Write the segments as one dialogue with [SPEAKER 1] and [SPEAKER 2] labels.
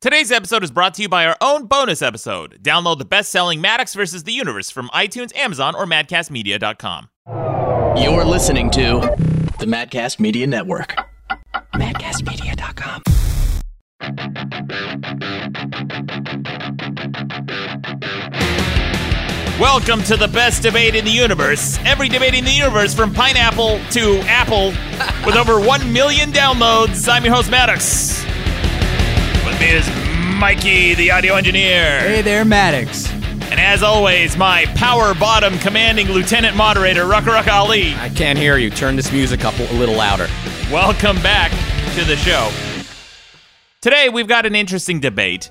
[SPEAKER 1] Today's episode is brought to you by our own bonus episode. Download the best selling Maddox versus the Universe from iTunes, Amazon, or madcastmedia.com.
[SPEAKER 2] You're listening to the Madcast Media Network. Madcastmedia.com.
[SPEAKER 1] Welcome to the best debate in the universe. Every debate in the universe from pineapple to apple with over 1 million downloads. I'm your host, Maddox. With me is Mikey, the audio engineer.
[SPEAKER 3] Hey there, Maddox.
[SPEAKER 1] And as always, my power bottom commanding lieutenant moderator, Ruckaruck Ali.
[SPEAKER 3] I can't hear you. Turn this music up a little louder.
[SPEAKER 1] Welcome back to the show. Today we've got an interesting debate.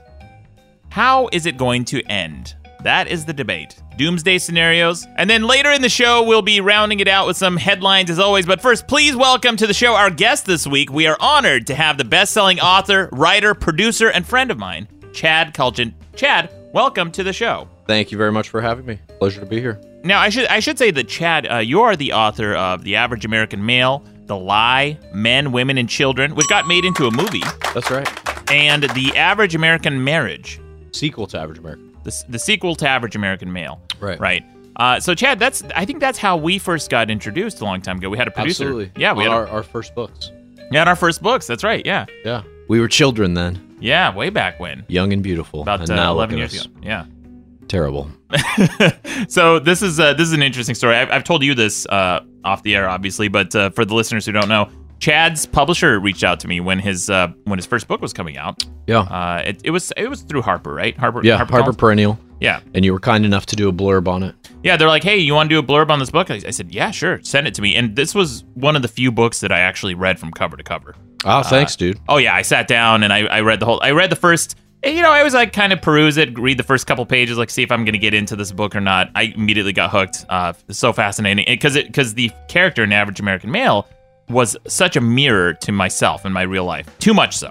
[SPEAKER 1] How is it going to end? That is the debate. Doomsday scenarios. And then later in the show, we'll be rounding it out with some headlines as always. But first, please welcome to the show our guest this week. We are honored to have the best selling author, writer, producer, and friend of mine, Chad Culgent. Chad, welcome to the show.
[SPEAKER 4] Thank you very much for having me. Pleasure to be here.
[SPEAKER 1] Now, I should I should say that Chad, uh, you are the author of The Average American Male, The Lie, Men, Women, and Children, which got made into a movie,
[SPEAKER 4] That's right.
[SPEAKER 1] and The Average American Marriage,
[SPEAKER 4] Sequel to Average American.
[SPEAKER 1] the, s- the sequel to Average American Male.
[SPEAKER 4] Right.
[SPEAKER 1] Right. Uh, so, Chad, that's I think that's how we first got introduced a long time ago. We had a producer.
[SPEAKER 4] Absolutely.
[SPEAKER 1] Yeah, we
[SPEAKER 4] On
[SPEAKER 1] had,
[SPEAKER 4] our,
[SPEAKER 1] our,
[SPEAKER 4] our first books.
[SPEAKER 1] yeah, in our first books. That's right. Yeah.
[SPEAKER 4] Yeah. We were children then,
[SPEAKER 1] Yeah, way back when.
[SPEAKER 4] young and beautiful.
[SPEAKER 1] About
[SPEAKER 4] and
[SPEAKER 1] uh,
[SPEAKER 4] now look
[SPEAKER 1] 11
[SPEAKER 4] at
[SPEAKER 1] years
[SPEAKER 4] us.
[SPEAKER 1] ago. Yeah.
[SPEAKER 4] Terrible.
[SPEAKER 1] so this is uh, this is an interesting story. I've, I've told you this uh, off the air, obviously, but uh, for the listeners who don't know, Chad's publisher reached out to me when his uh, when his first book was coming out.
[SPEAKER 4] Yeah.
[SPEAKER 1] Uh, it, it was it was through Harper, right? Harper.
[SPEAKER 4] yeah. Harper
[SPEAKER 1] Collins?
[SPEAKER 4] Perennial.
[SPEAKER 1] Yeah,
[SPEAKER 4] And you were kind enough to do a blurb on it.
[SPEAKER 1] yeah. They're like, hey, you want to do a blurb on this book? I, I said, yeah, sure. Send it to me. And this was one of the few books that I actually read from cover to cover.
[SPEAKER 4] Oh, thanks, dude.
[SPEAKER 1] Oh yeah, I sat down and I, I read the whole. I read the first. and, You know, I was like kind of peruse it, read the first couple pages, like see if I'm gonna get into this book or not. I immediately got hooked. Uh, it's so fascinating because it because the character in Average American Male was such a mirror to myself in my real life. Too much so.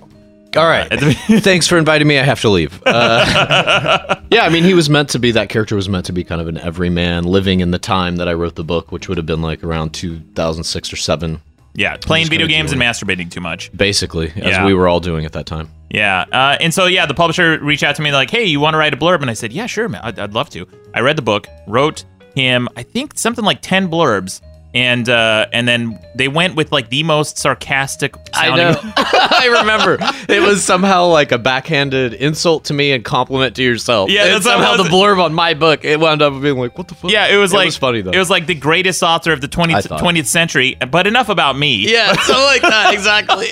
[SPEAKER 4] All right.
[SPEAKER 1] At the-
[SPEAKER 4] thanks for inviting me. I have to leave. Uh, yeah, I mean, he was meant to be, that character was meant to be kind of an everyman living in the time that I wrote the book, which would have been like around 2006 or 7,
[SPEAKER 1] Uh, yeah, playing
[SPEAKER 4] just
[SPEAKER 1] video
[SPEAKER 4] gonna
[SPEAKER 1] games and masturbating too much.
[SPEAKER 4] basically, as
[SPEAKER 1] Yeah.
[SPEAKER 4] we were all doing at that time.
[SPEAKER 1] Yeah. Uh, and so, yeah, the publisher reached out to me like, hey, you want to write a blurb? And I said, yeah, sure, man. I'd, I'd love to. I read the book, wrote him, I think, something like 10 blurbs. And uh, and then they went with like the most sarcastic sounding.
[SPEAKER 4] I remember. It was somehow like a backhanded insult to me and compliment to yourself.
[SPEAKER 1] Yeah,
[SPEAKER 4] And
[SPEAKER 1] that's what
[SPEAKER 4] somehow
[SPEAKER 1] it
[SPEAKER 4] the
[SPEAKER 1] was.
[SPEAKER 4] blurb on my book it wound up being like, what the fuck?
[SPEAKER 1] Yeah, it was like
[SPEAKER 4] funny though.
[SPEAKER 1] It was like the greatest author of the
[SPEAKER 4] I
[SPEAKER 1] 20th,
[SPEAKER 4] thought.
[SPEAKER 1] 20th century. But enough about me.
[SPEAKER 4] yeah, something like that exactly.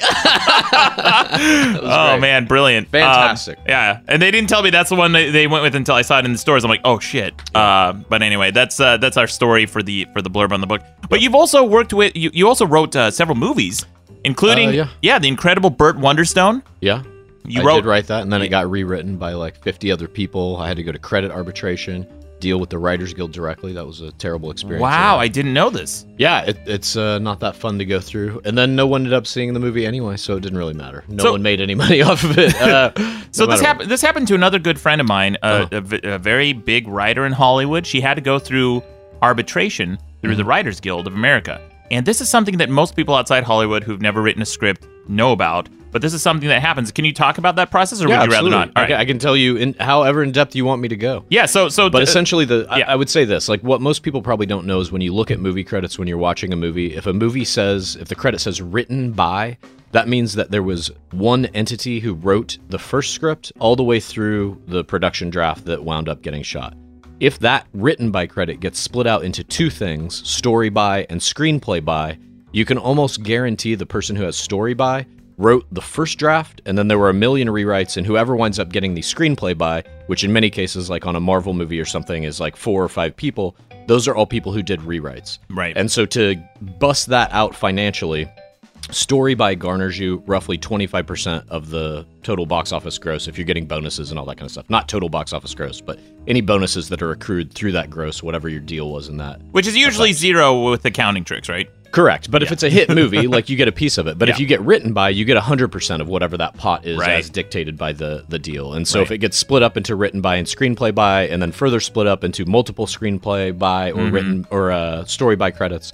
[SPEAKER 1] Oh
[SPEAKER 4] great.
[SPEAKER 1] man, brilliant, Um,
[SPEAKER 4] Fantastic.
[SPEAKER 1] yeah, and they didn't tell me that's the one they, they went with until I saw it in the stores. I'm like, oh shit. Uh, but anyway, that's uh, that's our story for the for the blurb on the book. But you've also worked with you, you also wrote uh, several movies, including
[SPEAKER 4] Uh, yeah.
[SPEAKER 1] the incredible Burt Wonderstone.
[SPEAKER 4] yeah.
[SPEAKER 1] You
[SPEAKER 4] I
[SPEAKER 1] wrote
[SPEAKER 4] did write that, and then it got rewritten by like 50 other people. I had to go to credit arbitration, deal with the Writers Guild directly. That was a terrible experience.
[SPEAKER 1] Wow, I didn't know this.
[SPEAKER 4] yeah, it, it's uh, not that fun to go through. And then no one ended up seeing the movie anyway, so it didn't really matter. No
[SPEAKER 1] So-
[SPEAKER 4] one made any money off of it. Uh,
[SPEAKER 1] So
[SPEAKER 4] no
[SPEAKER 1] this
[SPEAKER 4] matter what. Uh-huh.
[SPEAKER 1] happened. This happened to another good friend of mine, uh, a v a a, very big writer in Hollywood. She had to go through arbitration through
[SPEAKER 4] Mm-hmm.
[SPEAKER 1] the Writers Guild of America, and this is something that most people outside Hollywood who've never written a script know about. But this is something that happens. Can you talk about that process, or
[SPEAKER 4] Yeah,
[SPEAKER 1] would you
[SPEAKER 4] absolutely.
[SPEAKER 1] rather not? All
[SPEAKER 4] I,
[SPEAKER 1] right.
[SPEAKER 4] ca- I can tell you in however in depth you want me to go.
[SPEAKER 1] Yeah. So so.
[SPEAKER 4] But
[SPEAKER 1] uh,
[SPEAKER 4] essentially, the I,
[SPEAKER 1] yeah.
[SPEAKER 4] I would say this: like what most people probably don't know is when you look at movie credits when you're watching a movie. If a movie says, if the credit says "written by," that means that there was one entity who wrote the first script all the way through the production draft that wound up getting shot. If that written by credit gets split out into two things, story by and screenplay by, you can almost guarantee the person who has story by wrote the first draft and then there were a million rewrites and whoever winds up getting the screenplay by, which in many cases like on a Marvel movie or something is like four or five people, those are all people who did rewrites.
[SPEAKER 1] Right.
[SPEAKER 4] And so to bust that out financially, Story by garners you roughly 25% of the total box office gross if you're getting bonuses and all that kind of stuff. Not total box office gross, but any bonuses that are accrued through that gross, whatever your deal was in that.
[SPEAKER 1] which is usually zero with the counting tricks, right?
[SPEAKER 4] Correct. But if it's a hit movie, like you get a piece of it. But if
[SPEAKER 1] Yeah.
[SPEAKER 4] you get written by, you get 100% of whatever that pot is
[SPEAKER 1] Right.
[SPEAKER 4] as dictated by the, the deal. And so if it gets split up into written by and screenplay by, and then further split up into multiple screenplay by
[SPEAKER 1] Mm-hmm.
[SPEAKER 4] or written or uh, story by credits,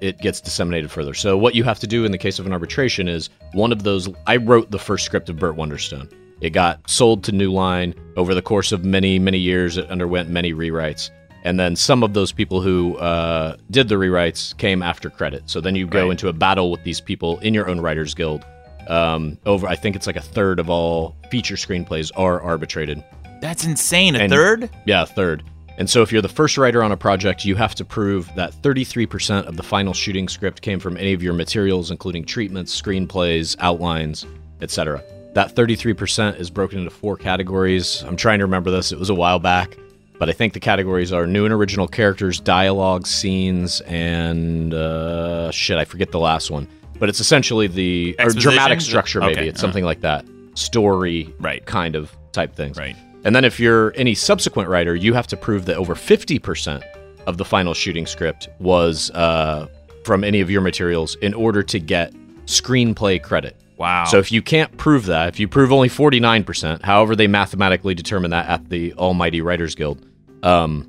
[SPEAKER 4] it gets disseminated further. So what you have to do in the case of an arbitration is one of those. I wrote the first script of Burt Wonderstone. It got sold to New Line over the course of many, many years. It underwent many rewrites. And then some of those people who uh, did the rewrites came after credit. So then you go
[SPEAKER 1] Right.
[SPEAKER 4] into a battle with these people in your own writers guild. Um, over, I think it's like a third of all feature screenplays are arbitrated.
[SPEAKER 1] That's insane. A
[SPEAKER 4] And-
[SPEAKER 1] third?
[SPEAKER 4] Yeah, a third. And so if you're the first writer on a project, you have to prove that 33% of the final shooting script came from any of your materials, including treatments, screenplays, outlines, etc. That 33% is broken into four categories. I'm trying to remember this, it was a while back, but I think the categories are new and original characters, dialogue, scenes, and uh, shit, I forget the last one. But it's essentially the or
[SPEAKER 1] Exposition?
[SPEAKER 4] dramatic structure, maybe.
[SPEAKER 1] Okay, uh.
[SPEAKER 4] it's something like that. Story
[SPEAKER 1] Right.
[SPEAKER 4] kind of type things.
[SPEAKER 1] Right.
[SPEAKER 4] And then if you're any subsequent writer, you have to prove that over 50% of the final shooting script was uh, from any of your materials in order to get screenplay credit.
[SPEAKER 1] Wow.
[SPEAKER 4] So if you can't prove that, if you prove only 49%, however they mathematically determine that at the Almighty Writers Guild, um,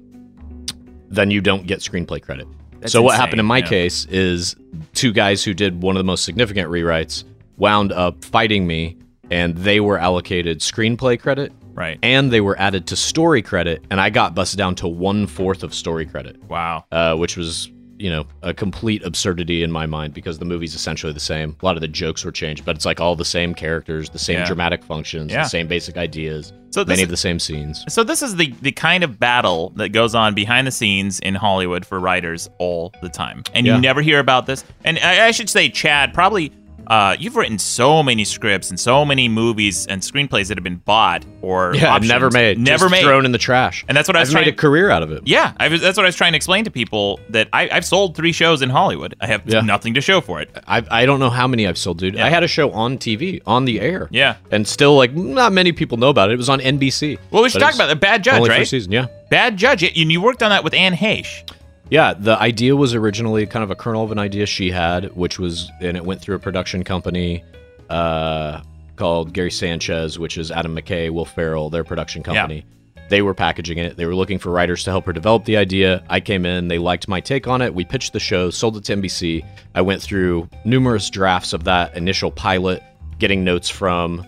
[SPEAKER 4] then you don't get screenplay credit.
[SPEAKER 1] That's
[SPEAKER 4] so what
[SPEAKER 1] insane,
[SPEAKER 4] happened in my
[SPEAKER 1] yeah.
[SPEAKER 4] case is two guys who did one of the most significant rewrites wound up fighting me and they were allocated screenplay credit
[SPEAKER 1] right.
[SPEAKER 4] and they were added to story credit, and I got busted down to one fourth of story credit,
[SPEAKER 1] Wow.
[SPEAKER 4] uh, which was you know a complete absurdity in my mind because the movie's essentially the same. A lot of the jokes were changed, but it's like all the same characters, the same
[SPEAKER 1] Yeah.
[SPEAKER 4] dramatic functions,
[SPEAKER 1] Yeah.
[SPEAKER 4] the same basic ideas,
[SPEAKER 1] So this
[SPEAKER 4] many of
[SPEAKER 1] is-
[SPEAKER 4] the same scenes.
[SPEAKER 1] So this is the the kind of battle that goes on behind the scenes in Hollywood for writers all the time, and
[SPEAKER 4] Yeah.
[SPEAKER 1] you never hear about this. And I, I should say, Chad, probably uh, you've written so many scripts and so many movies and screenplays that have been bought or
[SPEAKER 4] Yeah,
[SPEAKER 1] optioned,
[SPEAKER 4] never made,
[SPEAKER 1] never
[SPEAKER 4] just
[SPEAKER 1] made.
[SPEAKER 4] thrown in the trash,
[SPEAKER 1] And that's what I was
[SPEAKER 4] I've made
[SPEAKER 1] trying-
[SPEAKER 4] a career out of it.
[SPEAKER 1] yeah, I was, that's what I was trying to explain to people that I, I've sold three shows in Hollywood. I have
[SPEAKER 4] Yeah.
[SPEAKER 1] nothing to show for it.
[SPEAKER 4] I, I don't know how many I've sold, dude. I had a show on TV, on the air.
[SPEAKER 1] Yeah.
[SPEAKER 4] And still, like, not many people know about it. It was on NBC.
[SPEAKER 1] Well, we should
[SPEAKER 4] But
[SPEAKER 1] talk
[SPEAKER 4] it's
[SPEAKER 1] about the bad judge,
[SPEAKER 4] Only
[SPEAKER 1] right?
[SPEAKER 4] first season, yeah.
[SPEAKER 1] Bad judge, and you worked on that with Anne Heche.
[SPEAKER 4] Yeah, the idea was originally kind of a kernel of an idea she had, which was, and it went through a production company uh, called Gary Sanchez, which is Adam McKay, Will Farrell, their production company. They were packaging it. They were looking for writers to help her develop the idea. I came in. They liked my take on it. We pitched the show, sold it to NBC. I went through numerous drafts of that initial pilot, getting notes from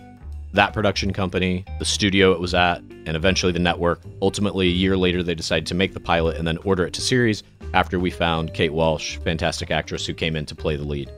[SPEAKER 4] that production company, the studio it was at, and eventually the network. Ultimately, a year later, they decided to make the pilot and then order it to series after we found Kate Walsh, fantastic actress who came in to play the lead.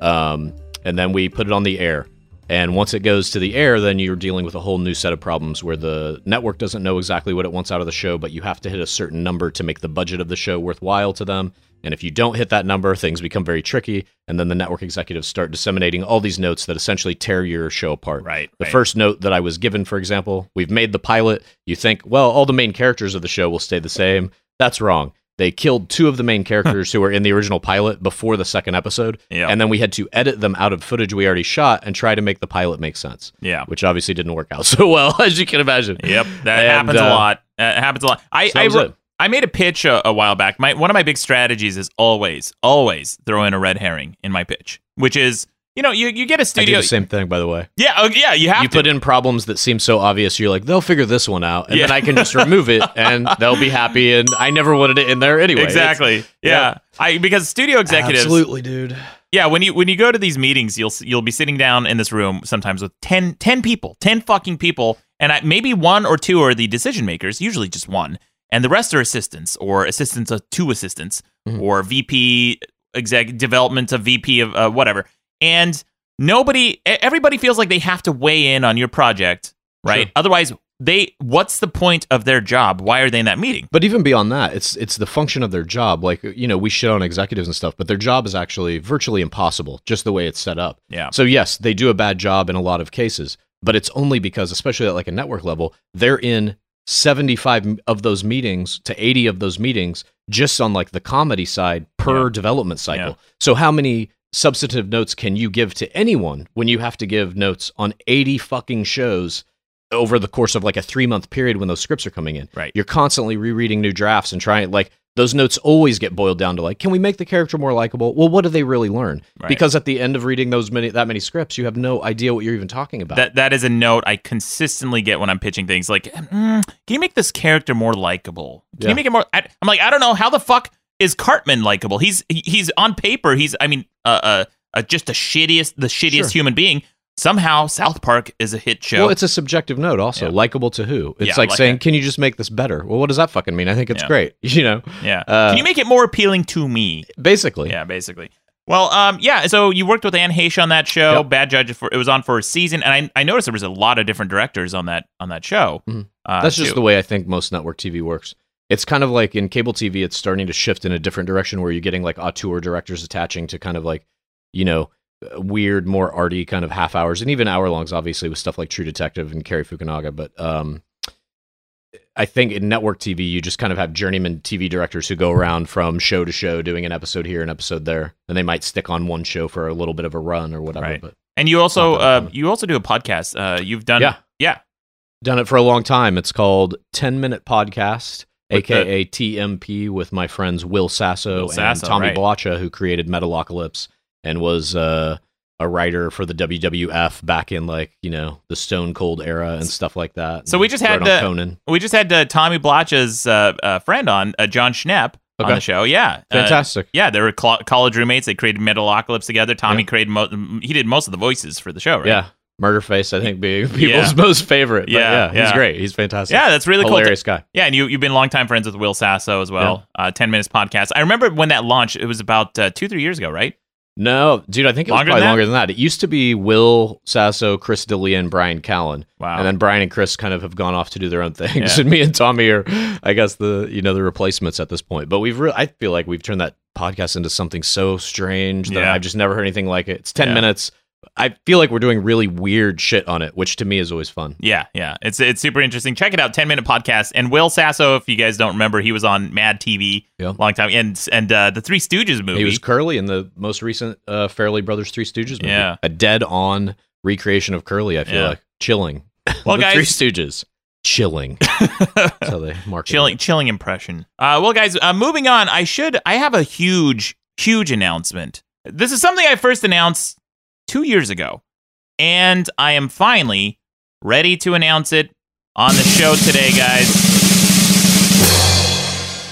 [SPEAKER 4] Um, and then we put it on the air. And once it goes to the air, then you're dealing with a whole new set of problems where the network doesn't know exactly what it wants out of the show, but you have to hit a certain number to make the budget of the show worthwhile to them. And if you don't hit that number, things become very tricky. And then the network executives start disseminating all these notes that essentially tear your show apart.
[SPEAKER 1] Right,
[SPEAKER 4] The
[SPEAKER 1] right.
[SPEAKER 4] first note that I was given, for example, we've made the pilot. You think, well, all the main characters of the show will stay the same. That's wrong. They killed two of the main characters who were in the original pilot before the second episode.
[SPEAKER 1] Yeah.
[SPEAKER 4] And then we had to edit them out of footage we already shot and try to make the pilot make sense.
[SPEAKER 1] Yeah.
[SPEAKER 4] Which obviously didn't work out so well, as you can imagine.
[SPEAKER 1] Yep, that
[SPEAKER 4] And,
[SPEAKER 1] happens a
[SPEAKER 4] uh,
[SPEAKER 1] lot. That happens a lot. I
[SPEAKER 4] so that
[SPEAKER 1] I,
[SPEAKER 4] was
[SPEAKER 1] wrote-
[SPEAKER 4] it.
[SPEAKER 1] I made a pitch a, a while back. My one of my big strategies is always always throw in a red herring in my pitch, which is you know you, you get a
[SPEAKER 4] I do
[SPEAKER 1] studio.
[SPEAKER 4] the same thing, by the way.
[SPEAKER 1] Yeah, oh, yeah, you have
[SPEAKER 4] You
[SPEAKER 1] to.
[SPEAKER 4] put in problems that seem so obvious. You're like, they'll figure this one out, and
[SPEAKER 1] Yeah.
[SPEAKER 4] then I can just remove it, and they'll be happy. And I never wanted it in there anyway. It's-
[SPEAKER 1] exactly. yeah. I because studio executives
[SPEAKER 4] dude.
[SPEAKER 1] Yeah, when you when you go to these meetings, you'll s- you'll be sitting down in this room sometimes with 10, 10 people, 10 fucking people, and I, maybe one or two are the decision makers, usually just one, and the rest are assistants or assistants of two assistants
[SPEAKER 4] Mm-hmm.
[SPEAKER 1] or VP exec development of VP of uh, whatever. And nobody e- everybody feels like they have to weigh in on your project, right?
[SPEAKER 4] Sure.
[SPEAKER 1] Otherwise, they what's the point of their job? Why are they in that meeting?
[SPEAKER 4] But even beyond that, it's it's the function of their job. Like you know, we shit on executives and stuff, but their job is actually virtually impossible just the way it's set up.
[SPEAKER 1] Yeah.
[SPEAKER 4] So yes, they do a bad job in a lot of cases, but it's only because, especially at like a network level, they're in seventy-five of those meetings to eighty of those meetings just on like the comedy side per
[SPEAKER 1] Yeah.
[SPEAKER 4] development cycle. So how many? Substantive notes can you give to anyone when you have to give notes on 80 fucking shows over the course of like a three month period when those scripts are coming in?
[SPEAKER 1] Right.
[SPEAKER 4] you're constantly rereading new drafts and trying like those notes always get boiled down to like can we make the character more likable well what do they really learn
[SPEAKER 1] Right.
[SPEAKER 4] because at the end of reading those many that many scripts you have no idea what you're even talking about
[SPEAKER 1] That that is a note I consistently get when I'm pitching things. Like, mm, can you make this character more likable? Can
[SPEAKER 4] Yeah.
[SPEAKER 1] you make it more? I, I'm like, I don't know. How the fuck is Cartman likable? He's he, he's on paper. He's I mean, uh, uh, uh just the shittiest, the shittiest
[SPEAKER 4] Sure.
[SPEAKER 1] human being. Somehow, South Park is a hit show.
[SPEAKER 4] Well, it's a subjective note also. Likable to who? It's
[SPEAKER 1] Yeah,
[SPEAKER 4] like
[SPEAKER 1] like
[SPEAKER 4] saying,
[SPEAKER 1] that.
[SPEAKER 4] can you just make this better? Well, what does that fucking mean? I think it's
[SPEAKER 1] Yeah.
[SPEAKER 4] great. You know?
[SPEAKER 1] yeah.
[SPEAKER 4] Uh,
[SPEAKER 1] Can you make it more appealing to me?
[SPEAKER 4] Basically.
[SPEAKER 1] Yeah, basically. Well, um, yeah. So you worked with Anne Heche on that show.
[SPEAKER 4] Yep.
[SPEAKER 1] Bad Judge. For, it was on for a season, and I, I noticed there was a lot of different directors on that on that show.
[SPEAKER 4] Mhm.
[SPEAKER 1] Uh,
[SPEAKER 4] That's just
[SPEAKER 1] too.
[SPEAKER 4] the way I think most network TV works. It's kind of like in cable TV, it's starting to shift in a different direction where you're getting like auteur directors attaching to kind of like, you know, uh, weird, more arty kind of half hours and even hour longs, obviously, with stuff like True Detective and Cary Fukunaga. But um, I think in network TV, you just kind of have journeyman TV directors who go around from show to show doing an episode here, an episode there, and they might stick on one show for a little bit of a run or whatever.
[SPEAKER 1] Right.
[SPEAKER 4] But
[SPEAKER 1] And you also
[SPEAKER 4] Not that
[SPEAKER 1] uh,
[SPEAKER 4] uncommon.
[SPEAKER 1] you also do a podcast. Uh, you've done
[SPEAKER 4] Yeah.
[SPEAKER 1] yeah.
[SPEAKER 4] done it for a long time. It's called 10 Minute Podcast,
[SPEAKER 1] With the-
[SPEAKER 4] aka TMP, with my friends Will Sasso
[SPEAKER 1] Will Sasso,
[SPEAKER 4] and Tommy
[SPEAKER 1] right.
[SPEAKER 4] Balacha, who created Metalocalypse and was uh, a writer for the WWF back in like, you know, the Stone Cold era and stuff like that.
[SPEAKER 1] So we just had
[SPEAKER 4] Right on
[SPEAKER 1] the-
[SPEAKER 4] Conan.
[SPEAKER 1] We just had uh, Tommy Blotch's uh, uh, friend on, uh, John Schnepp, on
[SPEAKER 4] Okay.
[SPEAKER 1] the show. Yeah, Uh,
[SPEAKER 4] Fantastic.
[SPEAKER 1] yeah, they were cl- college roommates. They created Metalocalypse together. Tommy
[SPEAKER 4] Yeah.
[SPEAKER 1] created mo- he did most of the voices for the show. Right?
[SPEAKER 4] Yeah. Murderface, I think, being people's most favorite. But
[SPEAKER 1] Yeah,
[SPEAKER 4] yeah,
[SPEAKER 1] yeah.
[SPEAKER 4] He's great. He's fantastic.
[SPEAKER 1] yeah, that's really cool.
[SPEAKER 4] Hilarious guy.
[SPEAKER 1] Yeah, and you you've been longtime friends with Will Sasso as well. Uh, Ten minutes podcast. I remember when that launched. It was about uh, two three years ago, right?
[SPEAKER 4] No, dude, I think it
[SPEAKER 1] Longer
[SPEAKER 4] was probably
[SPEAKER 1] than that?
[SPEAKER 4] longer than that. It used to be Will Sasso, Chris D'Elia, and Brian Callen.
[SPEAKER 1] Wow.
[SPEAKER 4] And then Brian and Chris kind of have gone off to do their own things,
[SPEAKER 1] Yeah.
[SPEAKER 4] and me and Tommy are, I guess, the you know the replacements at this point. But we've, re- I feel like we've turned that podcast into something so strange that
[SPEAKER 1] Yeah.
[SPEAKER 4] I've just never heard anything like it. It's ten
[SPEAKER 1] Yeah.
[SPEAKER 4] minutes. I feel like we're doing really weird shit on it, which to me is always fun.
[SPEAKER 1] Yeah, yeah. It's it's super interesting. Check it out. Ten minute podcast. And Will Sasso, if you guys don't remember, he was on Mad TV
[SPEAKER 4] Yeah.
[SPEAKER 1] long time, and and uh, the Three Stooges movie.
[SPEAKER 4] He was Curly in the most recent uh, Fairley Brothers Three Stooges movie.
[SPEAKER 1] Yeah.
[SPEAKER 4] A dead on recreation of Curly, I feel
[SPEAKER 1] Yeah.
[SPEAKER 4] like. Chilling.
[SPEAKER 1] Well,
[SPEAKER 4] the
[SPEAKER 1] guys-
[SPEAKER 4] Three Stooges. Chilling. That's how they market it.
[SPEAKER 1] chilling chilling impression. Uh, well, guys, uh, moving on. I should. I have a huge huge announcement. This is something I first announced two years ago, and I am finally ready to announce it on the show today, guys.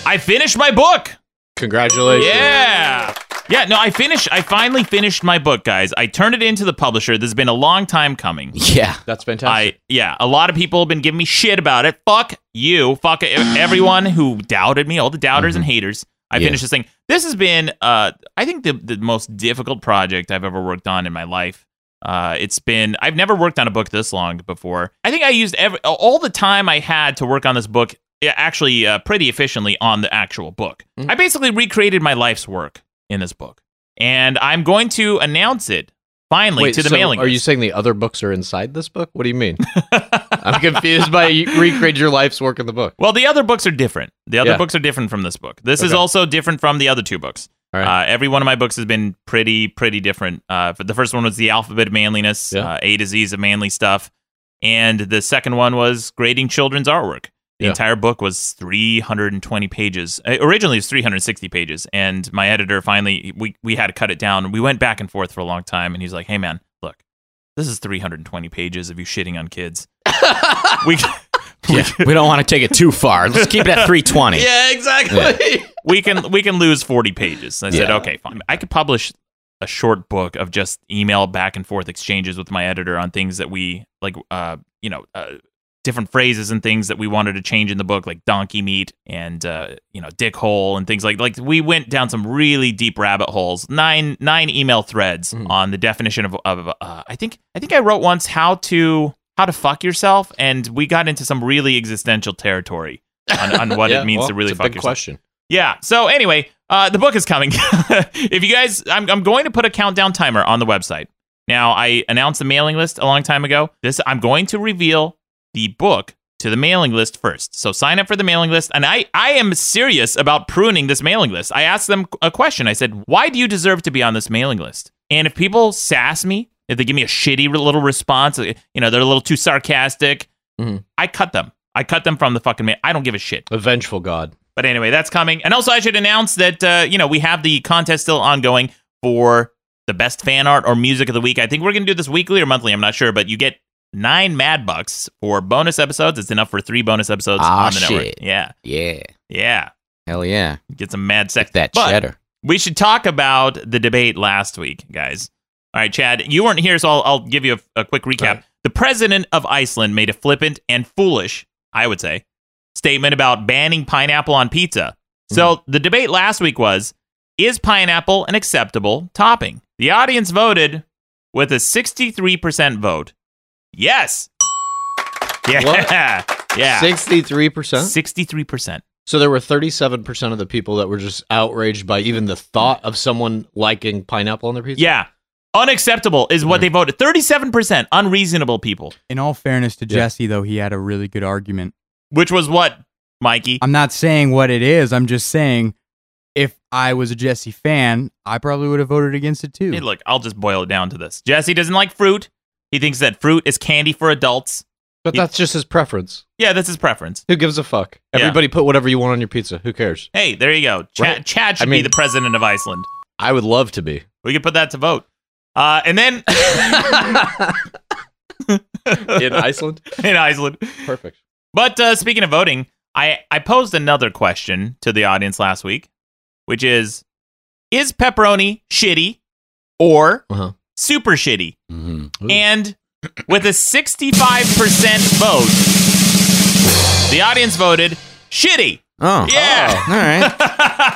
[SPEAKER 1] I finished my book.
[SPEAKER 4] Congratulations.
[SPEAKER 1] Yeah. Yeah, no, I finished I finally finished my book, guys. I turned it into the publisher. This has been a long time coming.
[SPEAKER 3] Yeah.
[SPEAKER 4] That's
[SPEAKER 1] I
[SPEAKER 4] fantastic.
[SPEAKER 1] yeah, a lot of people have been giving me shit about it. Fuck you. Fuck e- everyone who doubted me, all the doubters and haters. I
[SPEAKER 4] Mm-hmm. Yeah.
[SPEAKER 1] finished this thing. This has been uh I think the the most difficult project I've ever worked on in my life. Uh, it's been I've never worked on a book this long before. I think I used every all the time I had to work on this book yeah, actually uh, pretty efficiently on the actual book.
[SPEAKER 4] Mhm.
[SPEAKER 1] I basically recreated my life's work in this book. And I'm going to announce it finally
[SPEAKER 4] Wait,
[SPEAKER 1] to the
[SPEAKER 4] so
[SPEAKER 1] mailing
[SPEAKER 4] Are
[SPEAKER 1] list.
[SPEAKER 4] you saying the other books are inside this book? What do you mean? I'm confused by you recreate your life's work in the book.
[SPEAKER 1] Well, the other books are different. The other
[SPEAKER 4] Yeah.
[SPEAKER 1] books are different from this book. This is
[SPEAKER 4] Okay.
[SPEAKER 1] also different from the other two books.
[SPEAKER 4] All right.
[SPEAKER 1] Uh, every one of my books has been pretty, pretty different. Uh, but the first one was The Alphabet of Manliness,
[SPEAKER 4] Yeah.
[SPEAKER 1] uh, A to Z's of Manly Stuff. And the second one was Grading Children's Artwork. The
[SPEAKER 4] Yeah.
[SPEAKER 1] entire book was 320 pages. Uh, originally, it was 360 pages. And my editor finally, we, we had to cut it down. We went back and forth for a long time. And he's like, hey, man, look, this is 320 pages of you shitting on kids. we,
[SPEAKER 3] yeah. we don't want to take it too far. Let's keep it at 320.
[SPEAKER 4] yeah, exactly.
[SPEAKER 1] we can we can lose 40 pages. And I said,
[SPEAKER 3] Yeah.
[SPEAKER 1] okay, fine. I could publish a short book of just email back and forth exchanges with my editor on things that we like uh you know uh, different phrases and things that we wanted to change in the book like donkey meat and uh you know dick hole and things like like we went down some really deep rabbit holes nine nine email threads
[SPEAKER 4] Mhm.
[SPEAKER 1] on the definition of of uh, I think I think I wrote once how to how to fuck yourself and we got into some really existential territory on, on what
[SPEAKER 4] Yeah,
[SPEAKER 1] it means
[SPEAKER 4] well,
[SPEAKER 1] to really
[SPEAKER 4] it's a
[SPEAKER 1] fuck
[SPEAKER 4] big
[SPEAKER 1] yourself
[SPEAKER 4] question.
[SPEAKER 1] yeah. So anyway, uh, the book is coming. if you guys, I'm, I'm going to put a countdown timer on the website. Now, I announced the mailing list a long time ago. This I'm going to reveal the book to the mailing list first. So sign up for the mailing list. And I, I am serious about pruning this mailing list. I asked them a question. I said, why do you deserve to be on this mailing list? And if people sass me, if they give me a shitty little response, uh, you know, they're a little too sarcastic,
[SPEAKER 4] Mhm.
[SPEAKER 1] I cut them. I cut them from the fucking mail. I don't give a shit.
[SPEAKER 4] A vengeful god.
[SPEAKER 1] But anyway, that's coming. And also, I should announce that uh, you know we have the contest still ongoing for the best fan art or music of the week. I think we're gonna do this weekly or monthly. I'm not sure, but you get nine Mad Bucks for bonus episodes. It's enough for three bonus episodes
[SPEAKER 3] Ah,
[SPEAKER 1] on the network.
[SPEAKER 3] shit.
[SPEAKER 1] Yeah,
[SPEAKER 3] Yeah.
[SPEAKER 1] yeah.
[SPEAKER 3] Hell yeah.
[SPEAKER 1] Get some mad sex.
[SPEAKER 3] That
[SPEAKER 1] But
[SPEAKER 3] cheddar.
[SPEAKER 1] we should talk about the debate last week, guys. All right, Chad, you weren't here, so I'll, I'll give you a, a quick recap.
[SPEAKER 4] All right.
[SPEAKER 1] The president of Iceland made a flippant and foolish, I would say, statement about banning pineapple on pizza.
[SPEAKER 3] Hmm.
[SPEAKER 1] So the debate last week was is pineapple an acceptable topping? The audience voted with a 63% vote. Yes. Yeah. Yeah.
[SPEAKER 4] 63%?
[SPEAKER 1] 63%.
[SPEAKER 4] So there were 37% of the people that were just outraged by even the thought of someone liking pineapple on their pizza.
[SPEAKER 1] Yeah. Unacceptable is
[SPEAKER 4] Mm-hmm.
[SPEAKER 1] what they voted. 37% unreasonable people,
[SPEAKER 5] In all fairness to
[SPEAKER 4] Yeah.
[SPEAKER 5] Jesse, though, he had a really good argument.
[SPEAKER 1] which was what, Mikey?
[SPEAKER 5] I'm not saying what it is. I'm just saying if I was a Jesse fan, I probably would have voted against it too.
[SPEAKER 1] Hey, look, I'll just boil it down to this. Jesse doesn't like fruit. He thinks that fruit is candy for adults.
[SPEAKER 4] But that's just his preference.
[SPEAKER 1] Yeah, that's his preference.
[SPEAKER 4] Who gives a fuck?
[SPEAKER 1] Yeah.
[SPEAKER 4] Everybody put whatever you want on your pizza. Who cares?
[SPEAKER 1] Hey, there you go. Chad,
[SPEAKER 4] Right.
[SPEAKER 1] Chad should
[SPEAKER 4] I
[SPEAKER 1] be
[SPEAKER 4] mean-
[SPEAKER 1] the president of Iceland.
[SPEAKER 4] I would love to be.
[SPEAKER 1] We could put that to vote. Uh, and then
[SPEAKER 4] In Iceland?
[SPEAKER 1] in Iceland.
[SPEAKER 4] Perfect.
[SPEAKER 1] But uh, speaking of voting, I, I posed another question to the audience last week, which is Is pepperoni shitty or
[SPEAKER 4] Uh-huh.
[SPEAKER 1] super shitty?
[SPEAKER 4] Mm-hmm.
[SPEAKER 1] And with a 65% vote, the audience voted shitty.
[SPEAKER 3] Oh.
[SPEAKER 1] Yeah.
[SPEAKER 3] All right.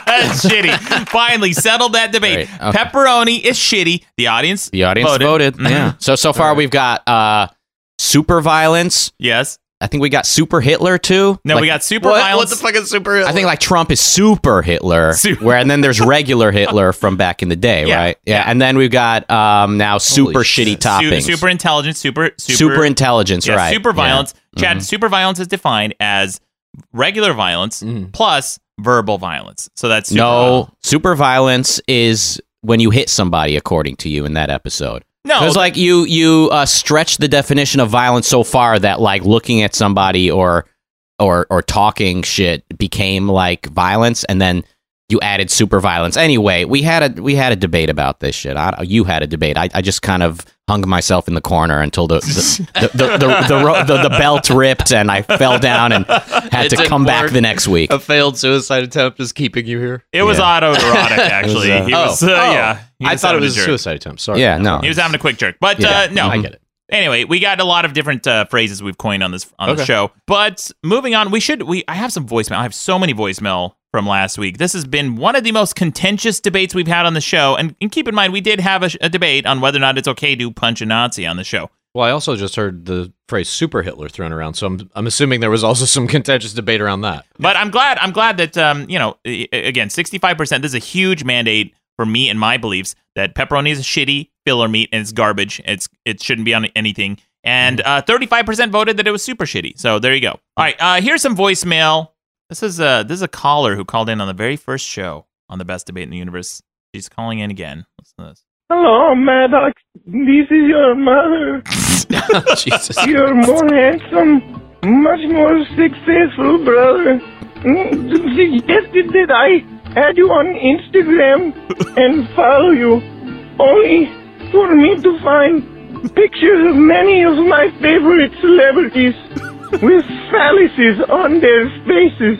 [SPEAKER 1] That's shitty. Finally settled that debate.
[SPEAKER 3] Great, okay.
[SPEAKER 1] Pepperoni is shitty. The audience,
[SPEAKER 3] The audience
[SPEAKER 1] Voted.
[SPEAKER 3] voted. Mm-hmm. Yeah. So so far we've got uh super violence.
[SPEAKER 1] yes.
[SPEAKER 3] I think we got super Hitler too.
[SPEAKER 1] No, we
[SPEAKER 3] Like,
[SPEAKER 1] got super violence.
[SPEAKER 4] is super?
[SPEAKER 3] I think like Trump is super Hitler,
[SPEAKER 1] Super-
[SPEAKER 3] where and then there's regular Hitler from back in the day,
[SPEAKER 1] Yeah,
[SPEAKER 3] right? Yeah, and then we've got um now super shitty
[SPEAKER 4] shit.
[SPEAKER 3] toppings,
[SPEAKER 1] Su- super intelligent, super super,
[SPEAKER 3] Super intelligence,
[SPEAKER 1] yeah,
[SPEAKER 3] right?
[SPEAKER 1] Super violence. Chad,
[SPEAKER 3] Mhm.
[SPEAKER 1] super violence is defined as regular violence
[SPEAKER 4] Mm.
[SPEAKER 1] plus verbal violence. So that's super
[SPEAKER 3] no,
[SPEAKER 1] violence.
[SPEAKER 3] super violence is when you hit somebody, according to you in that episode.
[SPEAKER 1] no.
[SPEAKER 3] Because like you you uh, stretch the definition of violence so far that like looking at somebody or or or talking shit became like violence, and then you added super violence. Anyway, we had a we had a debate about this shit. I, you had a debate. I, I just kind of hung myself in the corner until the the the, the, the, the, ro- the, the belt ripped and I fell down and had
[SPEAKER 4] It
[SPEAKER 3] to
[SPEAKER 4] didn't
[SPEAKER 3] come back
[SPEAKER 4] work.
[SPEAKER 3] the next week.
[SPEAKER 4] a failed suicide attempt is keeping you here.
[SPEAKER 1] it was
[SPEAKER 3] yeah.
[SPEAKER 1] autoerotic actually.
[SPEAKER 3] uh,
[SPEAKER 1] he was uh, yeah. He
[SPEAKER 4] Oh. I thought it
[SPEAKER 1] having
[SPEAKER 4] was a
[SPEAKER 1] jerk.
[SPEAKER 4] suicide attempt. Sorry.
[SPEAKER 3] Yeah, no.
[SPEAKER 1] He was having a quick jerk. But uh,
[SPEAKER 3] Yeah,
[SPEAKER 1] no.
[SPEAKER 4] I get it.
[SPEAKER 1] Anyway, we got a lot of different uh, phrases we've coined on this on the
[SPEAKER 4] Okay.
[SPEAKER 1] show. But moving on, we should we I have some voicemail. I have so many voicemail from last week. This has been one of the most contentious debates we've had on the show. And, and keep in mind, we did have a, sh- a debate on whether or not it's okay to punch a Nazi on the show.
[SPEAKER 4] Well, I also just heard the phrase "super Hitler" thrown around, so I'm I'm assuming there was also some contentious debate around that.
[SPEAKER 1] But I'm glad I'm glad that um you know a- a- again 65 percent. This is a huge mandate for me and my beliefs that pepperoni is a shitty filler meat and it's garbage. It's it shouldn't be on anything. And uh, 35% voted that it was super shitty. So there you go. All right, uh, here's some voicemail. This is a this is a caller who called in on the very first show on the best debate in the universe. She's calling in again. Listen to this.
[SPEAKER 6] Hello, Maddox. This is your mother.
[SPEAKER 4] Jesus.
[SPEAKER 6] You're more handsome, much more successful, brother. Mm, Yesterday I had you on Instagram and follow you, only for me to find pictures of many of my favorite celebrities with phalluses on their faces.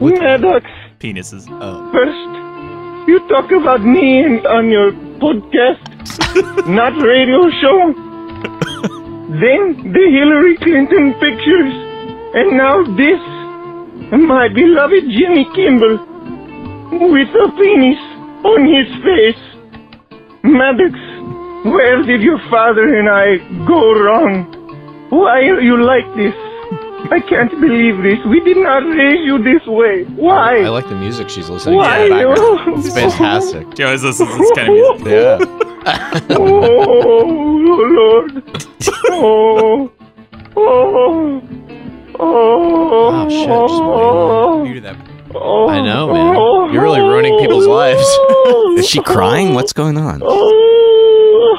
[SPEAKER 6] Maddox.
[SPEAKER 1] Penises.
[SPEAKER 6] First, you talk about me and on your podcast, not radio show. then the Hillary Clinton pictures, and now this, my beloved Jimmy Kimball, with a penis on his face. Maddox, where did your father and I go wrong? Why are you like this? I can't believe this. We did not raise you this way. Why?
[SPEAKER 4] I like the music she's listening
[SPEAKER 6] Why
[SPEAKER 4] to. in the background.
[SPEAKER 6] you?
[SPEAKER 4] It's fantastic.
[SPEAKER 1] Joe, is this, is this kind of music?
[SPEAKER 4] Yeah.
[SPEAKER 6] Oh, Lord. Oh, oh, oh. Ah,
[SPEAKER 4] Oh, shit, just
[SPEAKER 5] Muted that.
[SPEAKER 6] Oh,
[SPEAKER 4] I know, man. You're really ruining people's lives.
[SPEAKER 3] Is she crying? What's going on?
[SPEAKER 6] Oh,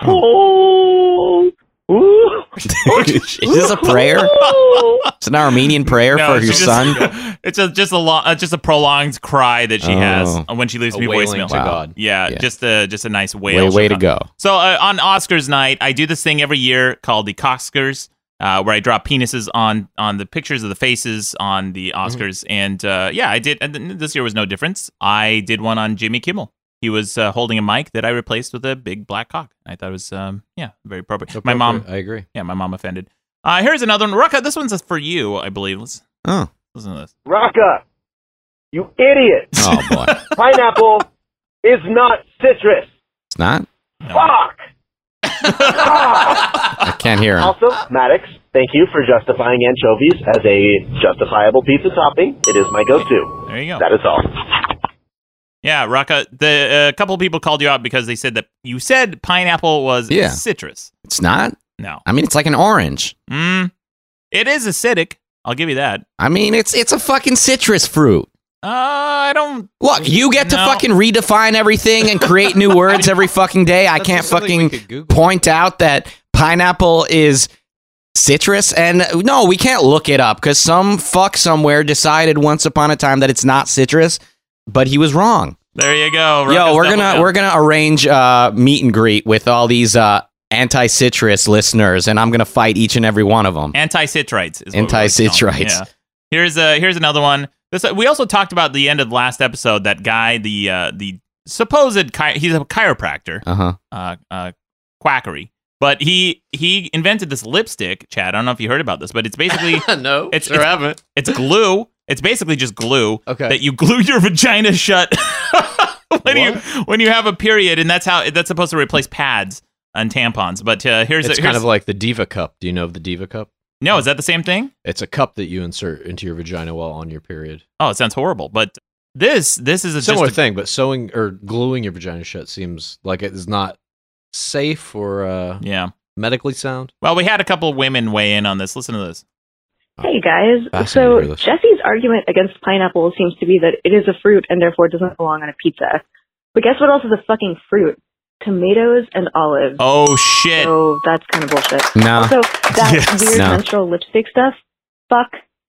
[SPEAKER 6] oh, oh.
[SPEAKER 3] is this a prayer? It's an Armenian prayer
[SPEAKER 1] No,
[SPEAKER 3] for
[SPEAKER 1] she
[SPEAKER 3] your
[SPEAKER 1] just-
[SPEAKER 3] son.
[SPEAKER 1] It's a, just a lo- uh, just a prolonged cry that she has
[SPEAKER 3] Oh.
[SPEAKER 1] when she leaves
[SPEAKER 4] A
[SPEAKER 1] me
[SPEAKER 4] wailing
[SPEAKER 1] voicemail.
[SPEAKER 4] to God.
[SPEAKER 1] Yeah,
[SPEAKER 3] Yeah.
[SPEAKER 1] just a just a nice wail.
[SPEAKER 3] Way, way to go.
[SPEAKER 1] So uh, on Oscars night, I do this thing every year called the Coxkers, uh, where I draw penises on on the pictures of the faces on the Oscars, and uh, yeah, I did. And th- this year was no difference. I did one on Jimmy Kimmel. He was uh, holding a mic that I replaced with a big black cock. I thought it was, um, yeah, very appropriate. My mom,
[SPEAKER 4] I agree.
[SPEAKER 1] yeah, my mom offended. Uh, here's another one. Rucka, this one's for you, I believe. Let's
[SPEAKER 3] Oh,
[SPEAKER 1] listen to this.
[SPEAKER 6] Raka, you idiot.
[SPEAKER 3] oh boy,
[SPEAKER 6] Pineapple is not citrus.
[SPEAKER 3] it's not.
[SPEAKER 6] Fuck.
[SPEAKER 3] I can't hear him.
[SPEAKER 7] Also, Maddox, thank you for justifying anchovies as a justifiable pizza topping. It is my go-to.
[SPEAKER 1] There you go.
[SPEAKER 7] That is all.
[SPEAKER 1] Yeah, Raka, the uh, couple people called you out because they said that you said pineapple was
[SPEAKER 3] Yeah.
[SPEAKER 1] citrus.
[SPEAKER 3] It's not.
[SPEAKER 1] No.
[SPEAKER 3] I mean, it's like an orange.
[SPEAKER 1] Mm, it is acidic. I'll give you that.
[SPEAKER 3] I mean, it's it's a fucking citrus fruit.
[SPEAKER 1] Uh, I don't.
[SPEAKER 3] Look, you get to
[SPEAKER 1] No.
[SPEAKER 3] fucking redefine everything and create new words every fucking day. I
[SPEAKER 4] That's
[SPEAKER 3] can't
[SPEAKER 4] just something we could
[SPEAKER 3] fucking
[SPEAKER 4] Google.
[SPEAKER 3] point out that pineapple is citrus and uh, no, we can't look it up cuz some fuck somewhere decided once upon a time that it's not citrus, but he was wrong.
[SPEAKER 1] There you go.
[SPEAKER 3] Yo,
[SPEAKER 1] Oh, Rocco's double
[SPEAKER 3] we're going to
[SPEAKER 1] down.
[SPEAKER 3] we're going to arrange uh meet and greet with all these uh anti-citrus listeners and I'm going to fight each and every one of them.
[SPEAKER 1] anti-citrites. Is what we like to
[SPEAKER 3] Anti-citrites.
[SPEAKER 1] call them. Yeah. Here's a here's another one. This we also talked about the end of the last episode. That guy, the uh, the supposed chi- he's a chiropractor,
[SPEAKER 3] Uh-huh.
[SPEAKER 1] uh, uh, quackery, but he he invented this lipstick. Chad, I don't know if you heard about this, but it's basically
[SPEAKER 4] no,
[SPEAKER 1] It's-
[SPEAKER 4] sure
[SPEAKER 1] it's-
[SPEAKER 4] haven't.
[SPEAKER 1] it's glue. It's basically just glue
[SPEAKER 4] Okay.
[SPEAKER 1] that you glue your vagina shut when you when you have a period, and that's how that's supposed to replace pads and tampons. But uh, here's
[SPEAKER 4] It's
[SPEAKER 1] a,
[SPEAKER 4] kind
[SPEAKER 1] here's-
[SPEAKER 4] of like the Diva Cup. Do you know of the Diva Cup?
[SPEAKER 1] no, is that the same thing?
[SPEAKER 4] It's a cup that you insert into your vagina while on your period.
[SPEAKER 1] Oh, it sounds horrible. But this this is a
[SPEAKER 4] Similar
[SPEAKER 1] just a-
[SPEAKER 4] thing, but sewing or gluing your vagina shut seems like it is not safe or uh,
[SPEAKER 1] Yeah.
[SPEAKER 4] medically sound.
[SPEAKER 1] Well, we had a couple women weigh in on this. Listen to this.
[SPEAKER 8] Hey guys,
[SPEAKER 4] Fascinating to
[SPEAKER 8] so
[SPEAKER 4] hear this.
[SPEAKER 8] Jesse's argument against pineapple seems to be that it is a fruit and therefore doesn't belong on a pizza. But guess what else is a fucking fruit? Tomatoes and olives.
[SPEAKER 1] Oh shit.
[SPEAKER 8] So that's kind of bullshit.
[SPEAKER 3] No.
[SPEAKER 8] Also, that
[SPEAKER 1] Yes.
[SPEAKER 8] weird
[SPEAKER 3] No.
[SPEAKER 8] menstrual lipstick stuff, fuck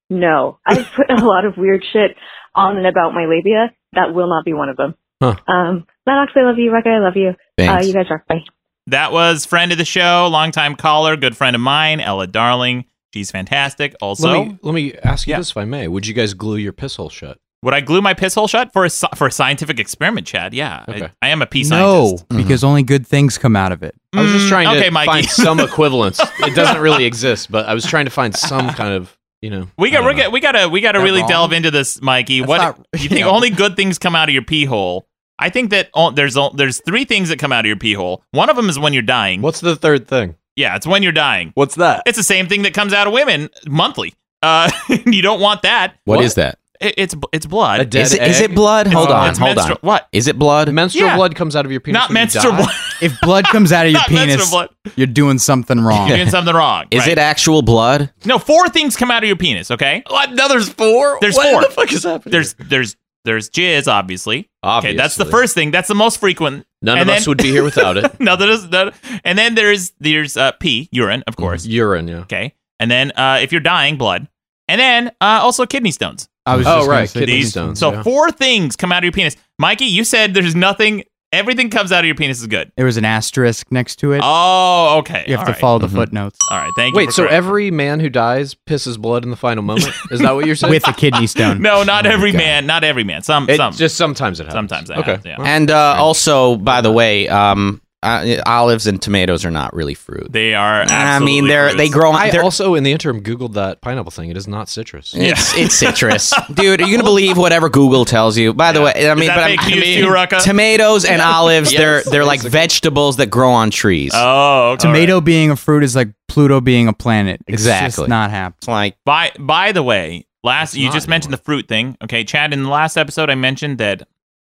[SPEAKER 8] no. I've put a lot of weird shit on and about my labia. That will not be one of them.
[SPEAKER 4] Huh.
[SPEAKER 8] Um, Maddox, I love you. Rucka, I love you. Uh,
[SPEAKER 3] Thanks.
[SPEAKER 8] you guys rock. Bye.
[SPEAKER 1] That was friend of the show, longtime caller, good friend of mine, Ella Darling. She's fantastic. Also,
[SPEAKER 4] let me let me ask you
[SPEAKER 1] Yeah.
[SPEAKER 4] this, if I may. Would you guys glue your piss hole shut?
[SPEAKER 1] would I glue my piss hole shut for a sci- for a scientific experiment, Chad? Yeah,
[SPEAKER 4] Okay.
[SPEAKER 1] I, I am a pea
[SPEAKER 5] no,
[SPEAKER 1] scientist.
[SPEAKER 5] because only good things come out of it.
[SPEAKER 4] I was just
[SPEAKER 1] Mm,
[SPEAKER 4] trying to
[SPEAKER 1] okay, Mikey.
[SPEAKER 4] find some equivalence. It doesn't really exist, but I was trying to find some kind of you know.
[SPEAKER 1] We
[SPEAKER 4] I
[SPEAKER 1] got
[SPEAKER 4] don't
[SPEAKER 1] we
[SPEAKER 4] know.
[SPEAKER 1] got we gotta we gotta
[SPEAKER 5] That
[SPEAKER 1] really
[SPEAKER 5] wrong?
[SPEAKER 1] delve into this, Mikey.
[SPEAKER 5] That's
[SPEAKER 1] what
[SPEAKER 5] not-
[SPEAKER 1] you think?
[SPEAKER 5] yeah.
[SPEAKER 1] Only good things come out of your pee hole. I think that oh, there's o- there's three things that come out of your pee hole. One of them is when you're dying.
[SPEAKER 4] What's the third thing?
[SPEAKER 1] Yeah, it's when you're dying.
[SPEAKER 4] What's that?
[SPEAKER 1] It's the same thing that comes out of women monthly. Uh, you don't want that.
[SPEAKER 3] what is that?
[SPEAKER 1] It, it's it's blood.
[SPEAKER 4] A dead
[SPEAKER 3] Is it is
[SPEAKER 4] egg?
[SPEAKER 3] it blood? Hold
[SPEAKER 1] It's-
[SPEAKER 3] on,
[SPEAKER 1] it's
[SPEAKER 3] hold on.
[SPEAKER 1] menstrual- What?
[SPEAKER 3] Is it blood?
[SPEAKER 4] Menstrual
[SPEAKER 1] Yeah.
[SPEAKER 4] blood comes out of your penis.
[SPEAKER 1] Not
[SPEAKER 4] when you
[SPEAKER 1] menstrual
[SPEAKER 4] die?
[SPEAKER 1] blood.
[SPEAKER 5] If blood comes out of your
[SPEAKER 1] Not menstrual
[SPEAKER 5] penis,
[SPEAKER 1] blood.
[SPEAKER 5] you're doing something wrong.
[SPEAKER 1] You're doing something wrong.
[SPEAKER 3] Is
[SPEAKER 1] right?
[SPEAKER 3] it actual blood?
[SPEAKER 1] No, four things come out of your penis. Okay.
[SPEAKER 4] What? Now there's four.
[SPEAKER 1] There's
[SPEAKER 4] what
[SPEAKER 1] four.
[SPEAKER 4] The fuck is happening?
[SPEAKER 1] There's there's there's jizz, obviously. Okay,
[SPEAKER 4] Obviously.
[SPEAKER 1] that's the first thing. That's the most frequent.
[SPEAKER 4] None of
[SPEAKER 1] and
[SPEAKER 4] us
[SPEAKER 1] then-
[SPEAKER 4] would be here without it.
[SPEAKER 1] No, that is that. And then there's there's uh, pee, urine, of course.
[SPEAKER 4] Mm-hmm. Urine. Yeah.
[SPEAKER 1] Okay. And then uh, if you're dying, blood. And then uh, also kidney stones.
[SPEAKER 5] I was
[SPEAKER 4] Oh,
[SPEAKER 5] just gonna
[SPEAKER 4] right,
[SPEAKER 5] say
[SPEAKER 4] kidney
[SPEAKER 5] this.
[SPEAKER 4] stones.
[SPEAKER 1] So
[SPEAKER 4] yeah.
[SPEAKER 1] four things come out of your penis. Mikey, you said there's nothing. Everything comes out of your penis is good.
[SPEAKER 5] There was an asterisk next to it.
[SPEAKER 1] Oh, okay.
[SPEAKER 5] you have
[SPEAKER 1] All
[SPEAKER 5] to
[SPEAKER 1] right.
[SPEAKER 5] follow the
[SPEAKER 3] Mhm.
[SPEAKER 5] footnotes
[SPEAKER 1] All right. Thank you.
[SPEAKER 4] Wait.
[SPEAKER 1] for
[SPEAKER 4] So
[SPEAKER 1] correcting.
[SPEAKER 4] every man who dies pisses blood in the final moment. Is that what you're saying?
[SPEAKER 5] with a kidney stone.
[SPEAKER 1] No, not
[SPEAKER 5] Oh my
[SPEAKER 1] every
[SPEAKER 5] God.
[SPEAKER 1] man. Not every man. Some.
[SPEAKER 4] It
[SPEAKER 1] some.
[SPEAKER 4] just sometimes it happens.
[SPEAKER 1] Sometimes that
[SPEAKER 4] okay.
[SPEAKER 1] happens, yeah.
[SPEAKER 4] Well,
[SPEAKER 3] And uh, also, by the way, um, uh, olives and tomatoes are not really fruit.
[SPEAKER 1] they are.
[SPEAKER 3] I mean,
[SPEAKER 1] absolutely
[SPEAKER 3] they're
[SPEAKER 1] fruits.
[SPEAKER 3] they grow on.
[SPEAKER 4] I
[SPEAKER 3] They're,
[SPEAKER 4] also, in the interim, googled that pineapple thing. It is not citrus.
[SPEAKER 3] it's it's citrus, dude. Are you gonna believe whatever Google tells you? By the way, I
[SPEAKER 1] Is
[SPEAKER 3] mean,
[SPEAKER 1] that
[SPEAKER 3] but
[SPEAKER 1] fake
[SPEAKER 3] I'm,
[SPEAKER 1] news too, Rucka?
[SPEAKER 3] tomatoes and olives they're they're like vegetables that grow on trees.
[SPEAKER 1] Oh, okay.
[SPEAKER 5] Tomato being a fruit is like Pluto being a planet. It's just
[SPEAKER 3] Exactly.
[SPEAKER 5] not happening.
[SPEAKER 3] It's like
[SPEAKER 1] By by the way, last
[SPEAKER 4] It's
[SPEAKER 1] you
[SPEAKER 4] not
[SPEAKER 1] just mentioned the
[SPEAKER 4] anymore.
[SPEAKER 1] fruit thing. Okay, Chad. In the last episode, I mentioned that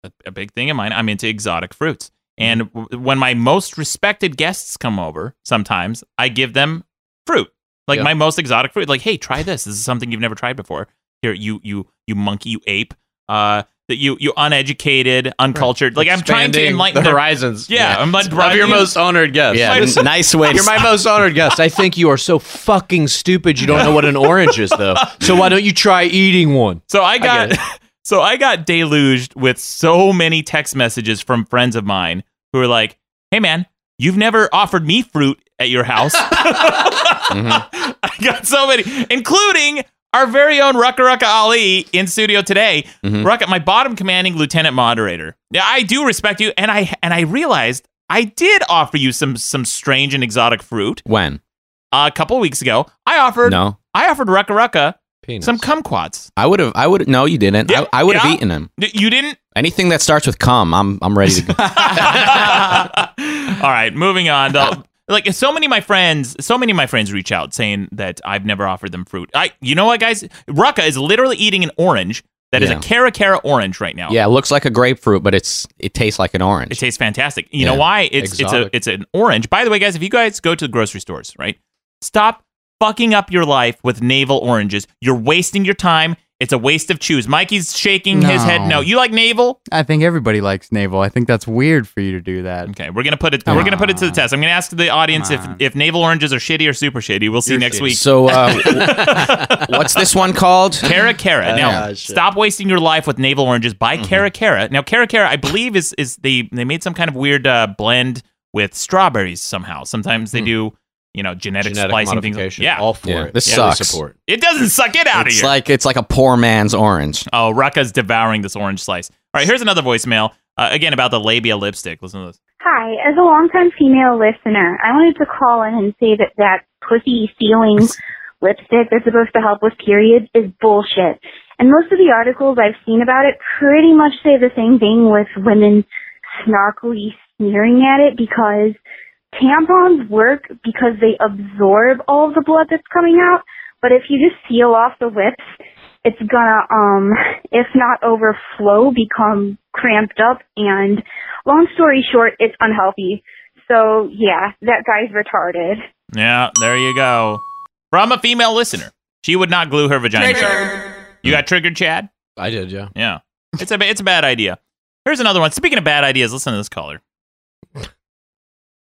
[SPEAKER 1] a, a big thing of mine. I'm into exotic fruits,
[SPEAKER 4] Mm-hmm.
[SPEAKER 1] and w- when my most respected guests come over, sometimes I give them fruit, like
[SPEAKER 4] Yeah.
[SPEAKER 1] my most exotic fruit. Like, hey, try this. This is something you've never tried before. Here, you you you monkey, you ape. Uh, that you you uneducated, uncultured. Like I'm trying to
[SPEAKER 4] Expanding
[SPEAKER 1] enlighten
[SPEAKER 4] the
[SPEAKER 1] their-
[SPEAKER 4] horizons.
[SPEAKER 1] Yeah, I'm like
[SPEAKER 4] Of your most honored guest.
[SPEAKER 3] yeah,
[SPEAKER 1] Might as-
[SPEAKER 3] nice way. to-
[SPEAKER 4] You're my most honored guest. I think you are so fucking stupid. You don't know what an orange is, though. So why don't you try eating one?
[SPEAKER 1] So I got
[SPEAKER 4] get
[SPEAKER 1] so I got deluged with so many text messages from friends of mine who were like, "Hey man, you've never offered me fruit at your house."
[SPEAKER 3] Mhm.
[SPEAKER 1] I got so many, including our very own Rucka Rucka Ali in studio today. Rucka, my bottom commanding lieutenant moderator. Yeah, I do respect you, and I and I realized I did offer you some some strange and exotic fruit
[SPEAKER 3] When?
[SPEAKER 1] uh, a couple weeks ago. I offered
[SPEAKER 3] No.
[SPEAKER 1] I offered Rucka Rucka
[SPEAKER 4] Penis.
[SPEAKER 1] some kumquats.
[SPEAKER 3] I would have. I would. No, you didn't.
[SPEAKER 1] Yeah,
[SPEAKER 3] I, I would have
[SPEAKER 1] yeah.
[SPEAKER 3] eaten him.
[SPEAKER 1] Y- You didn't.
[SPEAKER 3] Anything that starts with cum, I'm. I'm ready to go.
[SPEAKER 1] All right, moving on. though. like so many of my friends, so many of my friends reach out saying that I've never offered them fruit. I, you know what, guys? Rucka is literally eating an orange that is
[SPEAKER 3] Yeah.
[SPEAKER 1] a cara cara orange right now.
[SPEAKER 3] yeah, it looks like a grapefruit, but it's. It tastes like an orange.
[SPEAKER 1] It tastes fantastic. You know
[SPEAKER 3] Yeah.
[SPEAKER 1] why? It's
[SPEAKER 4] Exotic.
[SPEAKER 1] it's a it's an orange. By the way, guys, if you guys go to the grocery stores, right? Stop fucking up your life with navel oranges. You're wasting your time. It's a waste of chews. Mikey's shaking his
[SPEAKER 5] No.
[SPEAKER 1] head no. You like navel?
[SPEAKER 5] I think everybody likes navel. I think that's weird for you to do that.
[SPEAKER 1] Okay, we're gonna put it.
[SPEAKER 5] Come
[SPEAKER 1] we're gonna put it to the
[SPEAKER 5] on.
[SPEAKER 4] Ah.
[SPEAKER 1] test. I'm gonna ask the audience if
[SPEAKER 5] Come on.
[SPEAKER 1] if navel oranges are shitty or super shitty. We'll see
[SPEAKER 4] You're
[SPEAKER 1] next
[SPEAKER 4] shitty.
[SPEAKER 1] week.
[SPEAKER 3] so, uh, w- what's this one called?
[SPEAKER 1] Cara
[SPEAKER 4] Ah,
[SPEAKER 1] Cara. Now,
[SPEAKER 2] shit.
[SPEAKER 1] stop wasting your life with navel oranges. Buy
[SPEAKER 4] Mm-hmm.
[SPEAKER 1] Cara Cara. Now, Cara Cara, I believe is is they they made some kind of weird uh, blend with strawberries somehow. Sometimes they do, you know, genetic,
[SPEAKER 4] Hmm. genetic
[SPEAKER 1] splicing things.
[SPEAKER 4] modification.
[SPEAKER 1] Yeah,
[SPEAKER 4] all for
[SPEAKER 3] Yeah,
[SPEAKER 4] it.
[SPEAKER 3] this
[SPEAKER 4] Fully
[SPEAKER 3] sucks.
[SPEAKER 4] Support.
[SPEAKER 1] it doesn't suck it out of
[SPEAKER 3] It's
[SPEAKER 1] here.
[SPEAKER 3] like it's like a poor man's orange.
[SPEAKER 1] oh, Rucka's devouring this orange slice. All right, here's another voicemail. Uh, again about the labia lipstick. Listen to this.
[SPEAKER 9] Hi, as a longtime female listener, I wanted to call in and say that that pussy sealing lipstick that's supposed to help with periods is bullshit. And most of the articles I've seen about it pretty much say the same thing with women snarkily sneering at it because tampons work because they absorb all of the blood that's coming out, but if you just seal off the lips, it's gonna, um, if not overflow, become cramped up and long story short, it's unhealthy. So yeah, that guy's retarded.
[SPEAKER 1] Yeah, there you go. From a female listener, she would not glue her vagina. You got triggered, Chad.
[SPEAKER 4] I did, yeah.
[SPEAKER 1] Yeah. It's a it's a bad idea. Here's another one. Speaking of bad ideas, listen to this caller.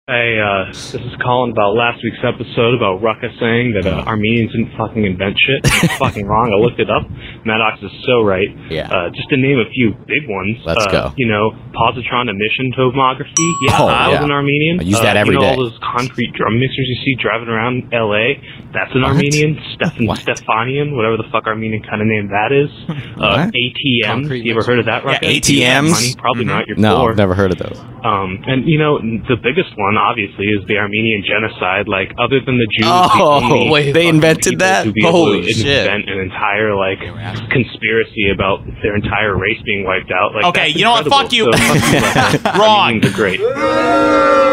[SPEAKER 10] Hey, uh, this is Colin about last week's episode about Rucka saying that uh, Armenians didn't fucking invent shit. It's fucking wrong. I looked it up. Maddox is so right.
[SPEAKER 3] Yeah.
[SPEAKER 10] Uh, just to name a few big ones.
[SPEAKER 3] Let's
[SPEAKER 10] uh,
[SPEAKER 3] go.
[SPEAKER 10] You know, positron emission tomography. Yeah,
[SPEAKER 3] Oh,
[SPEAKER 10] I was
[SPEAKER 3] yeah.
[SPEAKER 10] an Armenian.
[SPEAKER 3] I use that
[SPEAKER 10] uh,
[SPEAKER 3] every
[SPEAKER 10] you know,
[SPEAKER 3] day.
[SPEAKER 10] all those concrete drum mixers you see driving around L.A. That's an
[SPEAKER 3] What?
[SPEAKER 10] Armenian. Stefan
[SPEAKER 3] What?
[SPEAKER 10] Stefanian, whatever the fuck Armenian kind of name that is. Uh,
[SPEAKER 3] What?
[SPEAKER 10] ATM.
[SPEAKER 4] Concrete
[SPEAKER 10] You ever heard of that,
[SPEAKER 1] Yeah,
[SPEAKER 10] Rucka?
[SPEAKER 3] ATMs?
[SPEAKER 10] Money? Probably not. You're
[SPEAKER 3] Mm-hmm. No,
[SPEAKER 10] poor.
[SPEAKER 3] I've never heard of those.
[SPEAKER 10] Um, and you know, the biggest one obviously is the Armenian genocide. Like, other than the Jews,
[SPEAKER 3] Oh,
[SPEAKER 10] the only
[SPEAKER 3] wait, they
[SPEAKER 10] E. fucking
[SPEAKER 3] invented
[SPEAKER 10] people
[SPEAKER 3] that?
[SPEAKER 10] To be able
[SPEAKER 3] Holy
[SPEAKER 10] to
[SPEAKER 3] shit.
[SPEAKER 10] Invent an entire like conspiracy about their entire race being wiped out. Like,
[SPEAKER 1] Okay,
[SPEAKER 10] that's
[SPEAKER 1] you know what? Fuck you.
[SPEAKER 10] incredible. So, fuck you.
[SPEAKER 1] Wrong.
[SPEAKER 10] Armenians are great.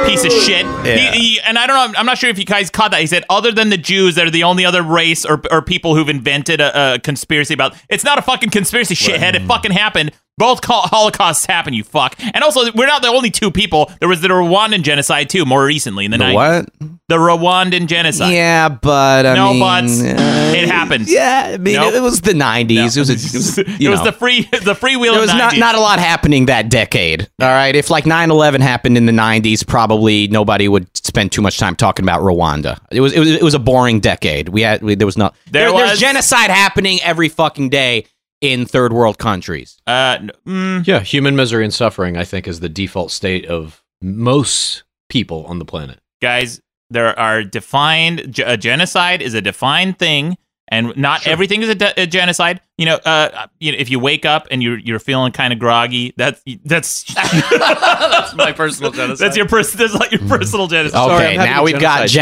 [SPEAKER 1] Piece of shit. He, he- and I don't know. I'm not sure if you guys caught that. He said, other than the Jews, they're the only other race or, or people who've invented a, a conspiracy about. It's not a fucking conspiracy, shithead. It
[SPEAKER 4] Mm.
[SPEAKER 1] fucking happened. Both col- holocausts happened, you fuck. And also, we're not the only two people. There was the Rwandan genocide too, more recently in the,
[SPEAKER 3] The
[SPEAKER 1] 90s.
[SPEAKER 3] what?
[SPEAKER 1] The Rwandan genocide.
[SPEAKER 3] Yeah, but I
[SPEAKER 1] No
[SPEAKER 3] mean,
[SPEAKER 1] buts.
[SPEAKER 3] uh,
[SPEAKER 1] It happens.
[SPEAKER 3] Yeah, I mean,
[SPEAKER 1] Nope.
[SPEAKER 3] it, was the '90s. It was, a, it was,
[SPEAKER 1] it
[SPEAKER 3] you
[SPEAKER 1] was
[SPEAKER 3] know,
[SPEAKER 1] the free, the freewheeling.
[SPEAKER 3] there was not
[SPEAKER 1] 90s.
[SPEAKER 3] not a lot happening that decade. All right, if like 9/11 happened in the '90s, probably nobody would spend too much time talking about Rwanda. It was it was, it was a boring decade. We had we, there was not
[SPEAKER 1] There was-
[SPEAKER 3] there's genocide happening every fucking day in third world countries.
[SPEAKER 1] Uh, n- mm,
[SPEAKER 4] Yeah, human misery and suffering, I think, is the default state of most people on the planet.
[SPEAKER 1] guys, there are defined. Ge- a genocide is a defined thing, and not everything is a, de- a genocide. You know, uh, you know, if you wake up and you're you're feeling kind of groggy, that's that's that's my personal genocide. That's your person. That's like your personal genocide.
[SPEAKER 4] Sorry,
[SPEAKER 3] Hmm. Okay,
[SPEAKER 4] I'm having
[SPEAKER 3] now
[SPEAKER 4] a
[SPEAKER 3] we've got
[SPEAKER 4] genocide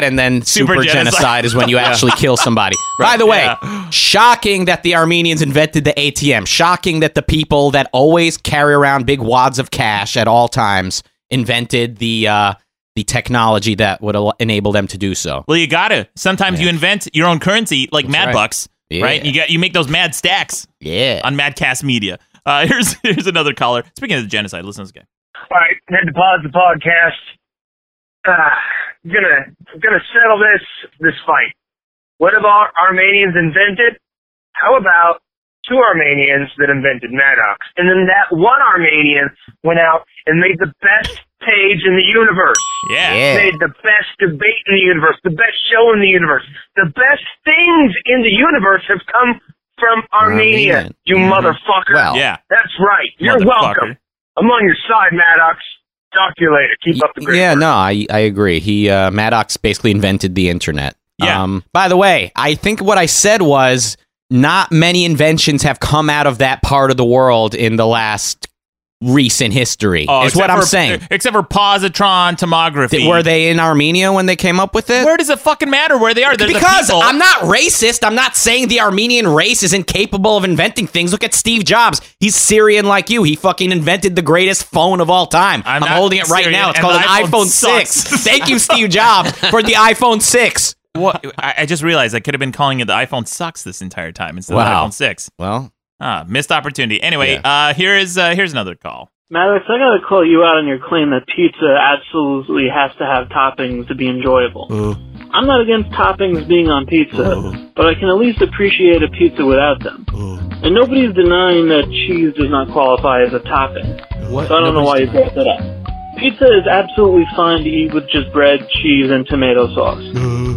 [SPEAKER 3] genocide and then
[SPEAKER 1] Super
[SPEAKER 3] super,
[SPEAKER 1] genocide.
[SPEAKER 3] genocide. is when you actually kill somebody. By the way, shocking that the Armenians invented the ATM. Shocking that the people that always carry around big wads of cash at all times invented the uh, the technology that would al- enable them to do so.
[SPEAKER 1] Well, you gotta. Sometimes you invent your own currency, E, like Mad
[SPEAKER 3] right.
[SPEAKER 1] Bucks,
[SPEAKER 3] Yeah.
[SPEAKER 1] right? You got you make those mad stacks
[SPEAKER 3] Yeah.
[SPEAKER 1] on Madcast Media. Uh, here's here's another caller. Speaking of the genocide, listen to this guy.
[SPEAKER 6] All right, had to pause the podcast.
[SPEAKER 11] Ah,
[SPEAKER 6] Uh, gonna gonna settle this this fight. What about Armenians invented? How about two Armenians that invented Maddox, and then that one Armenian went out and made the best page in the universe,
[SPEAKER 1] Yeah.
[SPEAKER 6] made the best debate in the universe, the best show in the universe, the best things in the universe have come from Armenia.
[SPEAKER 3] Armenian.
[SPEAKER 6] You
[SPEAKER 3] Mhm.
[SPEAKER 6] motherfucker!
[SPEAKER 3] Well,
[SPEAKER 1] Yeah.
[SPEAKER 6] That's right. You're
[SPEAKER 1] Motherfucker.
[SPEAKER 6] welcome. I'm on your side, Maddox. Talk to you later. Keep up the great
[SPEAKER 3] yeah,
[SPEAKER 6] work.
[SPEAKER 3] no, I, I agree. He uh, Maddox basically invented the internet.
[SPEAKER 1] Yeah.
[SPEAKER 3] Um, by the way, I think what I said was not many inventions have come out of that part of the world in the last recent history.
[SPEAKER 1] Oh,
[SPEAKER 3] is what
[SPEAKER 1] except
[SPEAKER 3] I'm
[SPEAKER 1] for-
[SPEAKER 3] saying.
[SPEAKER 1] Except for positron tomography.
[SPEAKER 3] Th- were they in Armenia when they came up with it?
[SPEAKER 1] Where does it fucking matter where they are? They're the
[SPEAKER 3] because
[SPEAKER 1] people.
[SPEAKER 3] I'm not racist. I'm not saying the Armenian race is incapable of inventing things. Look at Steve Jobs. He's Syrian like you. He fucking invented the greatest phone of all time. I'm,
[SPEAKER 1] not
[SPEAKER 3] holding it right
[SPEAKER 1] Syrian,
[SPEAKER 3] now. It's
[SPEAKER 1] and
[SPEAKER 3] called
[SPEAKER 1] the
[SPEAKER 3] an
[SPEAKER 1] iPhone
[SPEAKER 3] iPhone 6.
[SPEAKER 1] sucks.
[SPEAKER 3] Thank you, Steve Jobs, for the iPhone 6.
[SPEAKER 1] What? I, I just realized I could have been calling it the iPhone sucks this entire time instead
[SPEAKER 3] Wow.
[SPEAKER 1] of the iPhone six.
[SPEAKER 3] Well,
[SPEAKER 1] Ah, missed opportunity. Anyway, uh, here is uh, here's another call.
[SPEAKER 12] Maddox, I gotta call you out on your claim that pizza absolutely has to have toppings to be enjoyable. I'm not against toppings being on pizza, but I can at least appreciate a pizza without them. And nobody's denying that cheese does not qualify as a topping.
[SPEAKER 4] What?
[SPEAKER 12] So I don't know why you brought that up. Pizza is absolutely fine to eat with just bread, cheese, and tomato sauce.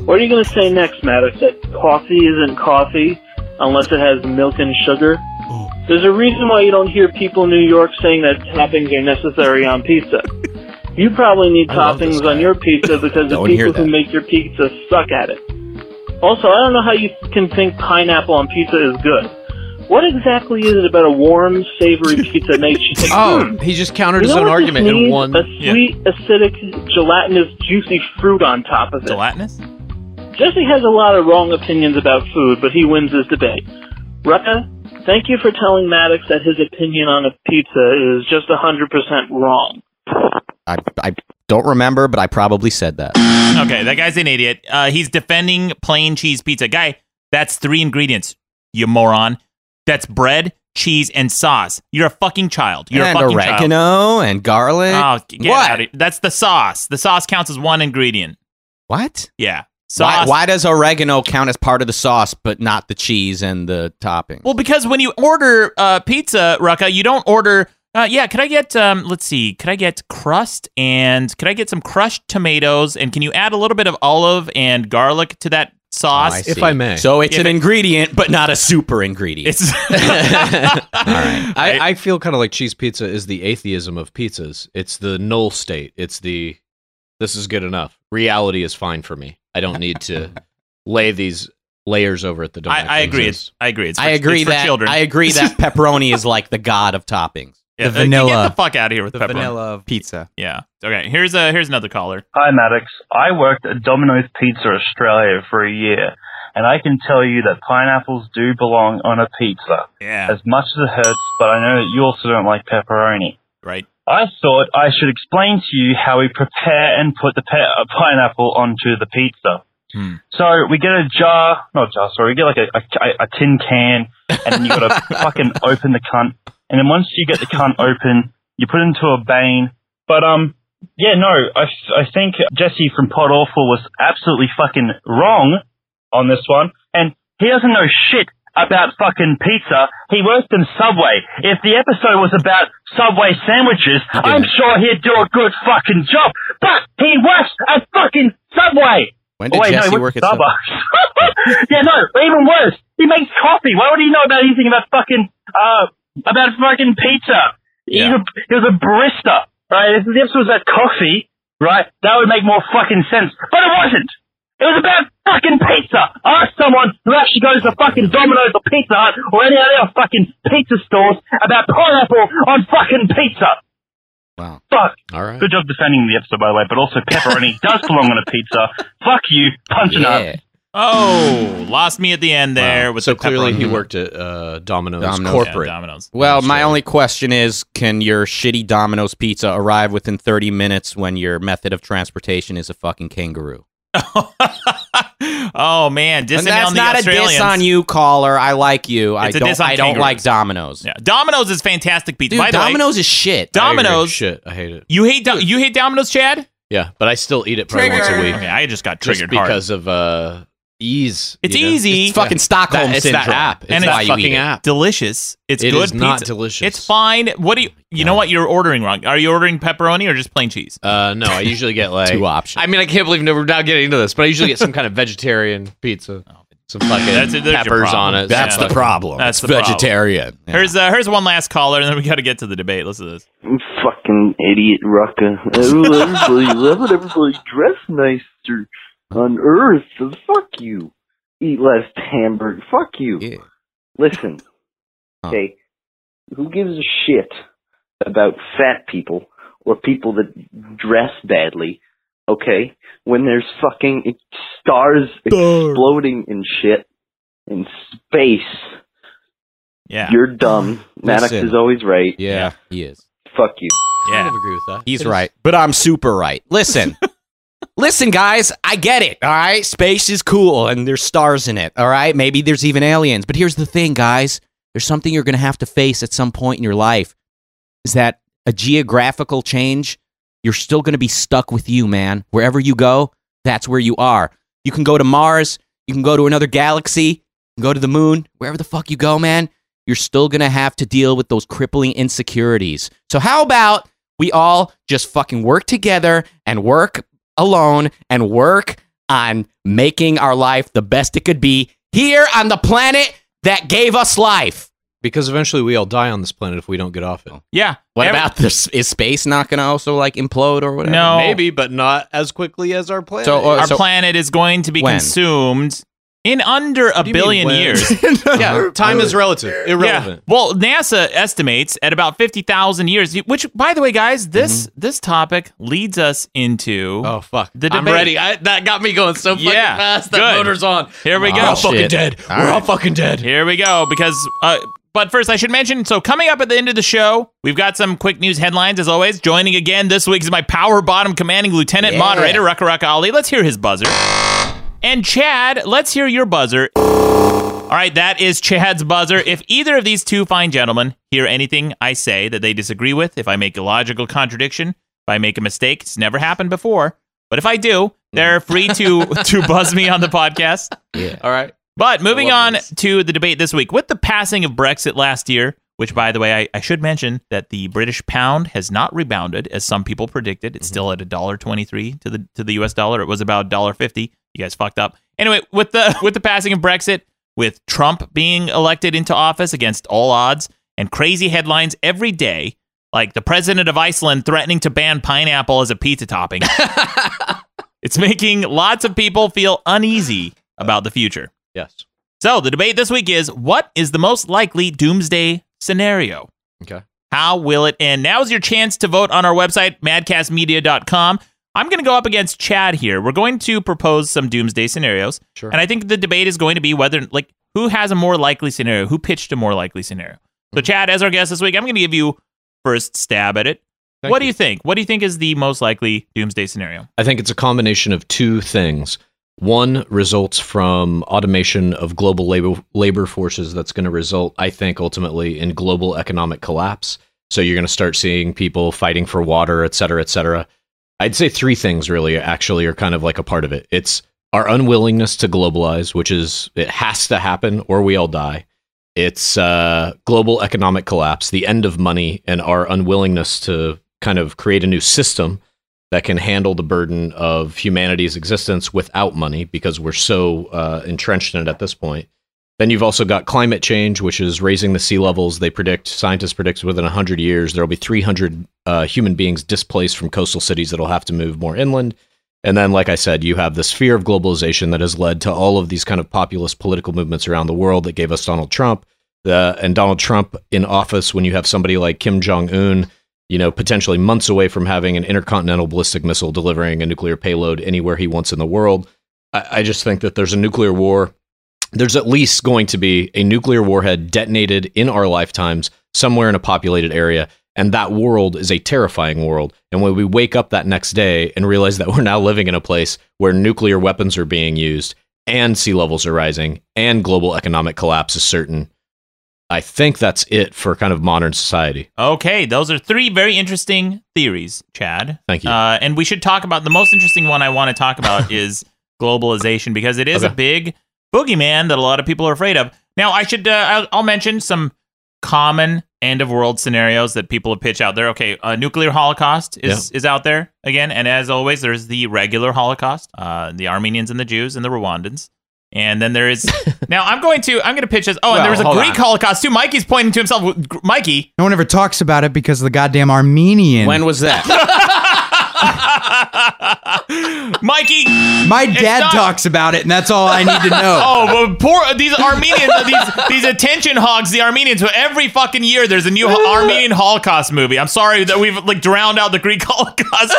[SPEAKER 12] What are you gonna say next, Maddox? That coffee isn't coffee unless it has milk and sugar?
[SPEAKER 3] Oh.
[SPEAKER 12] There's a reason why you don't hear people in New York saying that toppings are necessary on pizza. You probably need toppings on your pizza because the
[SPEAKER 3] Don't hear
[SPEAKER 12] people
[SPEAKER 3] that.
[SPEAKER 12] who make your pizza suck at it. Also, I don't know how you can think pineapple on pizza is good. What exactly is it about a warm, savory pizza that makes you think,
[SPEAKER 4] Oh,
[SPEAKER 12] "Hmm,
[SPEAKER 4] he just countered
[SPEAKER 12] you
[SPEAKER 4] his
[SPEAKER 12] know
[SPEAKER 4] own
[SPEAKER 12] what this
[SPEAKER 4] argument in
[SPEAKER 12] needs?
[SPEAKER 4] one.
[SPEAKER 12] A sweet, acidic, gelatinous, juicy fruit on top of it.
[SPEAKER 1] Gelatinous?
[SPEAKER 12] Jesse has a lot of wrong opinions about food, but he wins this debate. Rucka, thank you for telling Maddox that his opinion on a pizza is just 100% wrong.
[SPEAKER 3] I, I don't remember, but I probably said that.
[SPEAKER 1] Okay, that guy's an idiot. Uh, he's defending plain cheese pizza. Guy, that's three ingredients. You moron. That's bread, cheese, and sauce. You're a fucking child. You're
[SPEAKER 3] and
[SPEAKER 1] a fucking
[SPEAKER 3] oregano and garlic.
[SPEAKER 1] child. Oh, get
[SPEAKER 3] what?
[SPEAKER 1] out of- That's the sauce. The sauce counts as one ingredient.
[SPEAKER 3] What?
[SPEAKER 1] Yeah.
[SPEAKER 3] Why,
[SPEAKER 1] Sauce.
[SPEAKER 3] why does oregano count as part of the sauce, but not the cheese and the topping?
[SPEAKER 1] Well, because when you order uh, pizza, Rucka, you don't order. Uh, yeah, could I get? Um, let's see. Could I get crust and could I get some crushed tomatoes? And can you add a little bit of olive and garlic to that sauce?
[SPEAKER 4] If I may.
[SPEAKER 3] Oh, So it's
[SPEAKER 1] Yeah,
[SPEAKER 3] an
[SPEAKER 1] but-
[SPEAKER 3] ingredient, but not a super ingredient.
[SPEAKER 1] it's
[SPEAKER 4] I, I feel kind of like cheese pizza is the atheism of pizzas. It's the null state. It's the this is good enough. Reality is fine for me. I don't need to lay these layers over it that don't.
[SPEAKER 1] I, I
[SPEAKER 4] actually
[SPEAKER 1] agree.
[SPEAKER 4] exist.
[SPEAKER 1] It's, I agree. It's for,
[SPEAKER 3] I agree
[SPEAKER 1] it's for
[SPEAKER 3] that
[SPEAKER 1] children.
[SPEAKER 3] I agree that pepperoni is like the god of toppings.
[SPEAKER 1] Yeah, uh,
[SPEAKER 5] the
[SPEAKER 1] Get
[SPEAKER 5] vanilla-
[SPEAKER 1] the fuck out of here with
[SPEAKER 5] The
[SPEAKER 1] pepperoni.
[SPEAKER 5] vanilla of pizza.
[SPEAKER 1] Yeah. Okay. Here's a here's another caller.
[SPEAKER 11] Hi, Maddox. I worked at Domino's Pizza Australia for a year, and I can tell you that pineapples do belong on a pizza.
[SPEAKER 1] Yeah.
[SPEAKER 11] As much as it hurts, but I know that you also don't like pepperoni.
[SPEAKER 1] Right.
[SPEAKER 11] I thought I should explain to you how we prepare and put the pe- uh, pineapple onto the pizza.
[SPEAKER 1] Hmm.
[SPEAKER 11] So we get a jar, not a jar, sorry, we get like a, a, a tin can, and then you gotta fucking open the cunt. And then once you get the cunt open, you put it into a bane. But, um, yeah, no, I, I think Jesse from Pod Awful was absolutely fucking wrong on this one. And he doesn't know shit about fucking pizza. He worked in Subway. If the episode was about Subway sandwiches, I'm sure he'd do a good fucking job. But he works at fucking Subway.
[SPEAKER 3] When did
[SPEAKER 11] Oh, wait, no,
[SPEAKER 3] Jesse
[SPEAKER 11] he
[SPEAKER 3] work
[SPEAKER 11] worked
[SPEAKER 3] at Subway?
[SPEAKER 11] Starbucks? yeah, no, even worse. He makes coffee. Why would he know about anything about fucking uh about fucking pizza? He's
[SPEAKER 1] Yeah.
[SPEAKER 11] a, he was a barista, right? If the episode was about coffee, right, that would make more fucking sense. But it wasn't. It was about fucking pizza. Ask someone who actually goes to fucking Domino's or Pizza Hut or any other fucking pizza stores about pineapple on fucking pizza.
[SPEAKER 3] Wow.
[SPEAKER 11] Fuck.
[SPEAKER 4] All right.
[SPEAKER 11] Good job defending the episode, by the way, but also pepperoni does belong on a pizza. Fuck you. Punch it up.
[SPEAKER 3] Yeah.
[SPEAKER 1] Oh, lost me at the end there. With
[SPEAKER 4] so
[SPEAKER 1] the
[SPEAKER 4] clearly
[SPEAKER 1] pepperoni.
[SPEAKER 4] he worked at uh, Domino's,
[SPEAKER 3] Domino's.
[SPEAKER 4] corporate.
[SPEAKER 1] Yeah, Domino's.
[SPEAKER 3] Well, my only question is can your shitty Domino's pizza arrive within 30 minutes when your method of transportation is a fucking kangaroo?
[SPEAKER 1] oh man, dissing
[SPEAKER 3] and that's
[SPEAKER 1] on the
[SPEAKER 3] not a
[SPEAKER 1] Australians.
[SPEAKER 3] diss on you caller. I like you. I
[SPEAKER 1] It's a
[SPEAKER 3] don't
[SPEAKER 1] diss on
[SPEAKER 3] I don't
[SPEAKER 1] kangaroos.
[SPEAKER 3] like Domino's.
[SPEAKER 1] Yeah, Domino's is fantastic pizza.
[SPEAKER 3] Dude,
[SPEAKER 1] By the way,
[SPEAKER 3] Domino's is shit.
[SPEAKER 4] I agree.
[SPEAKER 1] Domino's.
[SPEAKER 4] Shit, I hate it.
[SPEAKER 1] You hate Do- you hate Domino's, Chad?
[SPEAKER 4] Yeah, but I still eat it probably once a week
[SPEAKER 1] Okay, I just got
[SPEAKER 4] just
[SPEAKER 1] triggered hard.
[SPEAKER 4] because of uh, ease.
[SPEAKER 1] It's
[SPEAKER 4] you know?
[SPEAKER 1] easy,
[SPEAKER 3] It's fucking Stockholm
[SPEAKER 4] That- it's
[SPEAKER 3] syndrome.
[SPEAKER 4] that app. It's
[SPEAKER 1] And it's
[SPEAKER 4] that
[SPEAKER 3] why you eat
[SPEAKER 4] fucking
[SPEAKER 3] it.
[SPEAKER 4] app.
[SPEAKER 1] delicious. It's
[SPEAKER 4] It
[SPEAKER 1] good
[SPEAKER 4] is not
[SPEAKER 1] pizza.
[SPEAKER 4] delicious.
[SPEAKER 1] It's fine. What do you you know what you're ordering wrong? Are you ordering pepperoni or just plain cheese?
[SPEAKER 4] Uh, no, I usually get like
[SPEAKER 3] Two options.
[SPEAKER 4] I mean, I can't believe no- we're not getting into this, but I usually get some kind of vegetarian pizza, some fucking
[SPEAKER 1] Oh, That's- there's your
[SPEAKER 4] peppers on
[SPEAKER 1] problem.
[SPEAKER 4] it.
[SPEAKER 1] That's
[SPEAKER 4] some
[SPEAKER 1] the
[SPEAKER 4] problem.
[SPEAKER 1] That's the problem.
[SPEAKER 4] vegetarian.
[SPEAKER 1] Here's uh, here's one last caller, and then we got to get to the debate. Listen to this.
[SPEAKER 13] fucking idiot rucka. Everybody, everybody, everybody dress nicer. on earth. So fuck you. Eat less hamburger. Fuck you. Listen. Okay. Who gives a shit about fat people or people that dress badly? Okay, when there's fucking ex- stars exploding and shit in space.
[SPEAKER 1] Yeah.
[SPEAKER 13] You're dumb. Maddox
[SPEAKER 3] Listen.
[SPEAKER 13] is always right.
[SPEAKER 3] Yeah, he is.
[SPEAKER 13] Fuck you.
[SPEAKER 1] Yeah.
[SPEAKER 4] I agree with that.
[SPEAKER 3] He's right, but I'm super right. Listen, listen, guys, I get it. All right, space is cool, and there's stars in it. All right, maybe there's even aliens. But here's the thing, guys: there's something you're going to have to face at some point in your life. Is that a geographical change? You're still going to be stuck with you, man. Wherever you go, that's where you are. You can go to Mars. You can go to another galaxy. You can go to the moon. Wherever the fuck you go, man, you're still going to have to deal with those crippling insecurities. So, how about we all just fucking work together and work alone and work on making our life the best it could be here on the planet that gave us life?
[SPEAKER 4] Because eventually we all die on this planet if we don't get off it.
[SPEAKER 1] Yeah.
[SPEAKER 3] What
[SPEAKER 4] Every-
[SPEAKER 3] about this? Is space not going to also like implode or whatever?
[SPEAKER 4] Maybe, but not as quickly as our planet.
[SPEAKER 3] So, uh,
[SPEAKER 1] Our
[SPEAKER 3] so-
[SPEAKER 1] planet is going to be
[SPEAKER 3] When?
[SPEAKER 1] consumed in under a
[SPEAKER 4] do you mean
[SPEAKER 1] billion
[SPEAKER 4] when?
[SPEAKER 1] years.
[SPEAKER 4] yeah, time is relative, irrelevant.
[SPEAKER 1] Yeah. Well, NASA estimates at about 50,000 years, which by the way guys, this this topic leads us into
[SPEAKER 4] Mm-hmm. Oh fuck.
[SPEAKER 1] The debate.
[SPEAKER 4] I'm ready. I, that got me going so fucking
[SPEAKER 1] Yeah,
[SPEAKER 4] fast. That
[SPEAKER 1] good.
[SPEAKER 4] motor's on.
[SPEAKER 1] Here we
[SPEAKER 4] We're
[SPEAKER 1] go.
[SPEAKER 4] all fucking dead. We're all fucking dead.
[SPEAKER 1] Here we go. Because, uh, but first, I should mention. So coming up at the end of the show, we've got some quick news headlines. As always, joining again this week is my power bottom commanding lieutenant
[SPEAKER 3] Yeah.
[SPEAKER 1] moderator Rucka Rucka Ali. Let's hear his buzzer. And Chad, let's hear your buzzer. All right, that is Chad's buzzer. If either of these two fine gentlemen hear anything I say that they disagree with, if I make a logical contradiction, if I make a mistake, it's never happened before. But if I do, they're free to to buzz me on the podcast.
[SPEAKER 3] Yeah.
[SPEAKER 4] All right.
[SPEAKER 1] But moving
[SPEAKER 4] I
[SPEAKER 1] on to the debate this week, with the passing of Brexit last year, which by the way, I, I should mention that the British pound has not rebounded as some people predicted. It's still at a dollar twenty three to the to the US dollar. It was about dollar fifty. You guys fucked up. Anyway, with the with the passing of Brexit, with Trump being elected into office against all odds, and crazy headlines every day, like the president of Iceland threatening to ban pineapple as a pizza topping. it's making lots of people feel uneasy about the future.
[SPEAKER 4] Yes.
[SPEAKER 1] So the debate this week is what is the most likely doomsday scenario?
[SPEAKER 4] Okay.
[SPEAKER 1] How will it end? Now's your chance to vote on our website, madcastmedia.com. I'm going to go up against Chad here. We're going to propose some doomsday scenarios.
[SPEAKER 4] Sure.
[SPEAKER 1] And I think the debate is going to be whether, like, who has a more likely scenario? Who pitched a more likely scenario? So,
[SPEAKER 4] Mm-hmm.
[SPEAKER 1] Chad, as our guest this week, I'm going to give you first stab at it.
[SPEAKER 4] Thank
[SPEAKER 1] what do
[SPEAKER 4] you.
[SPEAKER 1] you think? What do you think is the most likely doomsday scenario?
[SPEAKER 4] I think it's a combination of two things. One results from automation of global labor labor forces that's going to result, I think, ultimately in global economic collapse. So you're going to start seeing people fighting for water, et cetera, et cetera. I'd say three things really actually are kind of like a part of it. It's our unwillingness to globalize, which is it has to happen or we all die. It's uh, global economic collapse, the end of money, and our unwillingness to kind of create a new system that can handle the burden of humanity's existence without money because we're so uh, entrenched in it at this point. Then you've also got climate change, which is raising the sea levels. They predict, scientists predict within 100 years, there'll be 300 uh, human beings displaced from coastal cities that'll have to move more inland. And then, like I said, you have this fear of globalization that has led to all of these kind of populist political movements around the world that gave us Donald Trump. The, and Donald Trump in office, when you have somebody like Kim Jong un, you know, potentially months away from having an intercontinental ballistic missile delivering a nuclear payload anywhere he wants in the world, I, I just think that there's a nuclear war. There's at least going to be a nuclear warhead detonated in our lifetimes somewhere in a populated area. And that world is a terrifying world. And when we wake up that next day and realize that we're now living in a place where nuclear weapons are being used and sea levels are rising and global economic collapse is certain, I think that's it for kind of modern society.
[SPEAKER 1] Uh, Okay, those are three very interesting theories, Chad.
[SPEAKER 4] Thank you.
[SPEAKER 1] Uh, and we should talk about the most interesting one I want to talk about is globalization because it is a
[SPEAKER 4] Okay.
[SPEAKER 1] big boogeyman that a lot of people are afraid of. Now, I should uh, I'll, I'll mention some common end of world scenarios that people have pitched out there. Okay, uh, nuclear holocaust is is out there again, and as always, there's the regular holocaust, uh, the Armenians and the Jews and the Rwandans. And then there is now. I'm going to I'm going to pitch this. Oh, and there was a
[SPEAKER 3] Well, hold
[SPEAKER 1] Greek
[SPEAKER 3] on.
[SPEAKER 1] Holocaust too. Mikey's pointing to himself. Gr- Mikey,
[SPEAKER 5] No one ever talks about it because of the goddamn Armenian.
[SPEAKER 3] When was that?
[SPEAKER 1] Mikey.
[SPEAKER 5] My dad talks about it, and that's all I need to know.
[SPEAKER 1] oh, but poor these Armenians, these these attention hogs, the Armenians. Who every fucking year there's a new ho- Armenian Holocaust movie. I'm sorry that we've like drowned out the Greek Holocaust.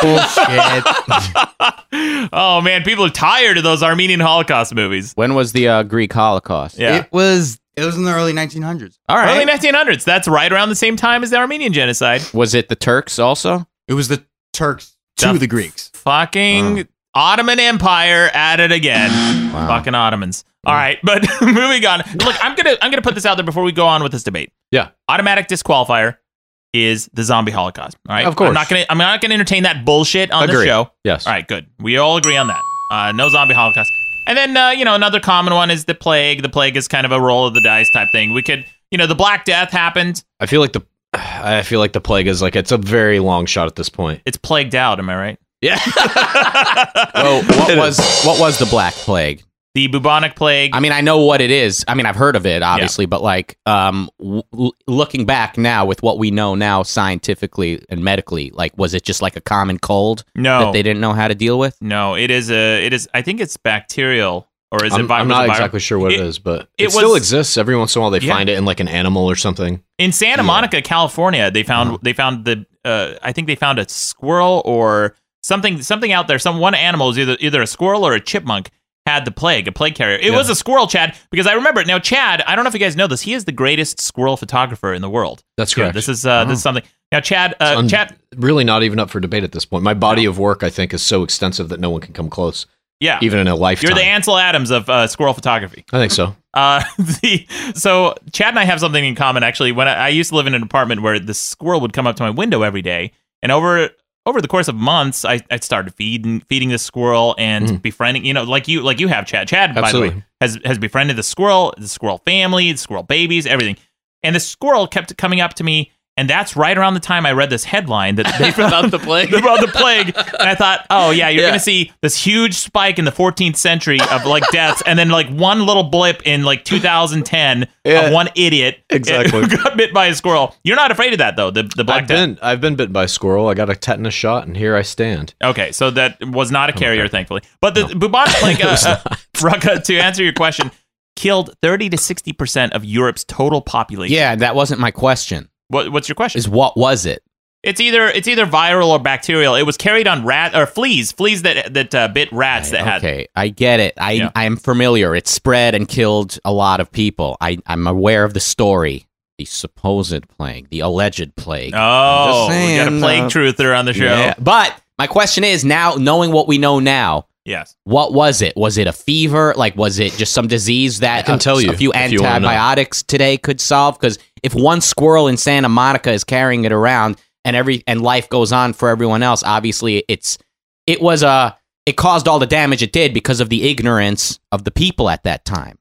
[SPEAKER 1] oh man, people are tired of those Armenian Holocaust movies.
[SPEAKER 3] When was the uh, Greek Holocaust?
[SPEAKER 1] Yeah.
[SPEAKER 5] It was it was in the early 1900s.
[SPEAKER 3] All right.
[SPEAKER 1] Early 1900s. That's right around the same time as the Armenian genocide.
[SPEAKER 3] Was it the Turks also?
[SPEAKER 5] It was the Turks
[SPEAKER 1] to The
[SPEAKER 5] the Greeks.
[SPEAKER 1] Fucking Ottoman Empire at it again. Fucking Ottomans. All right, but moving on. Look, I'm gonna I'm gonna put this out there before we go on with this debate.
[SPEAKER 4] Yeah.
[SPEAKER 1] Automatic disqualifier is the zombie holocaust. All right.
[SPEAKER 4] Of course.
[SPEAKER 1] I'm not gonna I'm not gonna entertain that bullshit on the
[SPEAKER 4] Agree.
[SPEAKER 1] show.
[SPEAKER 4] Yes.
[SPEAKER 1] All right, good. We all agree on that. Uh, no zombie holocaust. And then uh, you know another common one is the plague. The plague is kind of a roll of the dice type thing. We could you know the Black Death happened.
[SPEAKER 4] I feel like the I feel like the plague is like it's a very long shot at this point.
[SPEAKER 1] It's plagued out. Am I right?
[SPEAKER 3] Oh, what was what was the Black Plague?
[SPEAKER 1] The bubonic plague.
[SPEAKER 3] I mean, I know what it is. I mean, I've heard of it, obviously, but like, um, w- l- looking back now with what we know now scientifically and medically, like, was it just like a common cold?
[SPEAKER 1] No.
[SPEAKER 3] that they didn't know how to deal with.
[SPEAKER 1] No, it is a. It is. I think it's bacterial, or is
[SPEAKER 4] I'm,
[SPEAKER 1] it? vi-
[SPEAKER 4] I'm
[SPEAKER 1] was
[SPEAKER 4] not
[SPEAKER 1] it viral?
[SPEAKER 4] exactly sure what it is, but it,
[SPEAKER 1] it
[SPEAKER 4] still
[SPEAKER 1] was-
[SPEAKER 4] exists. Every once in a while, they
[SPEAKER 1] Yeah.
[SPEAKER 4] find it in like an animal or something.
[SPEAKER 1] In Santa Monica, California, they found
[SPEAKER 4] Uh-huh.
[SPEAKER 1] they found the. Uh, I think they found a squirrel or something something out there. Some one animal is either either a squirrel or a chipmunk had the plague, a plague carrier. It was
[SPEAKER 4] Yeah.
[SPEAKER 1] a squirrel, Chad, because I remember it. Now, Chad, I don't know if you guys know this. He is the greatest squirrel photographer in the world.
[SPEAKER 4] That's
[SPEAKER 1] Yeah,
[SPEAKER 4] correct. Oh.
[SPEAKER 1] This is uh, this is something. Now, Chad, uh,
[SPEAKER 4] Un-
[SPEAKER 1] Chad,
[SPEAKER 4] really not even up for debate at this point. My body of work, I think, is so extensive that no one can come close.
[SPEAKER 1] yeah,
[SPEAKER 4] even in a lifetime.
[SPEAKER 1] you're the Ansel Adams of uh, squirrel photography.
[SPEAKER 4] I think so.
[SPEAKER 1] Uh, the, so Chad and I have something in common actually. When I, I used to live in an apartment where the squirrel would come up to my window every day, and over over the course of months, I, I started feeding feeding the squirrel and
[SPEAKER 3] Mm.
[SPEAKER 1] befriending. You know, like you like you have Chad. Chad, by the
[SPEAKER 4] Absolutely.
[SPEAKER 1] way, has has befriended the squirrel, the squirrel family, the squirrel babies, everything. And the squirrel kept coming up to me. And that's right around the time I read this headline that they
[SPEAKER 3] About the plague.
[SPEAKER 1] about the plague. And I thought, oh yeah, you're
[SPEAKER 3] Yeah.
[SPEAKER 1] gonna see this huge spike in the 14th century of like deaths, and then like one little blip in like 2010
[SPEAKER 4] Yeah.
[SPEAKER 1] of one idiot
[SPEAKER 4] Exactly.
[SPEAKER 1] who got bit by a squirrel. You're not afraid of that though. The the black
[SPEAKER 4] I've
[SPEAKER 1] death.
[SPEAKER 4] been I've been bit by a squirrel. I got a tetanus shot, and here I stand.
[SPEAKER 1] Okay, so that was not a carrier, thankfully. But the bubonic plague, uh, uh, Rucka, to answer your question, killed 30 to 60 percent of Europe's total population.
[SPEAKER 3] Yeah, that wasn't my question.
[SPEAKER 1] What, what's your question?
[SPEAKER 3] Is what was it?
[SPEAKER 1] It's either it's either viral or bacterial. It was carried on rat or fleas, fleas that that uh, bit rats that had
[SPEAKER 3] Okay, I get it. I I'm familiar. It spread and killed a lot of people. I I'm aware of the story, the supposed plague, the alleged plague.
[SPEAKER 1] Oh,
[SPEAKER 3] I'm just
[SPEAKER 1] we got a
[SPEAKER 3] saying,
[SPEAKER 1] plague
[SPEAKER 3] uh,
[SPEAKER 1] truther on the show.
[SPEAKER 3] Yeah, But my question is now, knowing what we know now,
[SPEAKER 1] Yes.
[SPEAKER 3] what was it? Was it a fever? Like, was it just some disease that
[SPEAKER 4] can
[SPEAKER 3] a,
[SPEAKER 4] tell you
[SPEAKER 3] a few
[SPEAKER 4] if you wanna know.
[SPEAKER 3] antibiotics today could solve? Because if one squirrel in Santa Monica is carrying it around, and every and life goes on for everyone else, obviously it's it was a it caused all the damage it did because of the ignorance of the people at that time.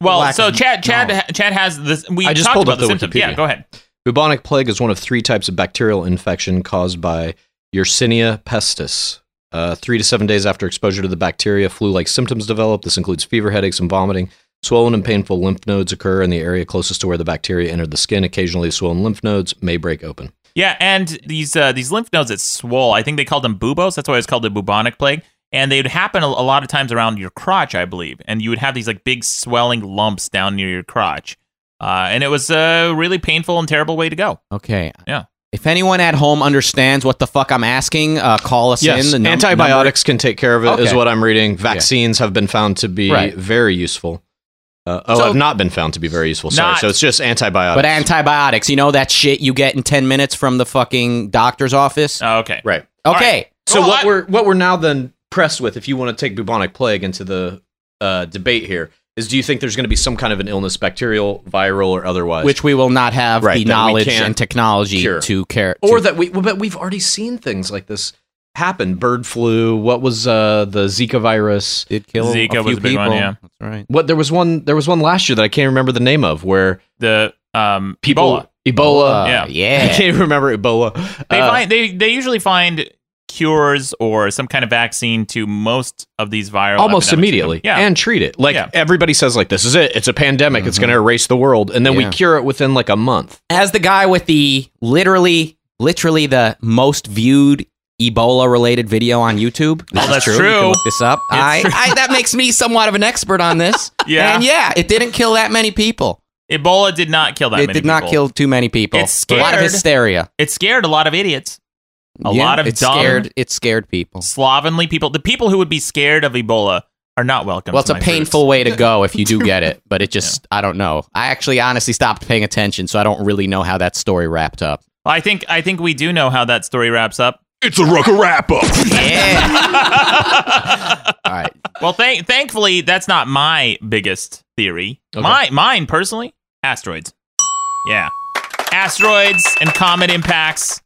[SPEAKER 1] Well,
[SPEAKER 3] Lack
[SPEAKER 1] so
[SPEAKER 3] of
[SPEAKER 1] Chad, Chad, Chad has this. We
[SPEAKER 4] I just
[SPEAKER 1] talked
[SPEAKER 4] pulled
[SPEAKER 1] about
[SPEAKER 4] up
[SPEAKER 1] the,
[SPEAKER 4] the
[SPEAKER 1] symptoms.
[SPEAKER 4] Wikipedia.
[SPEAKER 1] Yeah, go ahead.
[SPEAKER 4] Bubonic plague is one of three types of bacterial infection caused by Yersinia pestis. Uh, three to seven days after exposure to the bacteria, flu like symptoms develop. This includes fever, headaches, and vomiting. Swollen and painful lymph nodes occur in the area closest to where the bacteria entered the skin. Occasionally, swollen lymph nodes may break open.
[SPEAKER 1] Yeah, and these uh, these lymph nodes that swole. I think they called them buboes. That's why it's called the bubonic plague. And they'd happen a, a lot of times around your crotch, I believe. And you would have these like big swelling lumps down near your crotch. Uh, and it was a really painful and terrible way to go.
[SPEAKER 3] Okay.
[SPEAKER 1] Yeah.
[SPEAKER 3] If anyone at home understands what the fuck I'm asking, uh, call us in.
[SPEAKER 4] Yes,
[SPEAKER 3] The num-
[SPEAKER 4] antibiotics can take care of it, is
[SPEAKER 3] Okay.
[SPEAKER 4] what I'm reading. Vaccines have been found to be
[SPEAKER 3] Right.
[SPEAKER 4] very useful. Uh, oh,
[SPEAKER 3] So-
[SPEAKER 4] have not been found to be very useful. Sorry.
[SPEAKER 3] Not-
[SPEAKER 4] so it's just antibiotics.
[SPEAKER 3] But antibiotics, you know that shit you get in 10 minutes from the fucking doctor's office?
[SPEAKER 1] Oh, okay.
[SPEAKER 4] Right.
[SPEAKER 3] Okay.
[SPEAKER 4] So what we're what we're now then pressed with, if you want to take bubonic plague into the uh, debate here, is do you think there's going to be some kind of an illness, bacterial, viral, or otherwise,
[SPEAKER 3] Which we will not have
[SPEAKER 4] Right,
[SPEAKER 3] the
[SPEAKER 4] that we
[SPEAKER 3] knowledge
[SPEAKER 4] can't
[SPEAKER 3] and technology
[SPEAKER 4] cure.
[SPEAKER 3] to care.
[SPEAKER 4] or that we well, but we've already seen things like this happen. Bird flu. What was uh, the Zika virus?
[SPEAKER 3] It killed
[SPEAKER 1] Zika was a big one, yeah.
[SPEAKER 3] That's right.
[SPEAKER 4] What there was one there was one last year that I can't remember the name of where
[SPEAKER 1] The um,
[SPEAKER 4] people
[SPEAKER 1] Ebola.
[SPEAKER 4] Ebola.
[SPEAKER 1] Yeah.
[SPEAKER 3] Yeah.
[SPEAKER 4] I can't remember Ebola.
[SPEAKER 1] They
[SPEAKER 4] Uh,
[SPEAKER 1] find they they usually find cures or some kind of vaccine to most of these viral
[SPEAKER 4] almost
[SPEAKER 1] epidemics.
[SPEAKER 4] immediately
[SPEAKER 1] Yeah.
[SPEAKER 4] and treat it like
[SPEAKER 1] Yeah.
[SPEAKER 4] everybody says like this is it it's a pandemic it's going to erase the world and then
[SPEAKER 3] Mm-hmm. Yeah.
[SPEAKER 4] we cure it within like a month
[SPEAKER 3] As the guy with the literally, literally the most viewed Ebola related video on YouTube. This is
[SPEAKER 1] that's
[SPEAKER 3] You can
[SPEAKER 1] true.
[SPEAKER 3] look this up.
[SPEAKER 1] It's
[SPEAKER 3] I,
[SPEAKER 1] true.
[SPEAKER 3] I that makes me somewhat of an expert on this.
[SPEAKER 1] Yeah.
[SPEAKER 3] and yeah, it didn't kill that many people.
[SPEAKER 1] Ebola did not kill that
[SPEAKER 3] it
[SPEAKER 1] many
[SPEAKER 3] did not
[SPEAKER 1] people.
[SPEAKER 3] kill too many people.
[SPEAKER 1] It's
[SPEAKER 3] a lot of
[SPEAKER 1] scared.
[SPEAKER 3] hysteria.
[SPEAKER 1] It scared a lot of idiots. A
[SPEAKER 3] Yeah,
[SPEAKER 1] lot of
[SPEAKER 3] it
[SPEAKER 1] dumb,
[SPEAKER 3] scared. It scared people.
[SPEAKER 1] slovenly people. The people who would be scared of Ebola are not welcome.
[SPEAKER 3] Well,
[SPEAKER 1] to
[SPEAKER 3] it's a
[SPEAKER 1] my groups.
[SPEAKER 3] painful way to go if you do get it, but it just, I don't know. I actually honestly stopped paying attention, so I don't really know how that story wrapped up.
[SPEAKER 1] I think I think we do know how that story wraps up.
[SPEAKER 14] It's a rucka wrap up.
[SPEAKER 1] All
[SPEAKER 3] right.
[SPEAKER 1] Well, thank thankfully that's not my biggest theory.
[SPEAKER 14] Okay.
[SPEAKER 1] My mine personally, asteroids. Yeah. Asteroids and comet impacts,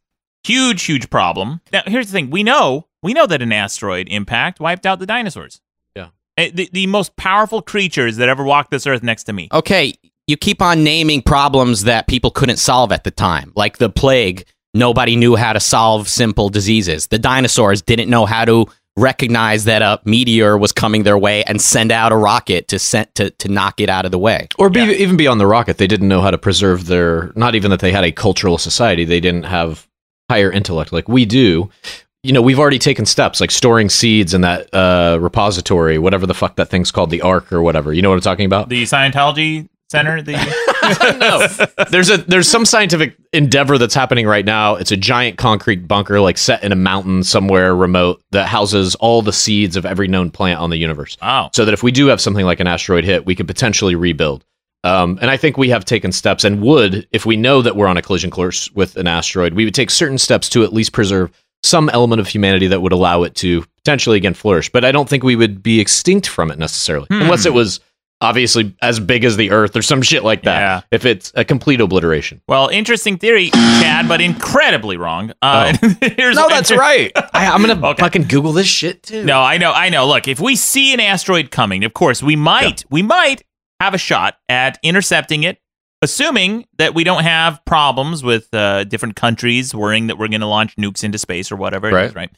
[SPEAKER 1] huge huge problem. Now, here's the thing. We know, we know that an asteroid impact wiped out the dinosaurs.
[SPEAKER 4] Yeah.
[SPEAKER 1] Eh, The, the most powerful creatures that ever walked this earth next to me.
[SPEAKER 3] Okay, you keep on naming problems that people couldn't solve at the time, like the plague. Nobody knew how to solve simple diseases. The dinosaurs didn't know how to recognize that a meteor was coming their way and send out a rocket to sent to, to knock it out of the way.
[SPEAKER 4] Or be, even beyond the rocket, they didn't know how to preserve their. Not even that they had a cultural society, they didn't have higher intellect like we do. You know, we've already taken steps like storing seeds in that uh, repository, whatever the fuck that thing's called, the Ark or whatever. You know what I'm talking about?
[SPEAKER 1] The Scientology Center, the
[SPEAKER 4] there's a there's some scientific endeavor that's happening right now. It's a giant concrete bunker like set in a mountain somewhere remote that houses all the seeds of every known plant on the universe.
[SPEAKER 1] Wow.
[SPEAKER 4] So that if we do have something like an asteroid hit, we could potentially rebuild. Um, and I think we have taken steps and would, if we know that we're on a collision course with an asteroid, we would take certain steps to at least preserve some element of humanity that would allow it to potentially again flourish. But I don't think we would be extinct from it necessarily, unless it was obviously as big as the Earth or some shit like that. If it's a complete obliteration.
[SPEAKER 1] Well, interesting theory, Chad, but incredibly wrong. Uh, here's
[SPEAKER 4] Oh. No, that's right. I, I'm gonna fucking Google this shit too.
[SPEAKER 1] No, I know, I know. Look, if we see an asteroid coming, of course we might, we might have a shot at intercepting it, assuming that we don't have problems with uh, different countries worrying that we're going to launch nukes into space or whatever. It is,
[SPEAKER 4] Right.
[SPEAKER 1] right.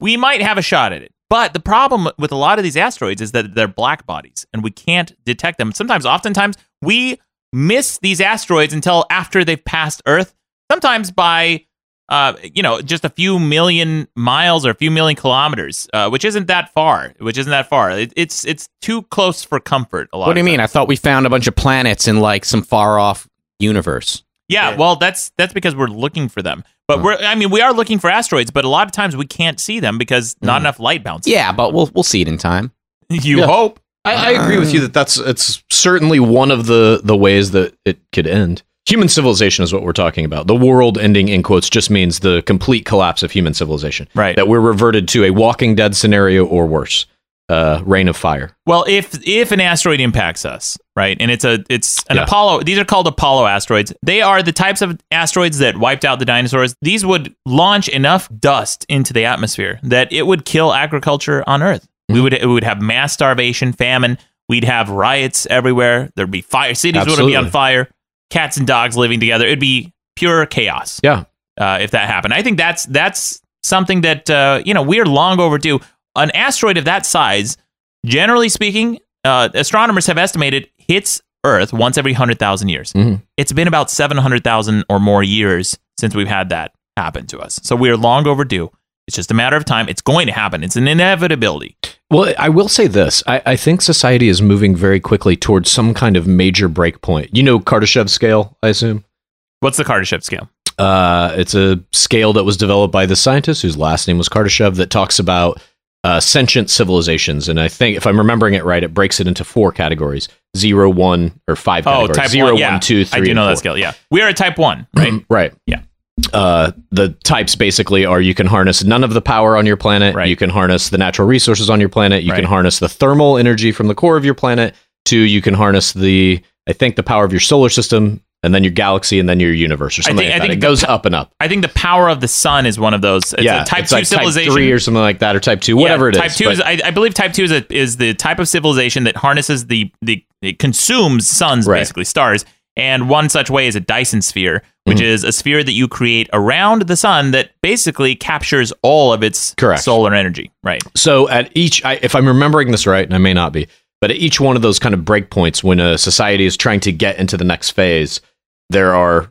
[SPEAKER 1] We might have a shot at it. But the problem with a lot of these asteroids is that they're black bodies and we can't detect them. Sometimes, oftentimes, we miss these asteroids until after they've passed Earth, sometimes by, uh, you know, just a few million miles or a few million kilometers, uh, which isn't that far, which isn't that far. It, it's, it's too close for comfort a lot
[SPEAKER 3] What do you
[SPEAKER 1] of
[SPEAKER 3] mean? I thought we found a bunch of planets in like some far off universe.
[SPEAKER 1] Yeah, well, that's that's because we're looking for them. But we're I mean, we are looking for asteroids, but a lot of times we can't see them because not enough light bounces.
[SPEAKER 3] Hmm. Yeah, but we'll we'll see it in time.
[SPEAKER 1] You
[SPEAKER 4] Yeah.
[SPEAKER 1] hope.
[SPEAKER 4] I, I agree with you that that's it's certainly one of the the ways that it could end. Human civilization is what we're talking about. The world ending in quotes just means the complete collapse of human civilization.
[SPEAKER 1] Right.
[SPEAKER 4] That we're reverted to a Walking Dead scenario or worse. Uh, rain of fire.
[SPEAKER 1] Well, if if an asteroid impacts us, right, and it's a it's an
[SPEAKER 4] Yeah.
[SPEAKER 1] Apollo. These are called Apollo asteroids. They are the types of asteroids that wiped out the dinosaurs. These would launch enough dust into the atmosphere that it would kill agriculture on Earth.
[SPEAKER 4] Mm-hmm.
[SPEAKER 1] We would we would have mass starvation, famine. We'd have riots everywhere. There'd be fire. Cities
[SPEAKER 4] Absolutely.
[SPEAKER 1] would be on fire. Cats and dogs living together. It'd be pure chaos.
[SPEAKER 4] Yeah.
[SPEAKER 1] Uh, if that happened, I think that's that's something that uh, you know we're long overdue. An asteroid of that size generally speaking, uh, astronomers have estimated hits Earth once every 100,000 years. It's been about 700,000 or more years since we've had that happen to us. So we are long overdue. It's just a matter of time. It's going to happen, it's an inevitability.
[SPEAKER 4] Well, I will say this. I, I think society is moving very quickly towards some kind of major breakpoint. You know Kardashev scale, I assume?
[SPEAKER 1] What's the Kardashev scale?
[SPEAKER 4] Uh, it's a scale that was developed by the scientist whose last name was Kardashev that talks about uh, sentient civilizations. And I think, if I'm remembering it right, it breaks it into four categories zero, one, or five
[SPEAKER 1] Oh,
[SPEAKER 4] categories.
[SPEAKER 1] type
[SPEAKER 4] Zero,
[SPEAKER 1] one, yeah.
[SPEAKER 4] one, two, three,
[SPEAKER 1] I do
[SPEAKER 4] and
[SPEAKER 1] know that
[SPEAKER 4] four.
[SPEAKER 1] scale. Yeah. We are a type one, right?
[SPEAKER 4] Right.
[SPEAKER 1] Yeah.
[SPEAKER 4] Uh, the types basically are you can harness none of the power on your planet. You can harness the natural resources on your planet. You can harness the thermal energy from the core of your planet. Two, you can harness the, I think, the power of your solar system and then your galaxy and then your universe or
[SPEAKER 1] I
[SPEAKER 4] something
[SPEAKER 1] think-
[SPEAKER 4] like
[SPEAKER 1] I
[SPEAKER 4] that.
[SPEAKER 1] think
[SPEAKER 4] It
[SPEAKER 1] the
[SPEAKER 4] goes up and up.
[SPEAKER 1] I think the power of the sun is one of those. It's a type
[SPEAKER 4] it's
[SPEAKER 1] two
[SPEAKER 4] like
[SPEAKER 1] civilization.
[SPEAKER 4] type three or something like that, or type two, whatever it is.
[SPEAKER 1] type two
[SPEAKER 4] but-
[SPEAKER 1] is I, I believe type two is a, is the type of civilization that harnesses the the it consumes suns basically stars and one such way is a dyson sphere which
[SPEAKER 4] Mm-hmm.
[SPEAKER 1] is a sphere that you create around the sun that basically captures all of its solar energy right
[SPEAKER 4] So at each, I, if I'm remembering this right, and I may not be, but at each one of those kind of breakpoints, when a society is trying to get into the next phase, there are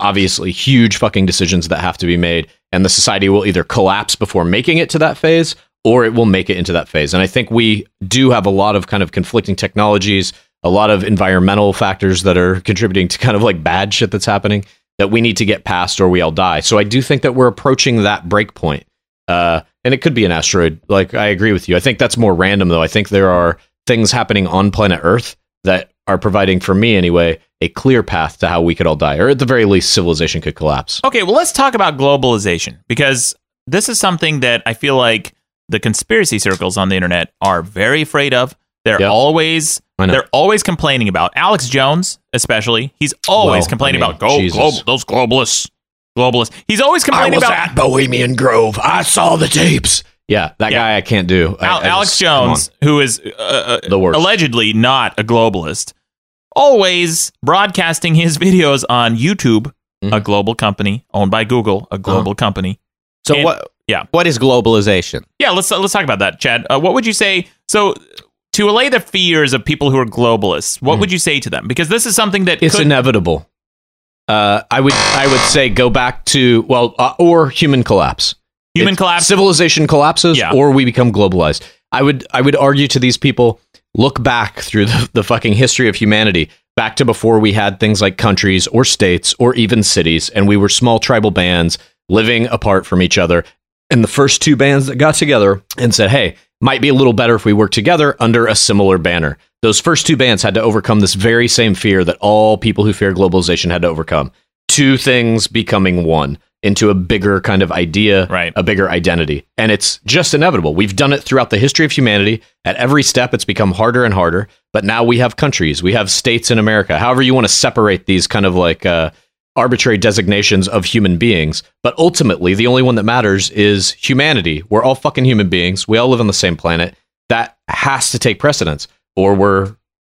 [SPEAKER 4] obviously huge fucking decisions that have to be made and the society will either collapse before making it to that phase or it will make it into that phase and i think we do have a lot of kind of conflicting technologies a lot of environmental factors that are contributing to kind of like bad shit that's happening that we need to get past or we all die so i do think that we're approaching that break point uh, and it could be an asteroid like i agree with you i think that's more random though i think there are things happening on planet earth that are providing for me anyway a clear path to how we could all die or at the very least civilization could collapse
[SPEAKER 1] Okay, well, let's talk about globalization because this is something that I feel like the conspiracy circles on the internet are very afraid of. They're always
[SPEAKER 4] I know.
[SPEAKER 1] they're always complaining about Alex Jones, especially. He's always
[SPEAKER 4] Well,
[SPEAKER 1] complaining
[SPEAKER 4] I mean,
[SPEAKER 1] about go
[SPEAKER 4] Jesus.
[SPEAKER 1] global those globalists, globalists. He's always complaining
[SPEAKER 4] was
[SPEAKER 1] about
[SPEAKER 4] at Bohemian Grove. I saw the tapes. yeah that guy i can't do I-
[SPEAKER 1] Al-
[SPEAKER 4] I
[SPEAKER 1] Alex
[SPEAKER 4] just- come
[SPEAKER 1] Jones, who is uh, uh,
[SPEAKER 4] The worst.
[SPEAKER 1] allegedly not a globalist, always broadcasting his videos on YouTube,
[SPEAKER 4] Mm-hmm.
[SPEAKER 1] a global company owned by Google,
[SPEAKER 4] Uh-huh.
[SPEAKER 1] a global company.
[SPEAKER 3] So what?
[SPEAKER 1] Yeah.
[SPEAKER 3] What is globalization?
[SPEAKER 1] Yeah, let's let's talk about that, Chad. Uh, what would you say? So, to allay the fears of people who are globalists, what would you say to them? Because this is something that
[SPEAKER 4] Mm-hmm. It's
[SPEAKER 1] could-
[SPEAKER 4] inevitable. Uh, I would I would say go back to well uh, or human collapse.
[SPEAKER 1] Human collapse.
[SPEAKER 4] Civilization collapses or we become globalized. I would I would argue to these people look back through the, the fucking history of humanity back to before we had things like countries or states or even cities and we were small tribal bands living apart from each other and the first two bands that got together and said, "Hey, might be a little better if we work together under a similar banner." Those first two bands had to overcome this very same fear that all people who fear globalization had to overcome. Two things becoming one into a bigger kind of idea, right. a bigger identity. And it's just inevitable. We've done it throughout the history of humanity. At every step it's become harder and harder, but now we have countries, we have states in America. However you want to separate these kind of like uh arbitrary designations of human beings, but ultimately the only one that matters is humanity. We're all fucking human beings. We all live on the same planet. That has to take precedence or we're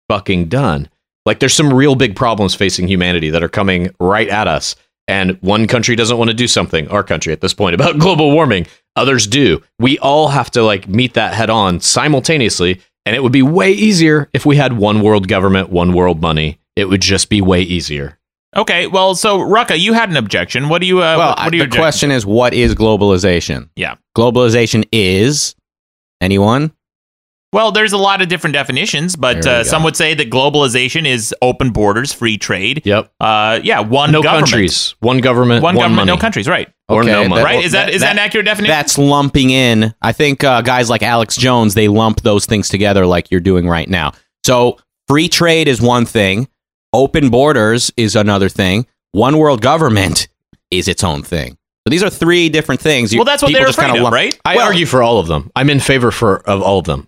[SPEAKER 4] fucking done. Like there's some real big problems facing humanity that are coming right at us. And one country doesn't want to do something, our country at this point about global warming, others do. We all have to like meet that head on simultaneously, and it would be way easier if we had one world government, one world money. It would just be way easier.
[SPEAKER 1] okay. Well, so Rucka, you had an objection. What do you? Uh,
[SPEAKER 3] well,
[SPEAKER 1] what
[SPEAKER 3] I-
[SPEAKER 1] do you
[SPEAKER 3] the question is, what is globalization?
[SPEAKER 1] Yeah.
[SPEAKER 3] Globalization is anyone.
[SPEAKER 1] Well, there's a lot of different definitions, but
[SPEAKER 3] There we
[SPEAKER 1] uh,
[SPEAKER 3] go.
[SPEAKER 1] some would say that globalization is open borders, free trade.
[SPEAKER 4] Yep.
[SPEAKER 1] Uh, yeah, one
[SPEAKER 4] no
[SPEAKER 1] government.
[SPEAKER 4] countries, one government,
[SPEAKER 1] One
[SPEAKER 4] one,
[SPEAKER 1] government,
[SPEAKER 4] money.
[SPEAKER 1] no countries, right?
[SPEAKER 4] Or no money.
[SPEAKER 1] Right? Is that- is that an accurate definition?
[SPEAKER 3] That's lumping in. I think uh, guys like Alex Jones they lump those things together like you're doing right now. So free trade is one thing, open borders is another thing, one world government is its own thing. So these are three different things. You-
[SPEAKER 1] Well, that's what
[SPEAKER 3] people
[SPEAKER 1] they're
[SPEAKER 3] just kinda
[SPEAKER 1] afraid of,
[SPEAKER 3] lump-
[SPEAKER 1] right?
[SPEAKER 4] I argue for all of them. I'm in favor for of all of them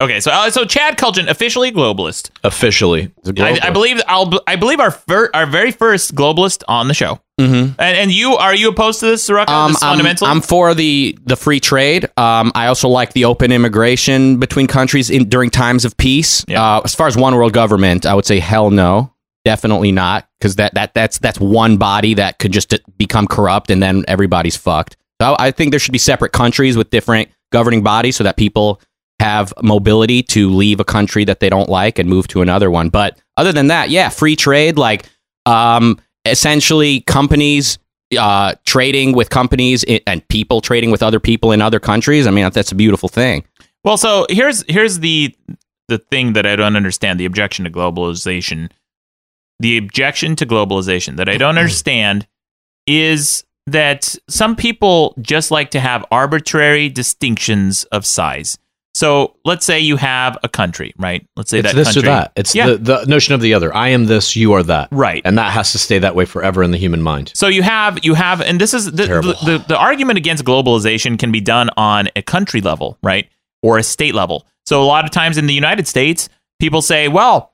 [SPEAKER 1] Okay, so uh, so Chad Culgin, officially globalist.
[SPEAKER 4] officially.
[SPEAKER 1] I, I believe I'll, I believe our fir- our very first globalist on the show.
[SPEAKER 3] Mm-hmm.
[SPEAKER 1] And, and you are you opposed to this, Rucka?
[SPEAKER 3] Um,
[SPEAKER 1] this
[SPEAKER 3] I'm,
[SPEAKER 1] fundamental?
[SPEAKER 3] I'm for the the free trade. Um, I also like the open immigration between countries in, during times of peace. Uh, as far as one world government, I would say hell no, definitely not, because that, that that's that's one body that could just uh, become corrupt and then everybody's fucked. So I think there should be separate countries with different governing bodies so that people have mobility to leave a country that they don't like and move to another one. But other than that, yeah, free trade, like um, essentially companies uh, trading with companies i- and people trading with other people in other countries. I mean, that's a beautiful thing.
[SPEAKER 1] Well, so here's here's the the thing that I don't understand the objection to globalization. The objection to globalization that I
[SPEAKER 4] Mm-hmm.
[SPEAKER 1] don't understand is that some people just like to have arbitrary distinctions of size. So let's say you have a country, right? Let's say
[SPEAKER 4] It's
[SPEAKER 1] that
[SPEAKER 4] this
[SPEAKER 1] country,
[SPEAKER 4] or that. It's
[SPEAKER 1] yeah.
[SPEAKER 4] the, the notion of the other. I am this, you are that.
[SPEAKER 1] Right.
[SPEAKER 4] And that has to stay that way forever in the human mind.
[SPEAKER 1] So you have you have, and this is the
[SPEAKER 4] Terrible.
[SPEAKER 1] the, the the argument against globalization can be done on a country level, right, or a state level. So a lot of times in the United States, people say, well,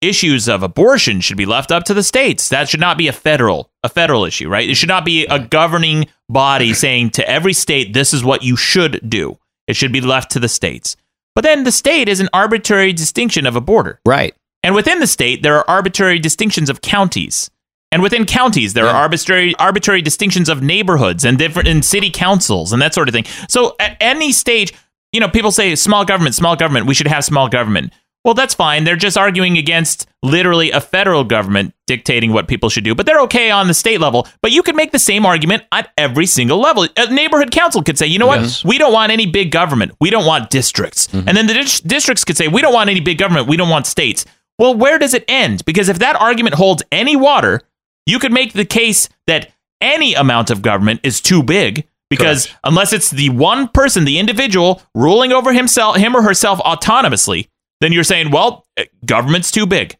[SPEAKER 1] issues of abortion should be left up to the states. That should not be a federal a federal issue, right? It should not be a governing body saying to every state this is what you should do. It should be left to the states. But then the state is an arbitrary distinction of a border.
[SPEAKER 3] Right.
[SPEAKER 1] And within the state, there are arbitrary distinctions of counties. And within counties, there are arbitrary arbitrary distinctions of neighborhoods and different and city councils and that sort of thing. So at any stage, you know, people say small government, small government. We should have small government. Well, that's fine. They're just arguing against literally a federal government dictating what people should do, but they're okay on the state level. But you could make the same argument at every single level. A neighborhood council could say, you know what? We don't want any big government. We don't want districts. And then the dis- districts could say, we don't want any big government. We don't want states. Well, where does it end? Because if that argument holds any water, you could make the case that any amount of government is too big because unless it's the one person, the individual ruling over himself, him or herself autonomously, then you're saying, well, eh, government's too big.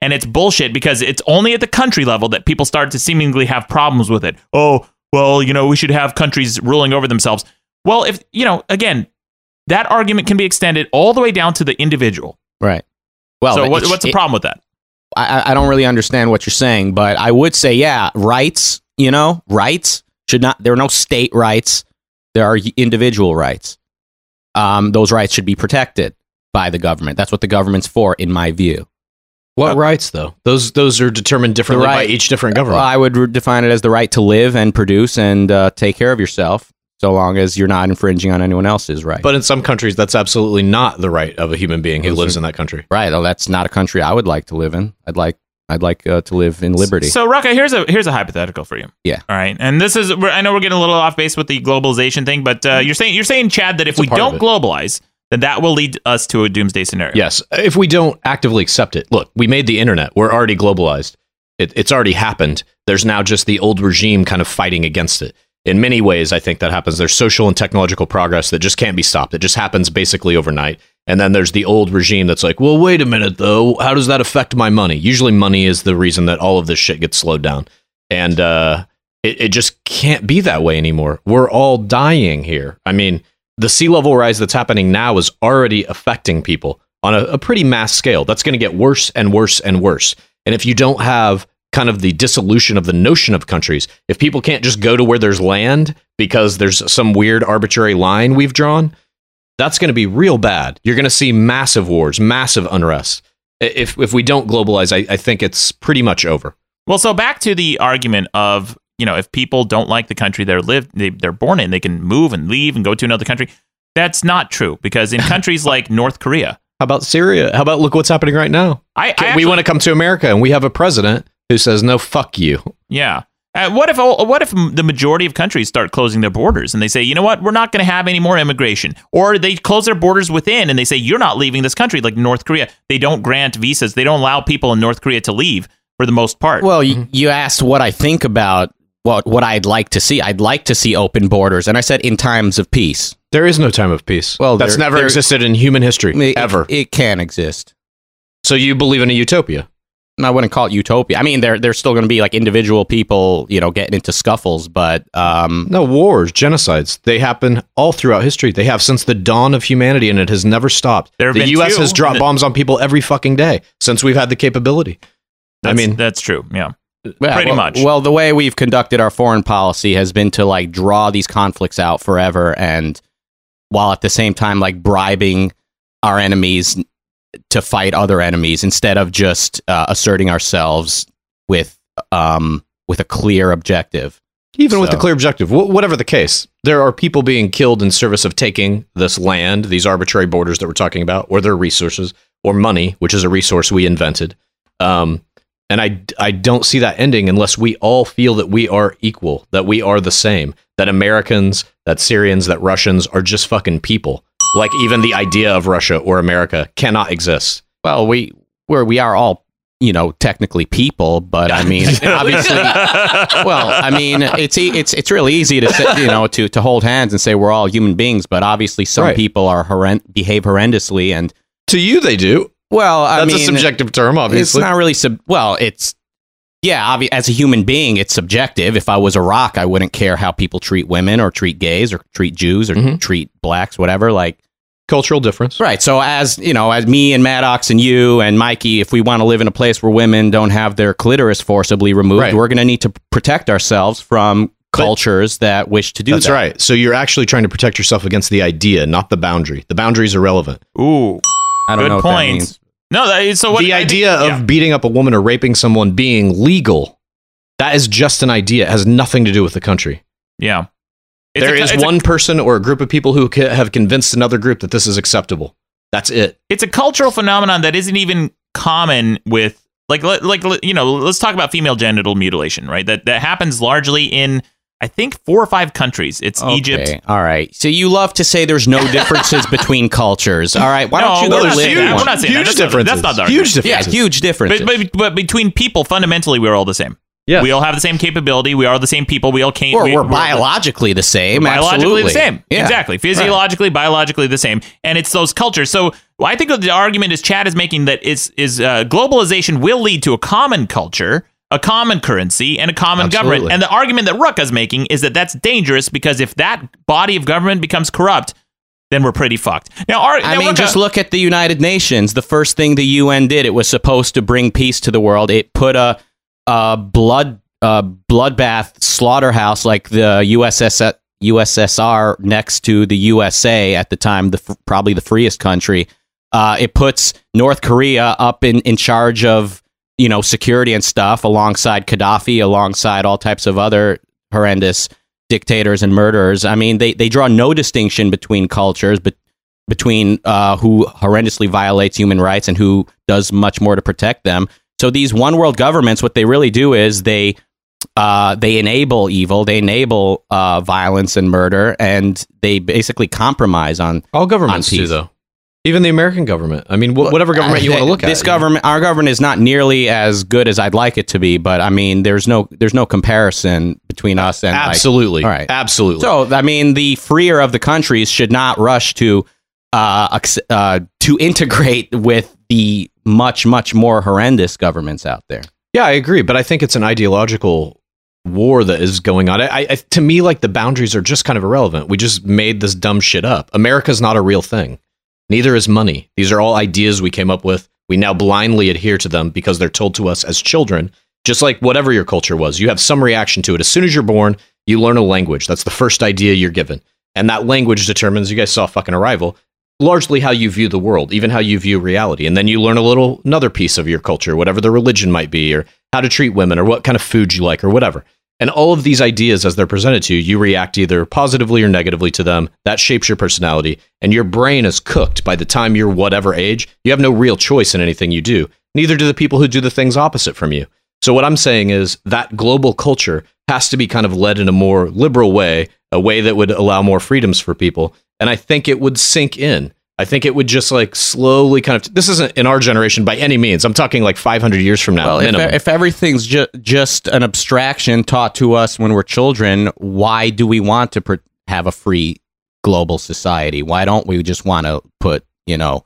[SPEAKER 1] And it's bullshit because it's only at the country level that people start to seemingly have problems with it. Oh, well, you know, we should have countries ruling over themselves. Well, if, you know, again, that argument can be extended all the way down to the individual.
[SPEAKER 3] Right. Well,
[SPEAKER 1] so what,
[SPEAKER 3] it's-
[SPEAKER 1] what's the
[SPEAKER 3] it-
[SPEAKER 1] problem with that?
[SPEAKER 3] I, I- I don't really understand what you're saying, but I would say, yeah, rights, you know, rights should not, there are no state rights. There are individual rights. Um, those rights should be protected by the government. That's what the government's for, in my view.
[SPEAKER 1] Uh,
[SPEAKER 4] What rights, though? Those those are determined differently by
[SPEAKER 3] right-
[SPEAKER 4] each different government.
[SPEAKER 1] Uh,
[SPEAKER 3] Well, I would re- define it as the right to live and produce and uh, take care of yourself, so long as you're not infringing on anyone else's right.
[SPEAKER 4] but in some countries, that's absolutely not the right of a human being who
[SPEAKER 3] Those
[SPEAKER 4] lives
[SPEAKER 3] are-
[SPEAKER 4] in that country.
[SPEAKER 3] right? Oh, that's not a country I would like to live in. I'd like, I'd like uh, to live in liberty.
[SPEAKER 1] So, Rocco, here's a here's a hypothetical for you.
[SPEAKER 3] Yeah.
[SPEAKER 1] All right, and this is we're- I know we're getting a little off base with the globalization thing, but uh, you're saying you're saying Chad that if
[SPEAKER 4] a
[SPEAKER 1] we
[SPEAKER 4] part of
[SPEAKER 1] don't
[SPEAKER 4] it.
[SPEAKER 1] globalize, then that will lead us to a doomsday scenario.
[SPEAKER 4] Yes, if we don't actively accept it, look, we made the internet. We're already globalized. It, it's already happened. There's now just the old regime kind of fighting against it. In many ways, I think that happens. There's social and technological progress that just can't be stopped. It just happens basically overnight. And then there's the old regime that's like, well, wait a minute, though. How does that affect my money? Usually, money is the reason that all of this shit gets slowed down. And uh, it, it just can't be that way anymore. We're all dying here. I mean, the sea level rise that's happening now is already affecting people on a, a pretty mass scale. That's going to get worse and worse and worse. And if you don't have kind of the dissolution of the notion of countries, if people can't just go to where there's land because there's some weird arbitrary line we've drawn, that's going to be real bad. You're going to see massive wars, massive unrest. I- If, if we don't globalize, I, I think it's pretty much over.
[SPEAKER 1] Well, so back to the argument of you know if people don't like the country they're live they, they're born in, they can move and leave and go to another country. That's not true because in countries like North Korea,
[SPEAKER 4] How about Syria? How about look what's happening right now?
[SPEAKER 1] I, I
[SPEAKER 4] we
[SPEAKER 1] actually-
[SPEAKER 4] want to come to America and we have a president who says, no, fuck you.
[SPEAKER 1] Yeah. Uh, what if all- what if m- the majority of countries start closing their borders and they say, you know what, we're not going to have any more immigration, or they close their borders within and they say you're not leaving this country, like North Korea. They don't grant visas. They don't allow people in North Korea to leave for the most part.
[SPEAKER 3] Well,
[SPEAKER 4] Mm-hmm.
[SPEAKER 3] you, you asked what I think about what what I'd like to see. I'd like to see open borders, and I said in times of peace.
[SPEAKER 4] There is no time of peace.
[SPEAKER 1] Oh,
[SPEAKER 3] Well,
[SPEAKER 4] That's
[SPEAKER 3] there-
[SPEAKER 4] never
[SPEAKER 3] there-
[SPEAKER 4] existed in human history,
[SPEAKER 3] I mean, it-
[SPEAKER 4] ever.
[SPEAKER 3] It, can exist.
[SPEAKER 4] So you believe in a utopia?
[SPEAKER 3] No, I wouldn't call it utopia. I mean, there there's still going to be like individual people, you know, getting into scuffles, but um,
[SPEAKER 4] No, wars, genocides, they happen all throughout history. They have since the dawn of humanity and it has never stopped.
[SPEAKER 1] There have
[SPEAKER 4] the
[SPEAKER 1] been
[SPEAKER 4] U.S.
[SPEAKER 1] two.
[SPEAKER 4] has dropped bombs on people every fucking day since we've had the capability. I
[SPEAKER 1] That's-
[SPEAKER 4] mean,
[SPEAKER 1] that's true. Yeah.
[SPEAKER 3] yeah,
[SPEAKER 1] Pretty
[SPEAKER 3] well-
[SPEAKER 1] much.
[SPEAKER 3] Well, the way we've conducted our foreign policy has been to like draw these conflicts out forever, and while at the same time like bribing our enemies to fight other enemies instead of just uh, asserting ourselves with um with a clear objective.
[SPEAKER 4] Even with the
[SPEAKER 3] So-
[SPEAKER 4] clear objective, wh- whatever the case, there are people being killed in service of taking this land, these arbitrary borders that we're talking about, or their resources, or money, which is a resource we invented. Um, and I, I don't see that ending unless we all feel that we are equal, that we are the same, that Americans, that Syrians, that Russians are just fucking people. Like even the idea of Russia or America cannot exist.
[SPEAKER 3] Well, we where we are all you know technically people, but I mean obviously. well, I mean it's e- it's it's really easy to say, you know to to hold hands and say we're all human beings, but obviously some
[SPEAKER 4] Right.
[SPEAKER 3] people are horrend- behave horrendously and
[SPEAKER 4] To you, they do.
[SPEAKER 3] Well, I
[SPEAKER 4] That's a
[SPEAKER 3] mean,
[SPEAKER 4] subjective term, obviously.
[SPEAKER 3] It's not really sub. Well, it's yeah. Obvi- as a human being, it's subjective. If I was a rock, I wouldn't care how people treat women or treat gays or treat Jews or treat blacks, whatever. Like
[SPEAKER 4] Mm-hmm. cultural difference,
[SPEAKER 3] right? So as you know, as me and Maddox and you and Mikey, if we want to live in a place where women don't have their clitoris forcibly removed,
[SPEAKER 4] Right.
[SPEAKER 3] we're going to need to protect ourselves from cultures that wish to do
[SPEAKER 4] That's
[SPEAKER 3] that.
[SPEAKER 4] right. So you're actually trying to protect yourself against the idea, not the boundary. The boundary is irrelevant.
[SPEAKER 1] Ooh,
[SPEAKER 3] I don't
[SPEAKER 1] good
[SPEAKER 3] know what that
[SPEAKER 1] point.
[SPEAKER 3] means.
[SPEAKER 1] No, that, so what
[SPEAKER 4] the
[SPEAKER 1] I think-
[SPEAKER 4] idea of beating up a woman or raping someone being legal, that is just an idea. It has nothing to do with the country.
[SPEAKER 1] yeah. It's
[SPEAKER 4] There
[SPEAKER 1] a-
[SPEAKER 4] is
[SPEAKER 1] it's a-
[SPEAKER 4] one person or a group of people who ca- have convinced another group that this is acceptable. That's it.
[SPEAKER 1] It's a cultural phenomenon that isn't even common with like le- like le- you know, let's talk about female genital mutilation, right? That that happens largely in I think four or five countries. It's Egypt.
[SPEAKER 3] All right. So you love to say there's no differences between cultures. All right. Why
[SPEAKER 1] No,
[SPEAKER 3] don't you
[SPEAKER 1] we're
[SPEAKER 3] go
[SPEAKER 1] not
[SPEAKER 3] live?
[SPEAKER 1] saying that.
[SPEAKER 3] one?
[SPEAKER 1] We're not saying that. That's not- that's not the argument.
[SPEAKER 3] Yeah, huge differences.
[SPEAKER 1] But, but, but between people, fundamentally, we're all the same.
[SPEAKER 4] Yeah.
[SPEAKER 1] We all have the same capability. We are the same people. We all came.
[SPEAKER 3] or
[SPEAKER 1] we,
[SPEAKER 3] we're
[SPEAKER 1] we're-
[SPEAKER 3] biologically the same.
[SPEAKER 1] We're biologically
[SPEAKER 3] absolutely.
[SPEAKER 1] the same.
[SPEAKER 3] Yeah.
[SPEAKER 1] Exactly. Physiologically, biologically the same. And it's those cultures. So well, I think the argument is Chad is making that is is uh, globalization will lead to a common culture, a common currency, and a common government.
[SPEAKER 4] Absolutely.
[SPEAKER 1] And the argument that Rucka's making is that that's dangerous because if that body of government becomes corrupt, then we're pretty fucked. Now, our,
[SPEAKER 3] I mean, just look at the United Nations. The first thing the UN did, it was supposed to bring peace to the world. It put a, a blood a bloodbath slaughterhouse like the USS, USSR next to the USA at the time, the f- probably the freest country. Uh, it puts North Korea up in, in charge of you know security and stuff alongside Gaddafi, alongside all types of other horrendous dictators and murderers. I mean, they, they draw no distinction between cultures, but between uh, who horrendously violates human rights and who does much more to protect them. So these one world governments, what they really do is they uh, they enable evil, they enable uh, violence and murder, and they basically compromise on
[SPEAKER 4] all governments
[SPEAKER 3] on
[SPEAKER 4] do
[SPEAKER 3] peace.
[SPEAKER 4] though. Even the American government. I mean, wh- whatever government you want to look at.
[SPEAKER 3] This government, our government, is not nearly as good as I'd like it to be, but I mean, there's no there's no comparison between us and like-
[SPEAKER 4] Absolutely.
[SPEAKER 3] all right,
[SPEAKER 4] Absolutely.
[SPEAKER 3] So I mean, the freer of the countries should not rush to uh, acc- uh to integrate with the much much more horrendous governments out there.
[SPEAKER 4] Yeah, I agree, but I think it's an ideological war that is going on. I, I, to me, like the boundaries are just kind of irrelevant. We just made this dumb shit up. America's not a real thing. Neither is money. These are all ideas we came up with. We now blindly adhere to them because they're told to us as children. Just like whatever your culture was, you have some reaction to it. As soon as you're born, you learn a language. That's the first idea you're given, and that language determines. You guys saw fucking Arrival largely how you view the world, even how you view reality. And then you learn a little another piece of your culture, whatever the religion might be, or how to treat women, or what kind of food you like, or whatever. And all of these ideas, as they're presented to you, you react either positively or negatively to them. That shapes your personality, and your brain is cooked by the time you're whatever age. You have no real choice in anything you do. Neither do the people who do the things opposite from you. So what I'm saying is that global culture has to be kind of led in a more liberal way, a way that would allow more freedoms for people. And I think it would sink in. I think it would just like slowly kind of. This isn't in our generation by any means. I'm talking like 500 years from now,
[SPEAKER 3] Well, if, e-,
[SPEAKER 4] minimum.
[SPEAKER 3] if everything's ju- just an abstraction taught to us when we're children, why do we want to pr- have a free global society? Why don't we just want to put, you know,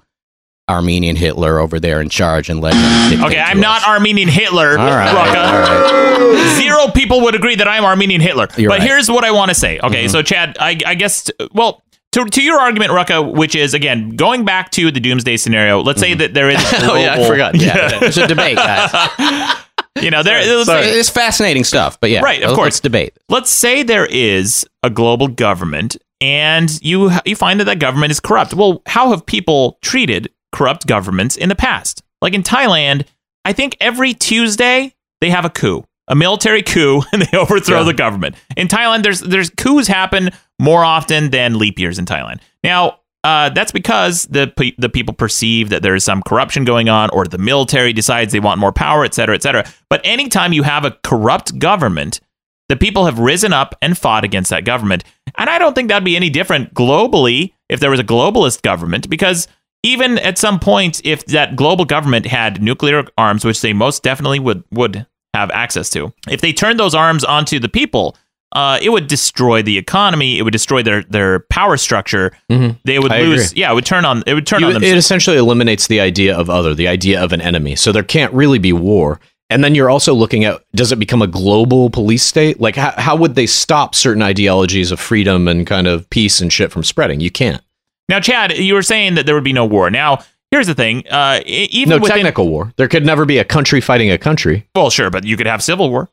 [SPEAKER 3] Armenian Hitler over there in charge and let him dictate
[SPEAKER 1] Okay,
[SPEAKER 3] to
[SPEAKER 1] I'm not Armenian Hitler,
[SPEAKER 3] All right,
[SPEAKER 1] Rucka. Zero people would agree that I'm Armenian Hitler.
[SPEAKER 3] You're
[SPEAKER 1] but
[SPEAKER 3] right. Mm-hmm.
[SPEAKER 1] here's what I want to say. Okay, so Chad, I, I guess, well, to, to your argument, Rucka, which is again going back to the doomsday scenario. Let's say that there is.
[SPEAKER 3] Oh, yeah, I
[SPEAKER 1] global-
[SPEAKER 3] forgot. Yeah, there's a debate, guys.
[SPEAKER 1] you know, there. let's
[SPEAKER 3] Sorry.
[SPEAKER 1] say-
[SPEAKER 3] It's fascinating stuff, but yeah.
[SPEAKER 1] right. Of
[SPEAKER 3] let's
[SPEAKER 1] course,
[SPEAKER 3] debate.
[SPEAKER 1] Let's say there is a global government, and you you find that that government is corrupt. Well, how have people treated corrupt governments in the past? Like in Thailand, I think every Tuesday they have a coup, a military coup, and they overthrow the government. In Thailand, there's there's coups happen more often than leap years in Thailand. Now, uh, that's because the pe- the people perceive that there is some corruption going on, or the military decides they want more power, et cetera, et cetera. But anytime you have a corrupt government, the people have risen up and fought against that government. And I don't think that'd be any different globally if there was a globalist government, because even at some point, if that global government had nuclear arms, which they most definitely would would have access to, if they turned those arms onto the people, uh, it would destroy the economy. It would destroy their their power structure. They would
[SPEAKER 4] Mm-hmm. I
[SPEAKER 1] lose.
[SPEAKER 4] agree.
[SPEAKER 1] Yeah, it would turn on. It would turn
[SPEAKER 4] You-
[SPEAKER 1] on
[SPEAKER 4] it
[SPEAKER 1] themselves.
[SPEAKER 4] essentially eliminates the idea of other, the idea of an enemy. So there can't really be war. And then you're also looking at does it become a global police state? Like how, how would they stop certain ideologies of freedom and kind of peace and shit from spreading? You can't.
[SPEAKER 1] Now, Chad, you were saying that there would be no war. Now, here's the thing. Uh, e- even
[SPEAKER 4] no
[SPEAKER 1] within,
[SPEAKER 4] technical war. There could never be a country fighting a country.
[SPEAKER 1] Well, sure, but you could have civil war.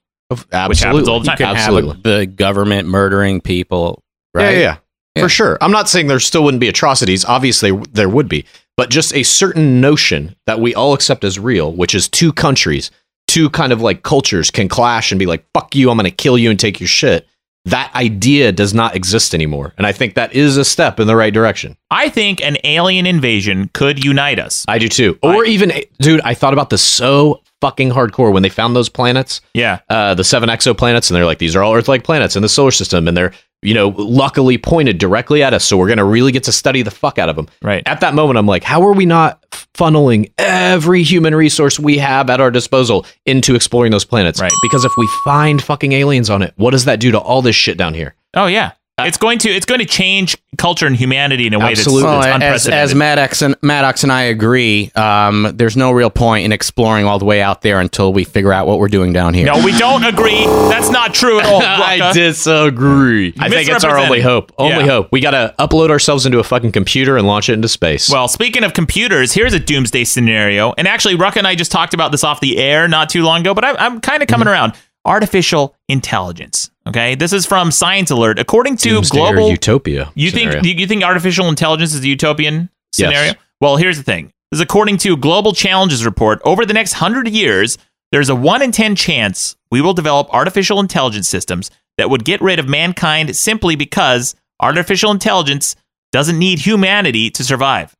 [SPEAKER 1] Which happens all the time.
[SPEAKER 3] You can have the government murdering people,
[SPEAKER 4] Yeah,
[SPEAKER 3] right?
[SPEAKER 4] Yeah, yeah, for sure. I'm not saying there still wouldn't be atrocities. Obviously, there would be, but just a certain notion that we all accept as real, which is two countries, two kind of like cultures can clash and be like, "Fuck you, I'm going to kill you and take your shit." that idea does not exist anymore. And I think that is a step in the right direction.
[SPEAKER 1] I think an alien invasion could unite us.
[SPEAKER 4] I do too. Or even, dude, I thought about this so fucking hardcore when they found those planets.
[SPEAKER 1] Yeah.
[SPEAKER 4] Uh, the seven exoplanets, and they're like, these are all Earth like planets in the solar system. And they're, you know, luckily pointed directly at us. So we're going to really get to study the fuck out of them.
[SPEAKER 1] Right.
[SPEAKER 4] At that moment, I'm like, how are we not funneling every human resource we have at our disposal into exploring those planets? Right. Because if we find fucking aliens on it, what does that do to all this shit down here?
[SPEAKER 1] Oh yeah.
[SPEAKER 4] Uh,
[SPEAKER 1] it's going to it's going to change culture and humanity in a way that's,
[SPEAKER 3] Well,
[SPEAKER 1] that's
[SPEAKER 3] as,
[SPEAKER 1] unprecedented.
[SPEAKER 3] as Maddox and Maddox and I agree, um, there's no real point in exploring all the way out there until we figure out what we're doing down here.
[SPEAKER 1] no, we don't uh, agree. That's not true at all.
[SPEAKER 4] I
[SPEAKER 1] Rucka.
[SPEAKER 4] disagree. I think it's our only hope. Only
[SPEAKER 1] Yeah.
[SPEAKER 4] hope. We got to upload ourselves into a fucking computer and launch it into space.
[SPEAKER 1] Well, speaking of computers, here's a doomsday scenario. And actually, Rucka and I just talked about this off the air not too long ago, but I'm, I'm kind of
[SPEAKER 4] Mm-hmm.
[SPEAKER 1] coming around. Artificial intelligence. Okay, this is from Science Alert. According to
[SPEAKER 4] Doomsday or
[SPEAKER 1] global
[SPEAKER 4] utopia.
[SPEAKER 1] you
[SPEAKER 4] scenario.
[SPEAKER 1] think you- you think artificial intelligence is a utopian
[SPEAKER 4] Yes.
[SPEAKER 1] scenario? Well, here's the thing. This is according to Global Challenges Report. Over the next 100 years, there's a 1 in 10 chance we will develop artificial intelligence systems that would get rid of mankind simply because artificial intelligence doesn't need humanity to survive.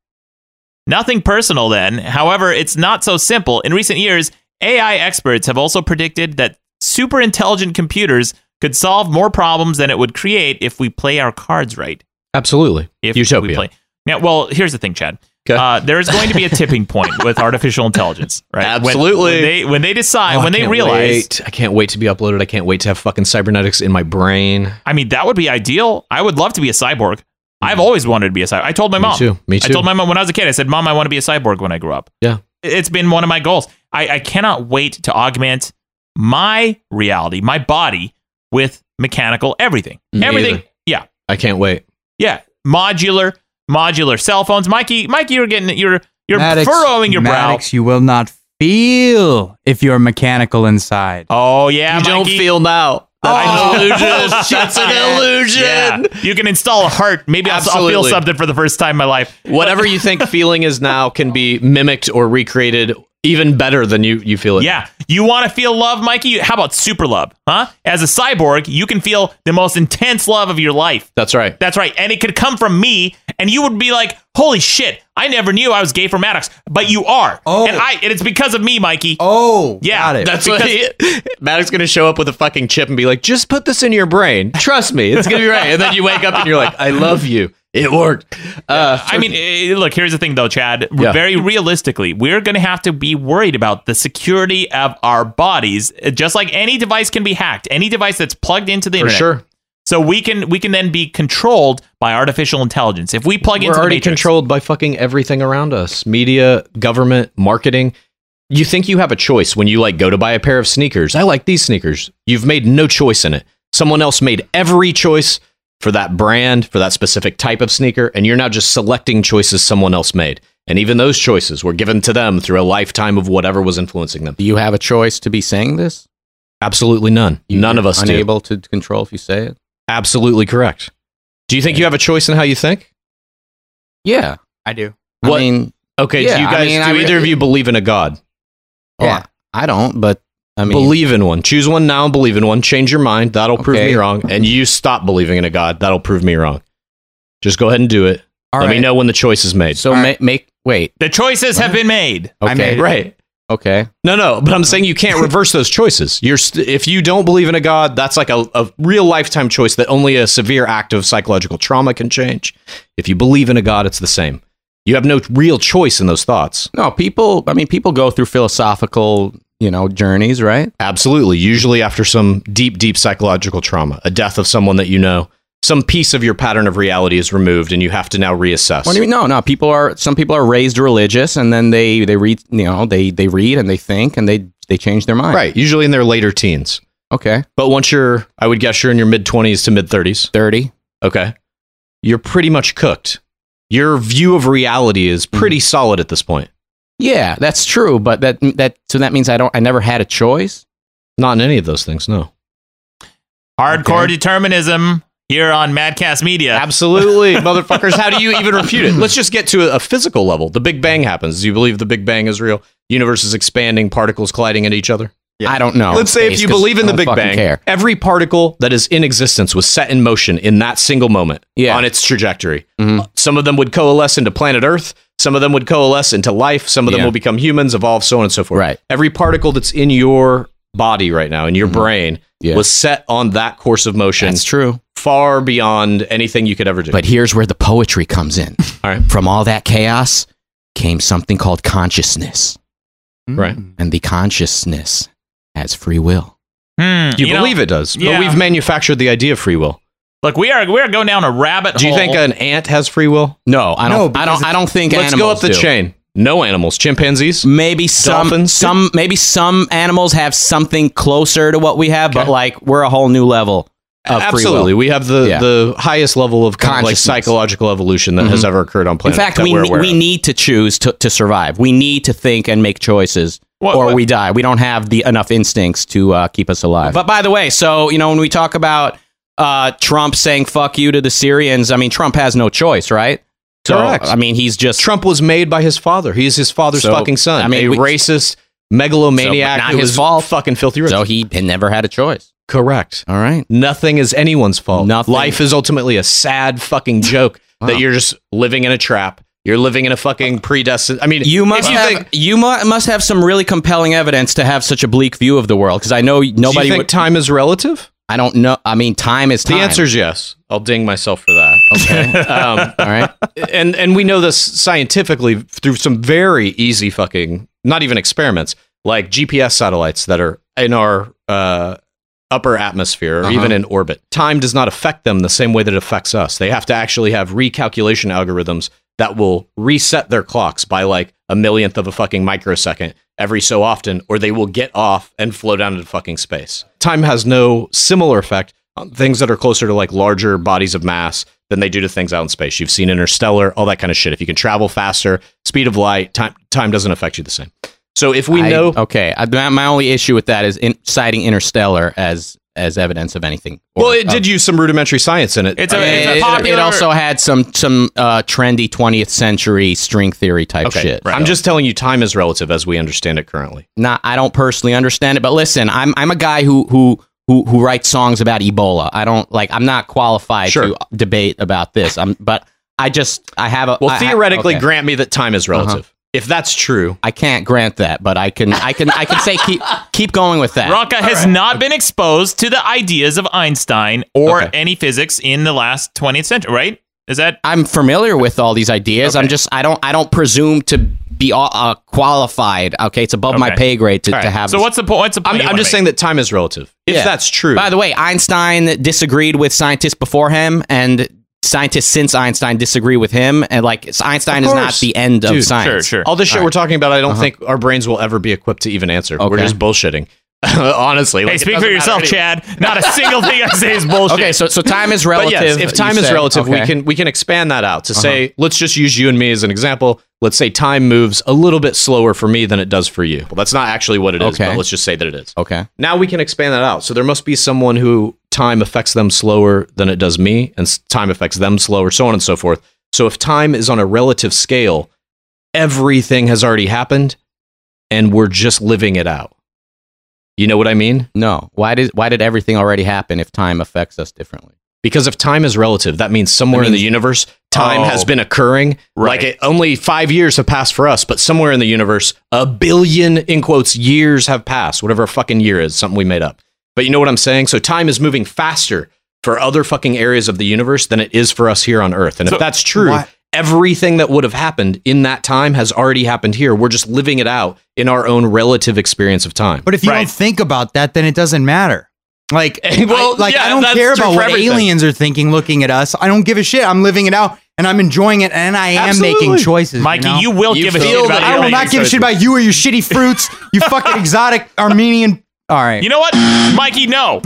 [SPEAKER 1] Nothing personal then. However, it's not so simple. In recent years, AI experts have also predicted that super intelligent computers could solve more problems than it would create if we play our cards right.
[SPEAKER 4] Absolutely.
[SPEAKER 1] If utopia. we play. Now, well, here's the thing, Chad. Uh, there is going to be a tipping point with artificial intelligence, right? When-
[SPEAKER 4] Absolutely.
[SPEAKER 1] When, they when they decide,
[SPEAKER 4] Oh, I
[SPEAKER 1] uh, when they
[SPEAKER 4] can't
[SPEAKER 1] realize,
[SPEAKER 4] wait. I can't wait to be uploaded. I can't wait to have fucking cybernetics in my brain.
[SPEAKER 1] I mean, that would be ideal. I would love to be a cyborg. I've always wanted to be a cyborg. I told my
[SPEAKER 4] Mm-hmm. Me
[SPEAKER 1] mom.
[SPEAKER 4] too. Me
[SPEAKER 1] I
[SPEAKER 4] too.
[SPEAKER 1] told my mom when I was a kid. I said, "Mom, I want to be a cyborg when I grow up."
[SPEAKER 4] Yeah.
[SPEAKER 1] It's been one of my goals. I, I cannot wait to augment my reality, my body, with mechanical everything.
[SPEAKER 4] Me
[SPEAKER 1] everything.
[SPEAKER 4] either.
[SPEAKER 1] Yeah.
[SPEAKER 4] I can't wait.
[SPEAKER 1] Yeah, modular, modular cell phones. Mikey, Mikey, you're getting you're you're
[SPEAKER 5] Maddox,
[SPEAKER 1] furrowing your
[SPEAKER 5] Maddox, you will not feel if you're mechanical inside.
[SPEAKER 1] brow. Oh yeah,
[SPEAKER 5] You
[SPEAKER 1] Mikey.
[SPEAKER 5] don't
[SPEAKER 4] feel now.
[SPEAKER 1] That's an illusion. You can install a heart. Maybe I'll, I'll feel
[SPEAKER 4] Absolutely.
[SPEAKER 1] something for the first time in my life.
[SPEAKER 4] Whatever you think feeling is now can be mimicked or recreated even better than you, you feel it.
[SPEAKER 1] Yeah. You want to feel love, Mikey? How about super love? Huh? As a cyborg, you can feel the most intense love of your life.
[SPEAKER 4] That's right.
[SPEAKER 1] That's right. And it could come from me, and you would be like, holy shit, I never knew I was gay for Maddox, but you are. Oh. And, I, and it's because of me, Mikey.
[SPEAKER 5] Oh.
[SPEAKER 1] Yeah.
[SPEAKER 4] That's what he, Maddox's gonna show up with a fucking chip and be like, just put this in your brain. Trust me, it's gonna be right. And then you wake up and you're like, I love you. It worked. Uh,
[SPEAKER 1] I mean, eh, look, here's the thing, though, Chad.
[SPEAKER 4] Yeah.
[SPEAKER 1] Very realistically, we're going to have to be worried about the security of our bodies, eh, just like any device can be hacked, any device that's plugged into the
[SPEAKER 4] For
[SPEAKER 1] internet.
[SPEAKER 4] sure.
[SPEAKER 1] So we can we can then be controlled by artificial intelligence. If we plug
[SPEAKER 4] we're
[SPEAKER 1] into the
[SPEAKER 4] already
[SPEAKER 1] matrix,
[SPEAKER 4] controlled by fucking everything around us media government marketing you think you have a choice when you like go to buy a pair of sneakers i like these sneakers you've made no choice in it someone else made every choice for that brand for that specific type of sneaker and you're now just selecting choices someone else made and even those choices were given to them through a lifetime of whatever was influencing them
[SPEAKER 3] Do you have a choice to be saying this?
[SPEAKER 4] absolutely none none of us do
[SPEAKER 3] unable to control if you say it.
[SPEAKER 4] absolutely correct do you think you have a choice in how you think
[SPEAKER 3] Yeah,
[SPEAKER 5] I do.
[SPEAKER 4] What-
[SPEAKER 3] I mean,
[SPEAKER 4] okay
[SPEAKER 3] Yeah,
[SPEAKER 4] do you
[SPEAKER 3] I
[SPEAKER 4] guys
[SPEAKER 3] mean,
[SPEAKER 4] do
[SPEAKER 3] I-
[SPEAKER 4] either of you believe in a god
[SPEAKER 3] yeah, I don't, but I mean,
[SPEAKER 4] believe in one. Choose one now and believe in one. Change your mind. That'll prove
[SPEAKER 3] Okay.
[SPEAKER 4] me wrong. And you stop believing in a God. That'll prove me wrong. Just go ahead and do it.
[SPEAKER 5] All
[SPEAKER 4] Let me
[SPEAKER 5] right.
[SPEAKER 4] know when the choice is made.
[SPEAKER 3] so ma- make wait.
[SPEAKER 1] the choices have been made.
[SPEAKER 5] I made
[SPEAKER 3] Okay,
[SPEAKER 5] it.
[SPEAKER 4] right.
[SPEAKER 3] okay.
[SPEAKER 4] No, no, but I'm saying you can't reverse those choices. You're st- if you don't believe in a God, that's like a, a real lifetime choice that only a severe act of psychological trauma can change. If you believe in a God, it's the same. You have no real choice in those thoughts.
[SPEAKER 3] No, people. I mean, people go through philosophical, you know, journeys, right?
[SPEAKER 4] Absolutely. Usually after some deep, deep psychological trauma, a death of someone that you know, some piece of your pattern of reality is removed and you have to now reassess.
[SPEAKER 3] What do you mean? No, no. People are some people are raised religious, and then they they read, you know, they they read and they think and they they change their mind.
[SPEAKER 4] Right. Usually in their later teens.
[SPEAKER 3] Okay.
[SPEAKER 4] But once you're, I would guess you're in your mid 20s to mid 30s.
[SPEAKER 3] Thirty.
[SPEAKER 4] Okay. You're pretty much cooked. Your view of reality is
[SPEAKER 3] Mm-hmm.
[SPEAKER 4] pretty solid at this point.
[SPEAKER 3] Yeah, that's true. But that that so that means I don't. I never had a choice.
[SPEAKER 4] Not in any of those things. No.
[SPEAKER 1] Hardcore determinism here on Madcast Media.
[SPEAKER 4] Absolutely, motherfuckers. How do you even refute it? Let's just get to a, a physical level. The Big Bang happens. Do you believe the Big Bang is real? Universe is expanding, particles colliding into each other.
[SPEAKER 3] I don't know.
[SPEAKER 4] Let's say if
[SPEAKER 3] Space,
[SPEAKER 4] you
[SPEAKER 3] 'cause
[SPEAKER 4] believe in
[SPEAKER 3] I
[SPEAKER 4] the
[SPEAKER 3] don't
[SPEAKER 4] Big
[SPEAKER 3] fucking
[SPEAKER 4] Bang,
[SPEAKER 3] care.
[SPEAKER 4] every particle that is in existence was set in motion in that single moment on its trajectory.
[SPEAKER 3] Mm-hmm.
[SPEAKER 4] Some of them would coalesce into planet Earth. Some of them would coalesce into life. Some of them
[SPEAKER 3] Yeah.
[SPEAKER 4] will become humans, evolve, so on and so forth. Right. Every particle that's in your body right now, in your brain, was set on that course of motion. That's
[SPEAKER 3] Mm-hmm. true.
[SPEAKER 4] Far beyond anything you could ever do.
[SPEAKER 3] But here's where the poetry comes in.
[SPEAKER 4] All right.
[SPEAKER 3] From all that chaos came something called consciousness.
[SPEAKER 4] Right.
[SPEAKER 3] And the consciousness has free will.
[SPEAKER 4] you,
[SPEAKER 1] Hmm. you know-
[SPEAKER 4] believe it does,
[SPEAKER 1] Yeah.
[SPEAKER 4] but we've manufactured the idea of free will.
[SPEAKER 1] Look, we are we are going down a rabbit
[SPEAKER 4] Do you
[SPEAKER 1] hole.
[SPEAKER 3] Oh.
[SPEAKER 4] think an ant has free will?
[SPEAKER 3] No, I don't. I don't. I don't think.
[SPEAKER 4] Let's go
[SPEAKER 3] animals
[SPEAKER 4] up the
[SPEAKER 3] do.
[SPEAKER 4] chain. No animals, chimpanzees,
[SPEAKER 3] maybe Some
[SPEAKER 4] dolphins.
[SPEAKER 3] some maybe some animals have something closer to what we have, but like we're a whole new level of free will.
[SPEAKER 4] Absolutely, we have the
[SPEAKER 3] Yeah.
[SPEAKER 4] the highest level of kind of like
[SPEAKER 3] Consciousness.
[SPEAKER 4] psychological evolution that has
[SPEAKER 3] Mhm.
[SPEAKER 4] ever occurred on
[SPEAKER 3] In
[SPEAKER 4] planet.
[SPEAKER 3] fact,
[SPEAKER 4] that
[SPEAKER 3] we
[SPEAKER 4] we're
[SPEAKER 3] ne-
[SPEAKER 4] aware
[SPEAKER 3] we
[SPEAKER 4] of.
[SPEAKER 3] need to choose to, to survive. We need to think and make choices, or we die. We don't have the enough instincts to uh, keep us alive. But by the way, so you know when we talk about uh, Trump saying "fuck you" to the Syrians, I mean Trump has no choice, right? So,
[SPEAKER 4] Correct.
[SPEAKER 3] I mean he's just
[SPEAKER 4] Trump was made by his father. He is his father's
[SPEAKER 3] So,
[SPEAKER 4] fucking son.
[SPEAKER 3] I mean,
[SPEAKER 4] a
[SPEAKER 3] we-
[SPEAKER 4] racist megalomaniac.
[SPEAKER 3] So, not
[SPEAKER 4] who
[SPEAKER 3] his
[SPEAKER 4] was
[SPEAKER 3] fault.
[SPEAKER 4] Fucking filthy rich.
[SPEAKER 3] So he had never had a choice.
[SPEAKER 4] Correct.
[SPEAKER 3] All right.
[SPEAKER 4] Nothing is anyone's fault.
[SPEAKER 3] Nothing.
[SPEAKER 4] Life is ultimately a sad fucking joke that you're just living in a trap. You're living in a fucking predestined. I mean,
[SPEAKER 3] You
[SPEAKER 4] if
[SPEAKER 3] must
[SPEAKER 4] you
[SPEAKER 3] have
[SPEAKER 4] think-
[SPEAKER 3] you mu- must have some really compelling evidence to have such a bleak view of the world because I know nobody.
[SPEAKER 4] think time is relative?
[SPEAKER 3] I don't know. I mean, time is time.
[SPEAKER 4] The answer is yes. I'll ding myself for that.
[SPEAKER 3] Okay.
[SPEAKER 4] um,
[SPEAKER 3] All right.
[SPEAKER 4] And and we know this scientifically through some very easy fucking not even experiments like GPS satellites that are in our uh, upper atmosphere or
[SPEAKER 3] Uh-huh.
[SPEAKER 4] even in orbit. Time does not affect them the same way that it affects us. They have to actually have recalculation algorithms that will reset their clocks by like a millionth of a fucking microsecond every so often, or they will get off and flow down into fucking space. Time has no similar effect on things that are closer to like larger bodies of mass than they do to things out in space. You've seen Interstellar, all that kind of shit. If you can travel faster, speed of light, time time doesn't affect you the same. So if we
[SPEAKER 3] I-
[SPEAKER 4] know
[SPEAKER 3] okay, I, my my only issue with that is in, citing Interstellar as as evidence of anything.
[SPEAKER 4] well, it did use some rudimentary science in it.
[SPEAKER 1] It's a-
[SPEAKER 4] I mean,
[SPEAKER 1] it's a
[SPEAKER 3] It,
[SPEAKER 1] popular-
[SPEAKER 3] it also had some some uh, trendy 20th century string theory type
[SPEAKER 4] okay.
[SPEAKER 3] shit.
[SPEAKER 4] I'm just telling you, time is relative as we understand it currently.
[SPEAKER 3] not I don't personally understand it, but listen, I'm I'm a guy who who who who writes songs about Ebola. I don't like I'm not qualified
[SPEAKER 4] Sure.
[SPEAKER 3] to debate about this. I'm but I just I have a
[SPEAKER 4] Well,
[SPEAKER 3] I- I-
[SPEAKER 4] theoretically,
[SPEAKER 3] okay.
[SPEAKER 4] grant me that time is relative.
[SPEAKER 3] Uh-huh.
[SPEAKER 4] If that's true,
[SPEAKER 3] I can't grant that, but I can I can I can say keep keep going with that.
[SPEAKER 1] Rocca has not been exposed to the ideas of Einstein or any physics in the last 20th century, right? Is that
[SPEAKER 3] I'm familiar with all these ideas. I'm just I don't I don't presume to be all, uh, qualified. Okay, it's above my
[SPEAKER 4] Okay.
[SPEAKER 3] pay grade to,
[SPEAKER 4] All right.
[SPEAKER 3] to have.
[SPEAKER 1] So
[SPEAKER 3] this-
[SPEAKER 1] what's the point? What's the point
[SPEAKER 4] I'm,
[SPEAKER 1] you
[SPEAKER 4] I'm
[SPEAKER 1] wanna
[SPEAKER 4] just
[SPEAKER 1] make?
[SPEAKER 4] saying that time is relative. If
[SPEAKER 3] Yeah.
[SPEAKER 4] that's true,
[SPEAKER 3] By the way, Einstein disagreed with scientists before him, and scientists since Einstein disagree with him. And like it's- Einstein
[SPEAKER 4] Of
[SPEAKER 3] is not
[SPEAKER 4] course.
[SPEAKER 3] the end of
[SPEAKER 4] Dude,
[SPEAKER 3] science.
[SPEAKER 4] All this shit
[SPEAKER 3] All
[SPEAKER 4] we're talking about, I don't
[SPEAKER 3] Uh-huh.
[SPEAKER 4] think our brains will ever be equipped to even answer. We're
[SPEAKER 3] Okay.
[SPEAKER 4] just bullshitting. Honestly,
[SPEAKER 1] Hey,
[SPEAKER 4] like, it
[SPEAKER 1] speak for
[SPEAKER 4] doesn't
[SPEAKER 1] yourself,
[SPEAKER 4] matter anyway.
[SPEAKER 1] Chad. Not a single thing I say is bullshit.
[SPEAKER 3] Okay, so so time is
[SPEAKER 4] But
[SPEAKER 3] relative.
[SPEAKER 4] yes, if time
[SPEAKER 3] you
[SPEAKER 4] is
[SPEAKER 3] say.
[SPEAKER 4] relative, we
[SPEAKER 3] Okay. Uh-huh.
[SPEAKER 4] can we can expand that out to say, let's just use you and me as an example. Let's say time moves a little bit slower for me than it does for you. Well, that's not actually what it is,
[SPEAKER 3] Okay.
[SPEAKER 4] but let's just say that it is.
[SPEAKER 3] Okay.
[SPEAKER 4] Now we can expand that out. So there must be someone who time affects them slower than it does me, and s- time affects them slower, so on and so forth. So if time is on a relative scale, everything has already happened, and we're just living it out. You know what I mean?
[SPEAKER 3] No. Why did why did everything already happen if time affects us differently?
[SPEAKER 4] Because if time is relative, that means somewhere in the universe, time
[SPEAKER 3] Oh.
[SPEAKER 4] has been occurring. Like it, only five years have passed for us, but somewhere in the universe, a billion in quotes years have passed. Whatever a fucking year is, something we made up. But you know what I'm saying? So time is moving faster for other fucking areas of the universe than it is for us here on Earth. And
[SPEAKER 1] So-
[SPEAKER 4] if that's true,
[SPEAKER 1] Why-
[SPEAKER 4] everything that would have happened in that time has already happened here. We're just living it out in our own relative experience of time.
[SPEAKER 5] But if you don't think about that, then it doesn't matter. Like,
[SPEAKER 4] Well,
[SPEAKER 5] I, like
[SPEAKER 4] yeah,
[SPEAKER 5] I don't
[SPEAKER 4] that's
[SPEAKER 5] care
[SPEAKER 4] true
[SPEAKER 5] about
[SPEAKER 4] for
[SPEAKER 5] what
[SPEAKER 4] everything.
[SPEAKER 5] aliens are thinking, looking at us. I don't give a shit. I'm living it out and I'm enjoying it, and I am making
[SPEAKER 4] Absolutely.
[SPEAKER 5] choices.
[SPEAKER 1] Mikey,
[SPEAKER 5] you, know?
[SPEAKER 1] you will
[SPEAKER 4] You
[SPEAKER 1] give a
[SPEAKER 4] feel
[SPEAKER 1] shit about
[SPEAKER 4] that
[SPEAKER 5] I
[SPEAKER 1] your
[SPEAKER 5] will not
[SPEAKER 1] making
[SPEAKER 5] give a shit
[SPEAKER 1] choices.
[SPEAKER 5] about you or your shitty fruits. You fucking exotic Armenian. All right.
[SPEAKER 1] You know what, Mikey? No.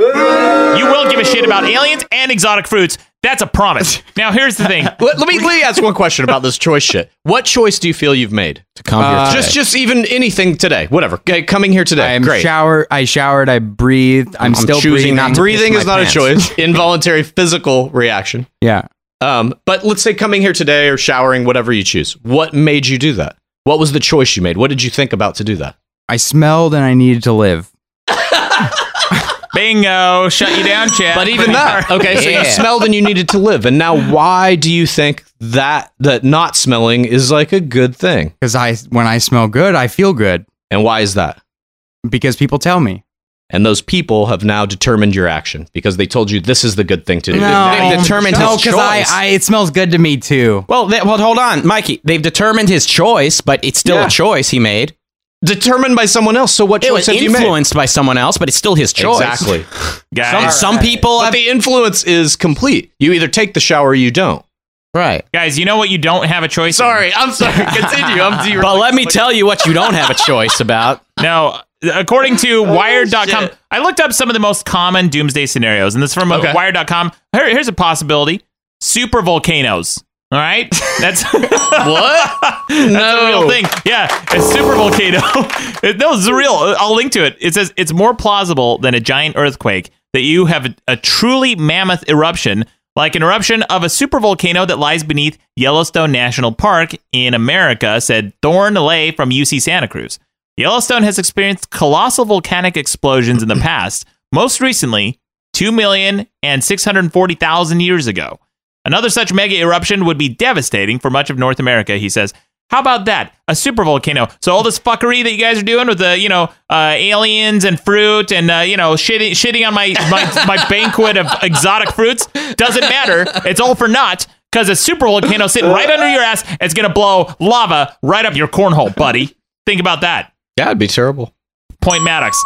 [SPEAKER 1] you will give a shit about aliens and exotic fruits. That's a promise. Now, here's the thing.
[SPEAKER 4] Let, let me let me ask one question about this choice shit. What choice do you feel you've made? Uh,
[SPEAKER 3] To come here today.
[SPEAKER 4] just just even anything today, whatever. Okay, coming here today,
[SPEAKER 5] I am
[SPEAKER 4] great.
[SPEAKER 5] shower. I showered. I breathed. I'm,
[SPEAKER 4] I'm
[SPEAKER 5] still
[SPEAKER 4] choosing
[SPEAKER 5] breathing.
[SPEAKER 4] not to breathing is not a choice. Involuntary physical reaction.
[SPEAKER 5] Yeah.
[SPEAKER 4] Um, but let's say coming here today or showering, whatever you choose. What made you do that? What was the choice you made? What did you think about to do that?
[SPEAKER 5] I smelled and I needed to live.
[SPEAKER 1] Bingo! Shut you down, Chad.
[SPEAKER 4] But even that, okay. So
[SPEAKER 1] Yeah.
[SPEAKER 4] you smelled and you needed to live, and now why do you think that that not smelling is like a good thing?
[SPEAKER 5] Because I, when I smell good, I feel good.
[SPEAKER 4] And why is that?
[SPEAKER 5] Because people tell me.
[SPEAKER 4] And those people have now determined your action because they told you this is the good thing to do.
[SPEAKER 3] They've determined
[SPEAKER 5] no,
[SPEAKER 3] his
[SPEAKER 5] because I,
[SPEAKER 3] choice.
[SPEAKER 5] I, it smells good to me too.
[SPEAKER 3] Well, they, well, hold on, Mikey. They've determined his choice, but it's still
[SPEAKER 4] Yeah.
[SPEAKER 3] a choice he made.
[SPEAKER 4] Determined by someone else. So what
[SPEAKER 3] It
[SPEAKER 4] choice
[SPEAKER 3] was
[SPEAKER 4] have you made?
[SPEAKER 3] influenced by someone else, but it's still his choice.
[SPEAKER 4] Exactly.
[SPEAKER 1] Guys.
[SPEAKER 3] Some, some people
[SPEAKER 4] But
[SPEAKER 3] have
[SPEAKER 4] the influence is complete. You either take the shower or you don't.
[SPEAKER 3] right.
[SPEAKER 1] Guys, you know what? You don't have a choice.
[SPEAKER 4] Sorry, I'm sorry. Continue. I'm zero.
[SPEAKER 3] But let me tell you what you don't have a choice about.
[SPEAKER 1] No, according to
[SPEAKER 4] Oh,
[SPEAKER 1] Wired.com, I looked up some of the most common doomsday scenarios, and this is from uh, Wired.com. Here- here's a possibility: super volcanoes. All right, that's
[SPEAKER 4] what?
[SPEAKER 1] That's a real thing. Yeah, a super volcano. It- no, it's real. I'll link to it. It says it's more plausible than a giant earthquake that you have a, a truly mammoth eruption, like an eruption of a super volcano that lies beneath Yellowstone National Park in America, said Thorne Lay from UC Santa Cruz. Yellowstone has experienced colossal volcanic explosions in the past, most recently 2 million and 640,000 years ago. Another such mega eruption would be devastating for much of North America, he says. How about that? A super volcano. So all this fuckery that you guys are doing with the, you know, uh, aliens and fruit and uh, you know, shitting shitting on my my, my banquet of exotic fruits doesn't matter. It's all for naught because a super volcano sitting right under your ass is gonna blow lava right up your cornhole, buddy. Think about that.
[SPEAKER 4] Yeah, it'd be terrible.
[SPEAKER 1] Point Maddox.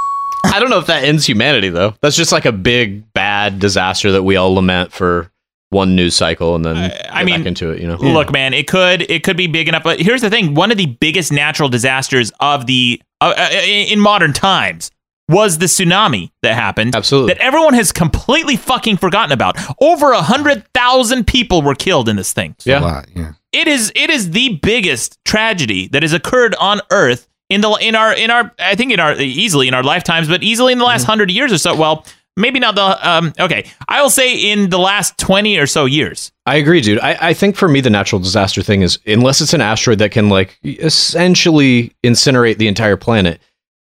[SPEAKER 4] I don't know if that ends humanity though. That's just like a big bad disaster that we all lament for one news cycle and then
[SPEAKER 1] I
[SPEAKER 4] get
[SPEAKER 1] mean,
[SPEAKER 4] back into it. You know,
[SPEAKER 1] Look, man, it could it could be big enough. But here's the thing: one of the biggest natural disasters of the uh, uh, in modern times was the tsunami that happened.
[SPEAKER 4] Absolutely,
[SPEAKER 1] that everyone has completely fucking forgotten about. Over a hundred thousand people were killed in this thing.
[SPEAKER 4] yeah.
[SPEAKER 1] It is it is the biggest tragedy that has occurred on Earth in the in our in our I think in our easily in our lifetimes, but easily in the
[SPEAKER 4] Mm-hmm.
[SPEAKER 1] last hundred years or so. Well, maybe not the um. Okay, I will say in the last twenty or so years.
[SPEAKER 4] I agree, dude. I, I think for me, the natural disaster thing is unless it's an asteroid that can like essentially incinerate the entire planet.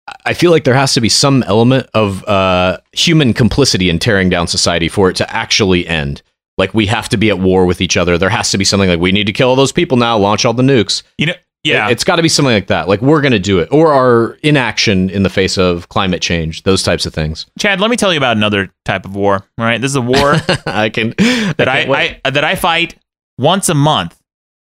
[SPEAKER 4] I- I feel like there has to be some element of uh, human complicity in tearing down society for it to actually end. Like we have to be at war with each other. There has to be something like we need to kill all those people now, launch all the nukes.
[SPEAKER 1] You know, yeah.
[SPEAKER 4] It, has got to be something like that. Like we're gonna do it, or our inaction in the face of climate change, those types of things.
[SPEAKER 1] Chad, let me tell you about another type of war. All right, this is a war
[SPEAKER 4] I can
[SPEAKER 1] that I,
[SPEAKER 4] can't
[SPEAKER 1] I, that I fight once a month,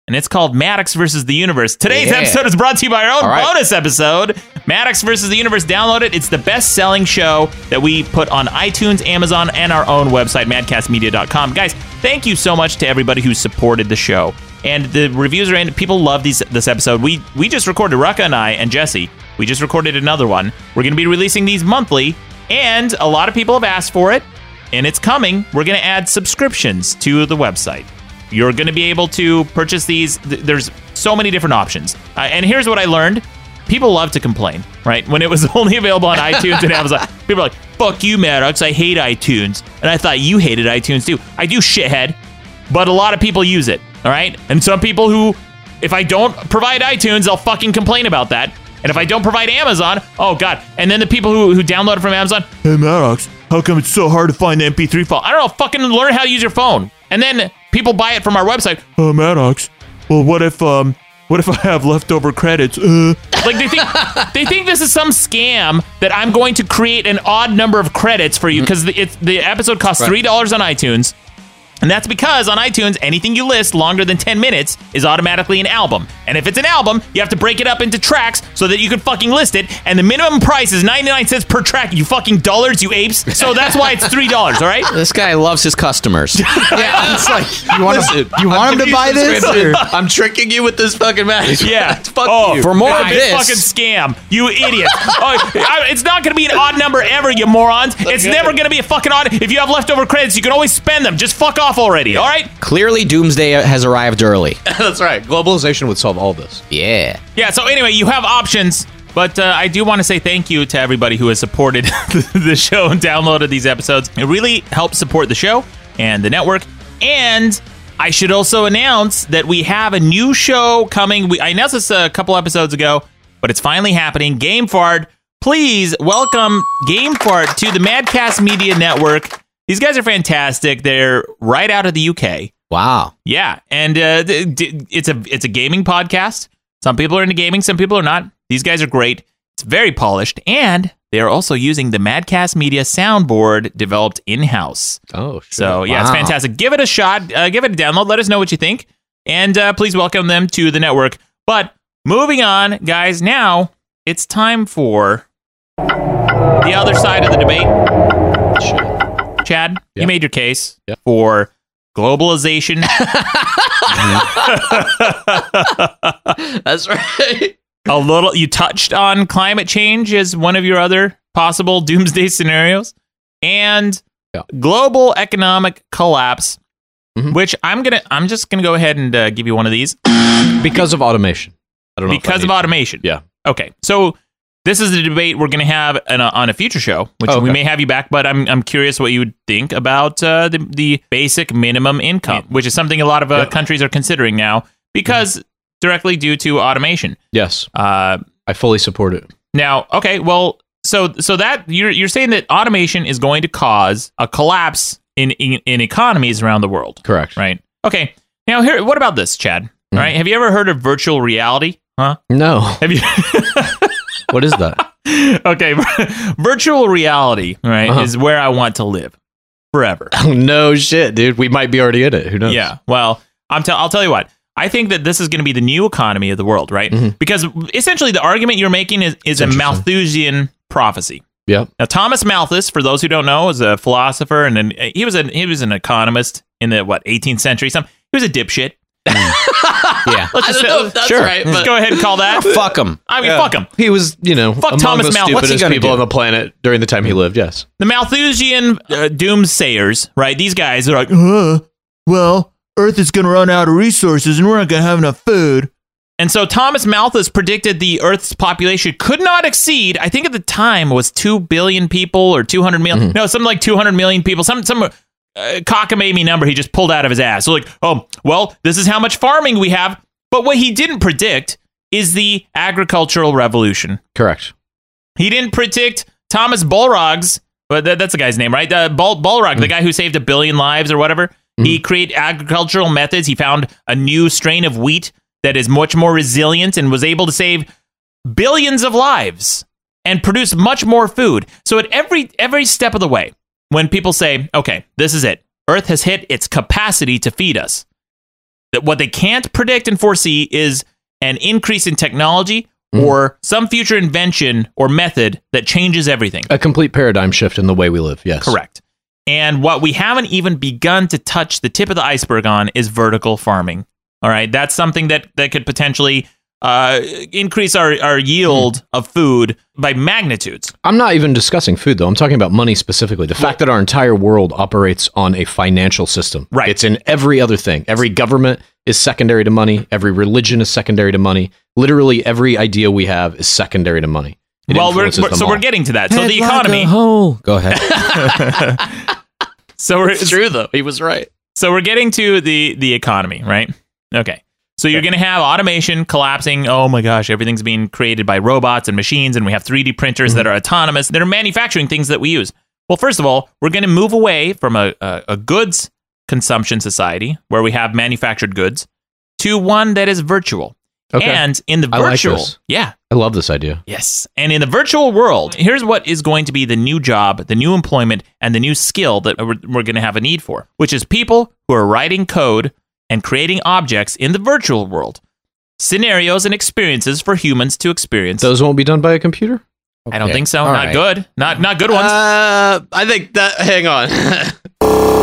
[SPEAKER 1] and it's called Maddox versus the Universe. Today's
[SPEAKER 4] Yeah.
[SPEAKER 1] episode is brought to you by our own
[SPEAKER 4] All right.
[SPEAKER 1] bonus episode, Maddox versus the Universe. Download it; it's the best-selling show that we put on iTunes, Amazon, and our own website, MadcastMedia.com. Guys, thank you so much to everybody who supported the show. And the reviews are in. People love these this episode. We we just recorded Rucka and I and Jesse. We just recorded another one. We're going to be releasing these monthly, and a lot of people have asked for it and it's coming. We're going to add subscriptions to the website. You're going to be able to purchase these. Th- There's so many different options. Uh, and here's what I learned people love to complain, right? When it was only available on iTunes and Amazon, people are like, fuck you, Maddox. I hate iTunes. And I thought you hated iTunes too. I do, shithead. But a lot of people use it, all right? And some people who, if I don't provide iTunes, they'll fucking complain about that. And if I don't provide Amazon, oh God. And then the people who, who download it from Amazon, Hey, Maddox, how come it's so hard to find the MP3 file? I don't know. Fucking learn how to use your phone. And then people buy it from our website. Oh, Maddox. Well, what if um, what if I have leftover credits? Uh. Like they think they think this is some scam that I'm going to create an odd number of credits for you because the, it's- the episode costs
[SPEAKER 14] Right.
[SPEAKER 1] three dollars on iTunes. And that's because on iTunes, anything you list longer than 10 minutes is automatically an album. And if it's an album, you have to break it up into tracks so that you can fucking list it. And the minimum price is 99 cents per track, you fucking dollars, you apes. So that's why it's $3, all right?
[SPEAKER 3] This guy loves his customers.
[SPEAKER 5] Yeah, it's like you want to you want him to buy this. Or?
[SPEAKER 4] I'm tricking you with this fucking match.
[SPEAKER 1] Yeah.
[SPEAKER 4] Fuck
[SPEAKER 1] oh,
[SPEAKER 4] you.
[SPEAKER 1] For more of this fucking scam, you idiot. oh, I- it's not going to be an odd number ever, you morons. It's never going to be a fucking odd. If you have leftover credits, you can always spend them. Just fuck off already. All right.
[SPEAKER 3] Clearly, doomsday has arrived early.
[SPEAKER 4] That's right. Globalization would solve all this.
[SPEAKER 3] Yeah.
[SPEAKER 1] Yeah. So anyway, you have options, but uh, I do want to say thank you to everybody who has supported the show and downloaded these episodes. It really helps support the show and the network. And I should also announce that we have a new show coming. We, I announced this a couple episodes ago. but it's finally happening. Game Fart, please welcome Game Fart to the Madcast Media Network. These guys are fantastic. They're right out of the UK.
[SPEAKER 3] Wow.
[SPEAKER 1] Yeah, and uh, d- d- it's a it's a gaming podcast. Some people are into gaming, some people are not. These guys are great. It's very polished, and they are also using the Madcast Media soundboard developed in house.
[SPEAKER 4] Oh, sure.
[SPEAKER 1] so yeah, it's
[SPEAKER 4] Wow.
[SPEAKER 1] fantastic. Give it a shot. Uh, give it a download. Let us know what you think, and uh, please welcome them to the network. But moving on, guys. Now it's time for the other side of the debate. Chad, you made your case for globalization.
[SPEAKER 3] That's right.
[SPEAKER 1] A little. You touched on climate change as one of your other possible doomsday scenarios, and global economic collapse.
[SPEAKER 4] Mm-hmm.
[SPEAKER 1] Which I'm gonna. I'm just gonna go ahead and uh, give you one of these
[SPEAKER 4] because of automation. I don't know if I
[SPEAKER 1] because of
[SPEAKER 4] need-
[SPEAKER 1] automation.
[SPEAKER 4] Yeah.
[SPEAKER 1] Okay. So this is the debate we're going to have on a, on a future show, which
[SPEAKER 4] Oh, okay.
[SPEAKER 1] we may have you back. But I'm I'm curious what you would think about uh, the the basic minimum income, which is something a lot of uh, countries are considering now because directly due to automation.
[SPEAKER 4] Yes.
[SPEAKER 1] Uh,
[SPEAKER 4] I fully support it.
[SPEAKER 1] Now, okay, well, so so that you're you're saying that automation is going to cause a collapse in in, in economies around the world.
[SPEAKER 4] Correct. Mm-hmm.
[SPEAKER 1] Right. Okay. Now here, what about this, Chad? All right. Have you ever heard of virtual reality? Huh?
[SPEAKER 4] No.
[SPEAKER 1] Have you?
[SPEAKER 4] what is that?
[SPEAKER 1] okay, virtual reality, right,
[SPEAKER 4] Uh-huh.
[SPEAKER 1] is where I want to live forever.
[SPEAKER 4] Oh no, shit, dude. We might be already in it. Who knows?
[SPEAKER 1] Yeah. Well, I'm tell I'll tell you what. I think that this is going to be the new economy of the world, right?
[SPEAKER 4] Mm-hmm.
[SPEAKER 1] Because essentially the argument you're making is, is a Malthusian prophecy.
[SPEAKER 4] Yep.
[SPEAKER 1] Now Thomas Malthus, for those who don't know, is a philosopher and an, he was an he was an economist in the what 18th century. Some he was a dipshit.
[SPEAKER 3] yeah.
[SPEAKER 1] Let's just,
[SPEAKER 4] Mm. sure.
[SPEAKER 1] Let's go ahead and call that.
[SPEAKER 3] Fuck him.
[SPEAKER 1] I mean, fuck him.
[SPEAKER 4] He was, you know,
[SPEAKER 1] Fuck
[SPEAKER 4] among
[SPEAKER 1] Thomas
[SPEAKER 4] the
[SPEAKER 1] Malthus. What's he
[SPEAKER 4] stupidest
[SPEAKER 1] gonna
[SPEAKER 4] people
[SPEAKER 1] do?
[SPEAKER 4] on the planet during the time he lived. Yes.
[SPEAKER 1] The Malthusian uh, doomsayers, right? These guys are like, uh, well, Earth is going to run out of resources and we're not going to have enough food. And so Thomas Malthus predicted the Earth's population could not exceed, I think at the time was 2 billion people or 200 million. No, something like 200 million people. Some, some uh, cockamamie number he just pulled out of his ass. So, like, oh, well, this is how much farming we have. But what he didn't predict is the agricultural revolution.
[SPEAKER 4] Correct.
[SPEAKER 1] He didn't predict Thomas Balrog's, but that, that's the guy's name, right? Uh, Bal- Balrog, the guy who saved a billion lives or whatever. He created agricultural methods. He found a new strain of wheat that is much more resilient and was able to save billions of lives and produce much more food. So at every every step of the way, when people say, "Okay, this is it. Earth has hit its capacity to feed us." that what they can't predict and foresee is an increase in technology
[SPEAKER 4] Hmm.
[SPEAKER 1] or some future invention or method that changes everything.
[SPEAKER 4] A complete paradigm shift in the way we live. Yes.
[SPEAKER 1] Correct. And what we haven't even begun to touch the tip of the iceberg on is vertical farming. All right, that's something that that could potentially uh, increase our our yield
[SPEAKER 4] Hmm.
[SPEAKER 1] of food by magnitudes.
[SPEAKER 4] I'm not even discussing food though. I'm talking about money specifically. The fact that our entire world operates on a financial system. Right. It's in every other thing. Every government is secondary to money. Every religion is secondary to money. Literally every idea we have is secondary to money. It
[SPEAKER 1] well, we're,
[SPEAKER 4] influences
[SPEAKER 1] we're-
[SPEAKER 4] them
[SPEAKER 1] so
[SPEAKER 4] all.
[SPEAKER 1] we're getting to that. so the economy.
[SPEAKER 3] Go ahead.
[SPEAKER 1] so we're,
[SPEAKER 3] it's true though. He was right.
[SPEAKER 1] So we're getting to the the economy, right? Okay. So you're going to have automation collapsing. Oh my gosh, everything's being created by robots and machines and we have 3D printers
[SPEAKER 3] Mm-hmm.
[SPEAKER 1] that are autonomous that are manufacturing things that we use. Well, first of all, we're going to move away from a, a, a goods consumption society where we have manufactured goods to one that is virtual.
[SPEAKER 4] Okay.
[SPEAKER 1] And in the
[SPEAKER 4] I like
[SPEAKER 1] virtual,
[SPEAKER 4] this.
[SPEAKER 1] yeah,
[SPEAKER 4] I love this idea.
[SPEAKER 1] Yes. And in the virtual world, here's what is going to be the new job, the new employment, and the new skill that we're, we're going to have a need for, which is people who are writing code and creating objects in the virtual world, scenarios and experiences for humans to experience.
[SPEAKER 4] Those won't be done by a computer?
[SPEAKER 1] I don't
[SPEAKER 4] Okay.
[SPEAKER 1] think so.
[SPEAKER 4] All
[SPEAKER 1] not
[SPEAKER 4] right.
[SPEAKER 1] good. Not not good ones.
[SPEAKER 3] Uh, I think that. Hang on.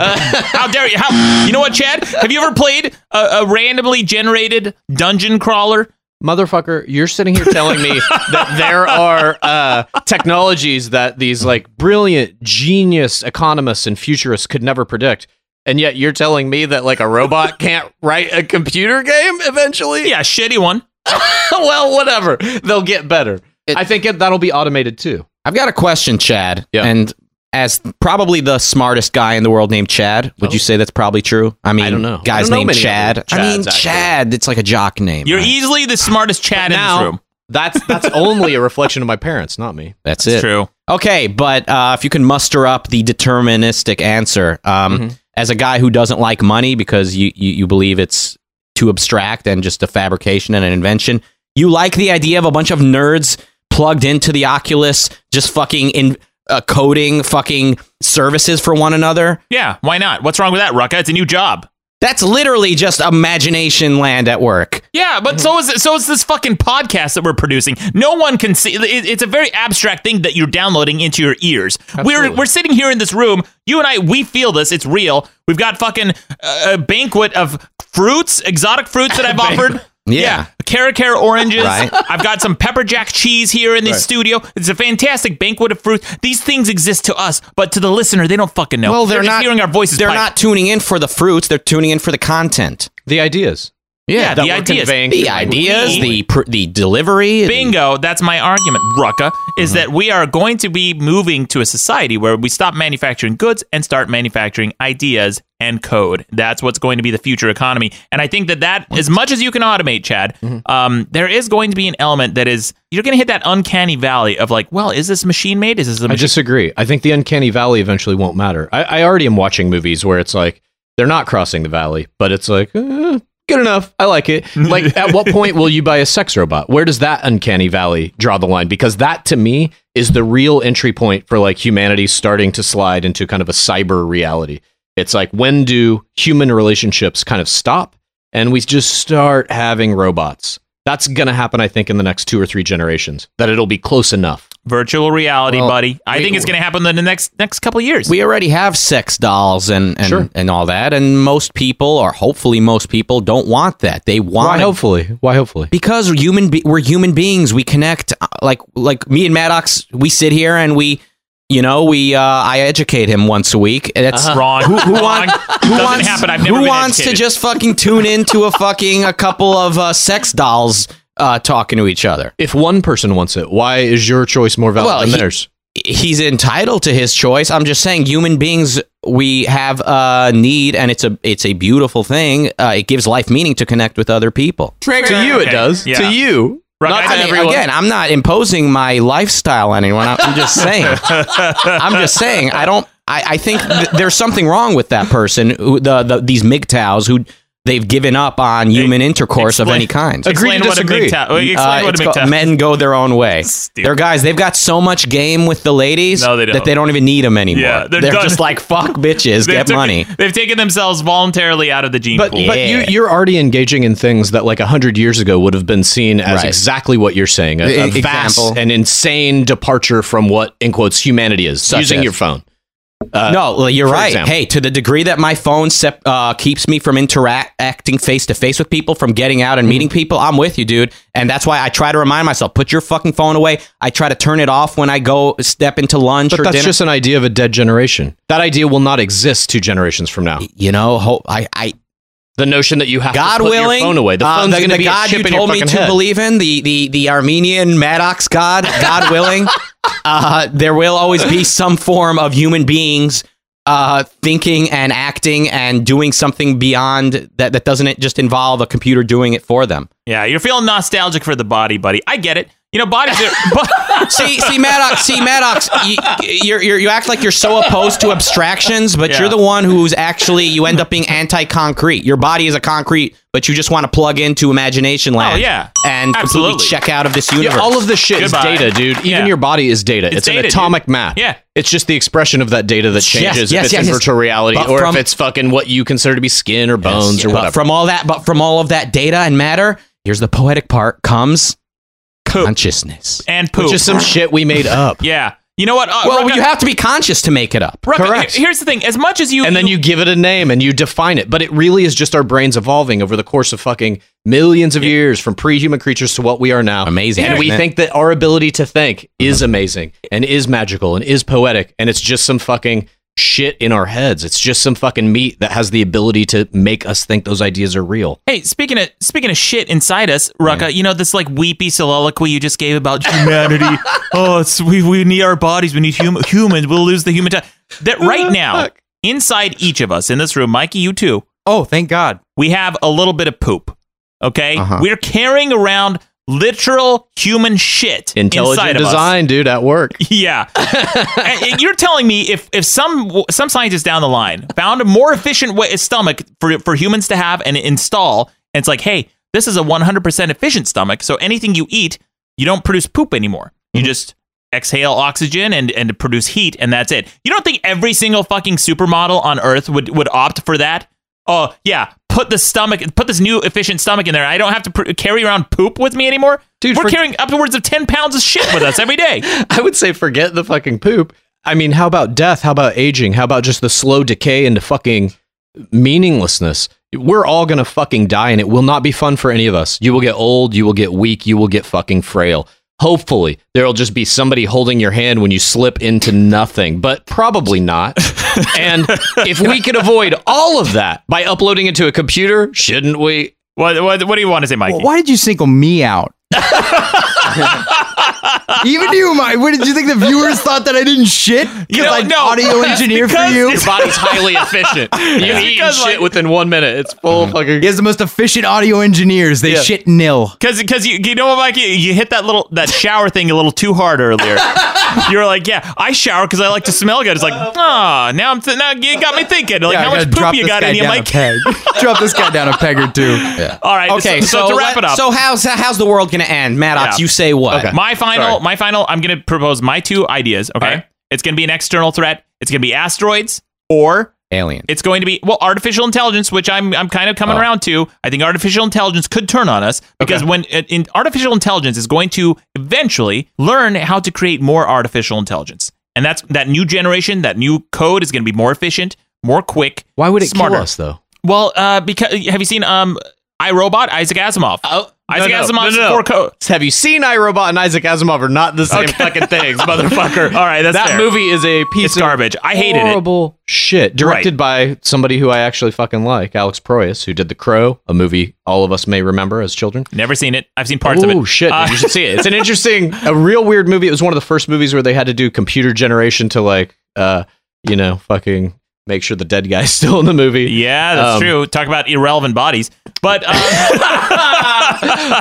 [SPEAKER 1] how dare you? How you know what, Chad? Have you ever played a, a randomly generated dungeon crawler?
[SPEAKER 4] Motherfucker, you're sitting here telling me that there are uh, technologies that these like brilliant genius economists and futurists could never predict and yet you're telling me that like a robot can't write a computer game eventually
[SPEAKER 1] yeah shitty one
[SPEAKER 4] well whatever they'll get better i think it, that'll be automated too
[SPEAKER 3] I've got a question, Chad. And as probably the smartest guy in the world named Chad, would you say that's probably true? I mean,
[SPEAKER 4] don't know. Oh. I
[SPEAKER 3] guys
[SPEAKER 4] don't know
[SPEAKER 3] named
[SPEAKER 4] many other
[SPEAKER 3] Chad. I mean,
[SPEAKER 4] Chads, actually.
[SPEAKER 3] Chad. It's like a jock name.
[SPEAKER 1] You're
[SPEAKER 3] right?
[SPEAKER 1] easily the smartest Chad in this room.
[SPEAKER 4] That's that's only a reflection of my parents, not me.
[SPEAKER 3] That's, it. True. Okay, but uh, if you can muster up the deterministic answer, um,
[SPEAKER 1] Mm-hmm.
[SPEAKER 3] as a guy who doesn't like money because you, you you believe it's too abstract and just a fabrication and an invention, you like the idea of a bunch of nerds plugged into the Oculus, just fucking in uh, coding fucking services for one another.
[SPEAKER 1] Yeah, why not? What's wrong with that, Rucka? It's a new job.
[SPEAKER 3] That's literally just imagination land at work.
[SPEAKER 1] Yeah, but so is so is this fucking podcast that we're producing. No one can see. it- It's a very abstract thing that you're downloading into your ears. We're we're sitting here in this room. You and I, we feel this. It's real. We've got fucking uh, a banquet of fruits, exotic fruits that I've offered.
[SPEAKER 3] Yeah.
[SPEAKER 1] Cara Cara oranges.
[SPEAKER 3] Right.
[SPEAKER 1] I've got some pepper jack cheese here in this
[SPEAKER 3] Right.
[SPEAKER 1] studio. It's a fantastic banquet of fruit. These things exist to us, but to the listener, they don't fucking know.
[SPEAKER 3] Well, they're,
[SPEAKER 1] just
[SPEAKER 3] not
[SPEAKER 1] hearing our voices.
[SPEAKER 3] They're
[SPEAKER 1] pipe.
[SPEAKER 3] not tuning in for the fruits. They're tuning in for the content,
[SPEAKER 4] the ideas.
[SPEAKER 3] Yeah,
[SPEAKER 1] Yeah,
[SPEAKER 3] that
[SPEAKER 1] the
[SPEAKER 3] we're
[SPEAKER 1] ideas.
[SPEAKER 3] conveying The
[SPEAKER 1] through language.
[SPEAKER 3] ideas, the pr- the delivery.
[SPEAKER 1] Bingo, that's my argument, Rucka, is that we are going to be moving to a society where we stop manufacturing goods and start manufacturing ideas and code. That's what's going to be the future economy. And I think that that, as much as you can automate, Chad, um, there is going to be an element that is, you're going to hit that uncanny valley of like, well, is this machine made? Is this a
[SPEAKER 4] I
[SPEAKER 1] machine?
[SPEAKER 4] disagree. I think the uncanny valley eventually won't matter. I, I already am watching movies where it's like they're not crossing the valley, but it's like eh, good enough. I like it. Like at what point will you buy a sex robot? Where does that uncanny valley draw the line? Because that to me is the real entry point for like humanity starting to slide into kind of a cyber reality. It's like when do human relationships kind of stop and we just start having robots? That's going to happen, I think, in the next two or three generations, that it'll be close enough.
[SPEAKER 1] Virtual reality,
[SPEAKER 4] Well,
[SPEAKER 1] buddy. I
[SPEAKER 4] we-
[SPEAKER 1] think it's going to happen in the next next couple of years.
[SPEAKER 3] We already have sex dolls and and, and all that, and most people, or hopefully most people, don't want that. They want
[SPEAKER 4] Why hopefully? Why hopefully?
[SPEAKER 3] because we're human be- we're human beings. We connect uh, like like me and Maddox. We sit here and we. You know, we uh, I educate him once a week. That's
[SPEAKER 1] Uh-huh. Wrong.
[SPEAKER 3] Who, who
[SPEAKER 1] Wrong.
[SPEAKER 3] want- who
[SPEAKER 1] Doesn't
[SPEAKER 3] wants,
[SPEAKER 1] happen. I've never
[SPEAKER 3] who
[SPEAKER 1] been
[SPEAKER 3] wants to
[SPEAKER 1] educated.
[SPEAKER 3] just fucking tune into a fucking a couple of uh, sex dolls uh, talking to each other?
[SPEAKER 4] If one person wants it, why is your choice more valid than
[SPEAKER 3] he-
[SPEAKER 4] theirs?
[SPEAKER 3] He's entitled to his choice. I'm just saying, human beings, we have a need, and it's a it's a beautiful thing. Uh, it gives life meaning to connect with other people.
[SPEAKER 4] To you, it does. To you. Not
[SPEAKER 3] I
[SPEAKER 4] to
[SPEAKER 3] mean,
[SPEAKER 4] everyone.
[SPEAKER 3] Again, I'm not imposing my lifestyle on anyone. I'm- I'm just saying. I'm just saying. I don't. I, I think th- there's something wrong with that person. Who, the, the these MGTOWs who they've given up on human intercourse of any kind. Uh,
[SPEAKER 1] Explain Agree to what a disagree. MGTOW well, explain what a
[SPEAKER 3] it's called
[SPEAKER 1] MGTOW
[SPEAKER 3] men go their own way. They're guys. They've got so much game with the ladies
[SPEAKER 1] No, they don't.
[SPEAKER 3] that they don't even need them anymore.
[SPEAKER 1] Yeah,
[SPEAKER 3] they're
[SPEAKER 1] they're done.
[SPEAKER 3] just like fuck bitches,
[SPEAKER 1] They've
[SPEAKER 3] get
[SPEAKER 1] taken-
[SPEAKER 3] money.
[SPEAKER 1] They've taken themselves voluntarily out of the gene
[SPEAKER 4] But,
[SPEAKER 1] pool.
[SPEAKER 4] but you, you're already engaging in things that like 100 years ago would have been seen as
[SPEAKER 3] Right.
[SPEAKER 4] exactly what you're saying. A, a
[SPEAKER 3] E-
[SPEAKER 4] vast
[SPEAKER 3] example.
[SPEAKER 4] and insane departure from what, in quotes, humanity is.
[SPEAKER 3] Such
[SPEAKER 4] using
[SPEAKER 3] as-
[SPEAKER 4] your phone. Uh,
[SPEAKER 3] no, well, you're
[SPEAKER 4] for
[SPEAKER 3] right.
[SPEAKER 4] example.
[SPEAKER 3] Hey, to the degree that my phone sep- uh, keeps me from interacting face to face with people, from getting out
[SPEAKER 4] Mm-hmm.
[SPEAKER 3] and meeting people, I'm with you, dude. And that's why I try to remind myself: put your fucking phone away. I try to turn it off when I go step into lunch
[SPEAKER 4] But
[SPEAKER 3] or
[SPEAKER 4] that's
[SPEAKER 3] dinner.
[SPEAKER 4] just an idea of a dead generation. That idea will not exist two generations from now.
[SPEAKER 3] You know, ho- I, I,
[SPEAKER 4] the notion that you have
[SPEAKER 3] God
[SPEAKER 4] to put
[SPEAKER 3] willing,
[SPEAKER 4] your phone away. The
[SPEAKER 3] uh,
[SPEAKER 4] phone's
[SPEAKER 3] the-
[SPEAKER 4] going to
[SPEAKER 3] the
[SPEAKER 4] be
[SPEAKER 3] God
[SPEAKER 4] a chip
[SPEAKER 3] you
[SPEAKER 4] in your
[SPEAKER 3] told me
[SPEAKER 4] fucking
[SPEAKER 3] to
[SPEAKER 4] head.
[SPEAKER 3] believe in, the the the Armenian Maddox God, God willing, uh, there will always be some form of human beings uh, thinking and acting and doing something beyond that. That doesn't just involve a computer doing it for them.
[SPEAKER 1] yeah, you're feeling nostalgic for the body, buddy. I get it. You know, bodies are. but-
[SPEAKER 3] see, see, Maddox, see, Maddox, you, you're, you're, you act like you're so opposed to abstractions, but you're the one who's actually, you end up being anti concrete. Your body is a concrete, but you just want to plug into imagination
[SPEAKER 1] Oh,
[SPEAKER 3] land.
[SPEAKER 1] yeah.
[SPEAKER 3] And
[SPEAKER 1] Absolutely.
[SPEAKER 3] completely check out of this
[SPEAKER 4] Yeah,
[SPEAKER 3] universe.
[SPEAKER 4] all of this shit
[SPEAKER 3] Goodbye.
[SPEAKER 4] is data, dude. Even
[SPEAKER 3] Yeah.
[SPEAKER 4] your body is data. It's,
[SPEAKER 3] It's
[SPEAKER 4] an
[SPEAKER 3] data, dude.
[SPEAKER 4] atomic map.
[SPEAKER 3] Yeah.
[SPEAKER 4] It's just the expression of that data that
[SPEAKER 3] Yes,
[SPEAKER 4] changes
[SPEAKER 3] yes,
[SPEAKER 4] if it's
[SPEAKER 3] yes,
[SPEAKER 4] in
[SPEAKER 3] yes.
[SPEAKER 4] virtual reality
[SPEAKER 3] But
[SPEAKER 4] or
[SPEAKER 3] from-
[SPEAKER 4] if it's fucking what you consider to be skin or bones or
[SPEAKER 3] But
[SPEAKER 4] whatever.
[SPEAKER 3] from all that, but from all of that data and matter, here's the poetic part comes consciousness.
[SPEAKER 1] and poop.
[SPEAKER 3] Which is some shit we made up.
[SPEAKER 1] Yeah. You know what? Uh,
[SPEAKER 3] well,
[SPEAKER 1] Rucka-
[SPEAKER 3] you have to be conscious to make it up.
[SPEAKER 1] Rucka, he- Here's the thing. As much as you
[SPEAKER 4] and then you give it a name and you define it. But it really is just our brains evolving over the course of fucking millions of years from pre-human creatures to what we are now.
[SPEAKER 3] Amazing,
[SPEAKER 4] And
[SPEAKER 3] isn't
[SPEAKER 4] we
[SPEAKER 3] it?
[SPEAKER 4] think that our ability to think is amazing and is magical and is poetic and it's just some fucking shit in our heads. It's just some fucking meat that has the ability to make us think those ideas are real.
[SPEAKER 1] Hey, speaking of speaking of shit inside us, Rucka, you know this like weepy soliloquy you just gave about humanity. oh, it's, we we need our bodies. We need hum- humans. We'll lose the human touch. That right now, inside each of us in this room, Mikey, you too.
[SPEAKER 5] Oh, thank God, Uh-huh.
[SPEAKER 1] we have a little bit of poop. Okay, we're carrying around literal human shit
[SPEAKER 4] Intelligent
[SPEAKER 1] inside of us.
[SPEAKER 4] design, dude, at work.
[SPEAKER 1] Yeah. And You're telling me if if some some scientist down the line found a more efficient way, stomach for for humans to have and install, and it's like, hey, this is a 100% efficient stomach, so anything you eat, you don't produce poop anymore. You just exhale oxygen and and produce heat, and that's it. You don't think every single fucking supermodel on Earth would would opt for that? Oh yeah, put the stomach, put this new efficient stomach in there. I don't have to pr- carry around poop with me anymore. Dude, we're carrying upwards of 10 pounds of shit with us every day.
[SPEAKER 4] I would say forget the fucking poop. I mean, how about death? How about aging? How about just the slow decay into fucking meaninglessness? We're all gonna fucking die, and it will not be fun for any of us. You will get old, you will get weak, you will get fucking frail. Hopefully, there'll just be somebody holding your hand when you slip into nothing, but probably not. and if we could avoid all of that by uploading it to a computer, shouldn't we?
[SPEAKER 1] What, what, what do you want to say, Mikey?
[SPEAKER 5] Well, why did you single me out? Even you, Mike. What did you think the viewers thought that I didn't shit?
[SPEAKER 1] You
[SPEAKER 5] Because
[SPEAKER 1] know,
[SPEAKER 5] I
[SPEAKER 1] no,
[SPEAKER 5] audio
[SPEAKER 1] that's
[SPEAKER 5] engineer for
[SPEAKER 1] because
[SPEAKER 5] you.
[SPEAKER 1] your body's highly efficient.
[SPEAKER 4] You
[SPEAKER 1] Yeah.
[SPEAKER 4] eat
[SPEAKER 1] Because,
[SPEAKER 4] shit
[SPEAKER 1] like-
[SPEAKER 4] within one minute. It's full fucking.
[SPEAKER 5] Mhm. He has the most efficient audio engineers. They
[SPEAKER 1] Yeah.
[SPEAKER 5] shit nil.
[SPEAKER 1] Because because you you know what, Mikey, you hit that little that shower thing a little too hard earlier. you were like, yeah, I shower because I like to smell good. It's like,
[SPEAKER 4] Uh,
[SPEAKER 1] ah, now I'm th- now you got me thinking. Like,
[SPEAKER 5] Yeah, I
[SPEAKER 1] how
[SPEAKER 5] gotta
[SPEAKER 1] much
[SPEAKER 5] drop
[SPEAKER 1] poop you
[SPEAKER 5] this
[SPEAKER 1] got
[SPEAKER 5] guy
[SPEAKER 1] in you,
[SPEAKER 5] down a
[SPEAKER 1] Mike?
[SPEAKER 5] peg. drop this guy down a peg or two.
[SPEAKER 1] All right.
[SPEAKER 3] Okay,
[SPEAKER 1] So, so, to wrap
[SPEAKER 3] let-
[SPEAKER 1] it up.
[SPEAKER 3] So how's how's the world gonna end, Maddox?
[SPEAKER 1] Yeah.
[SPEAKER 3] You say what?
[SPEAKER 1] My final,
[SPEAKER 3] Sorry.
[SPEAKER 1] my final. I'm going to propose my two ideas. Okay, it's going to be an external threat. It's going to be asteroids or
[SPEAKER 3] alien.
[SPEAKER 1] It's going to be well artificial intelligence, which I'm I'm kind of
[SPEAKER 4] Oh.
[SPEAKER 1] coming around to. I think artificial intelligence could turn on us because when in- in artificial intelligence is going to eventually learn how to create more artificial intelligence, and that's that new generation, that new code is going to be more efficient, more quick.
[SPEAKER 4] Why would it
[SPEAKER 1] smarter.
[SPEAKER 4] kill us though?
[SPEAKER 1] Well, uh, because have you seen um, iRobot, Isaac Asimov? Oh, Isaac
[SPEAKER 4] No, no,
[SPEAKER 1] Asimov's
[SPEAKER 4] no, no, no.
[SPEAKER 1] four code.
[SPEAKER 4] Have you seen iRobot and Isaac Asimov are not the same fucking things, motherfucker?
[SPEAKER 1] All right, that's
[SPEAKER 4] that
[SPEAKER 1] fair.
[SPEAKER 4] movie is a piece
[SPEAKER 1] It's
[SPEAKER 4] of
[SPEAKER 1] garbage. I hated it.
[SPEAKER 4] horrible shit. Directed by somebody who I actually fucking like, Alex Proyas, who did The Crow, a movie all of us may remember as children.
[SPEAKER 1] Never seen it. I've seen parts of it.
[SPEAKER 4] Oh shit! dude,
[SPEAKER 1] Uh,
[SPEAKER 4] you should see it. It's an interesting, a real weird movie. It was one of the first movies where they had to do computer generation to like, uh, you know, fucking make sure the dead guy's still in the movie.
[SPEAKER 1] Yeah, that's
[SPEAKER 4] Um,
[SPEAKER 1] true. Talk about irrelevant bodies. But um,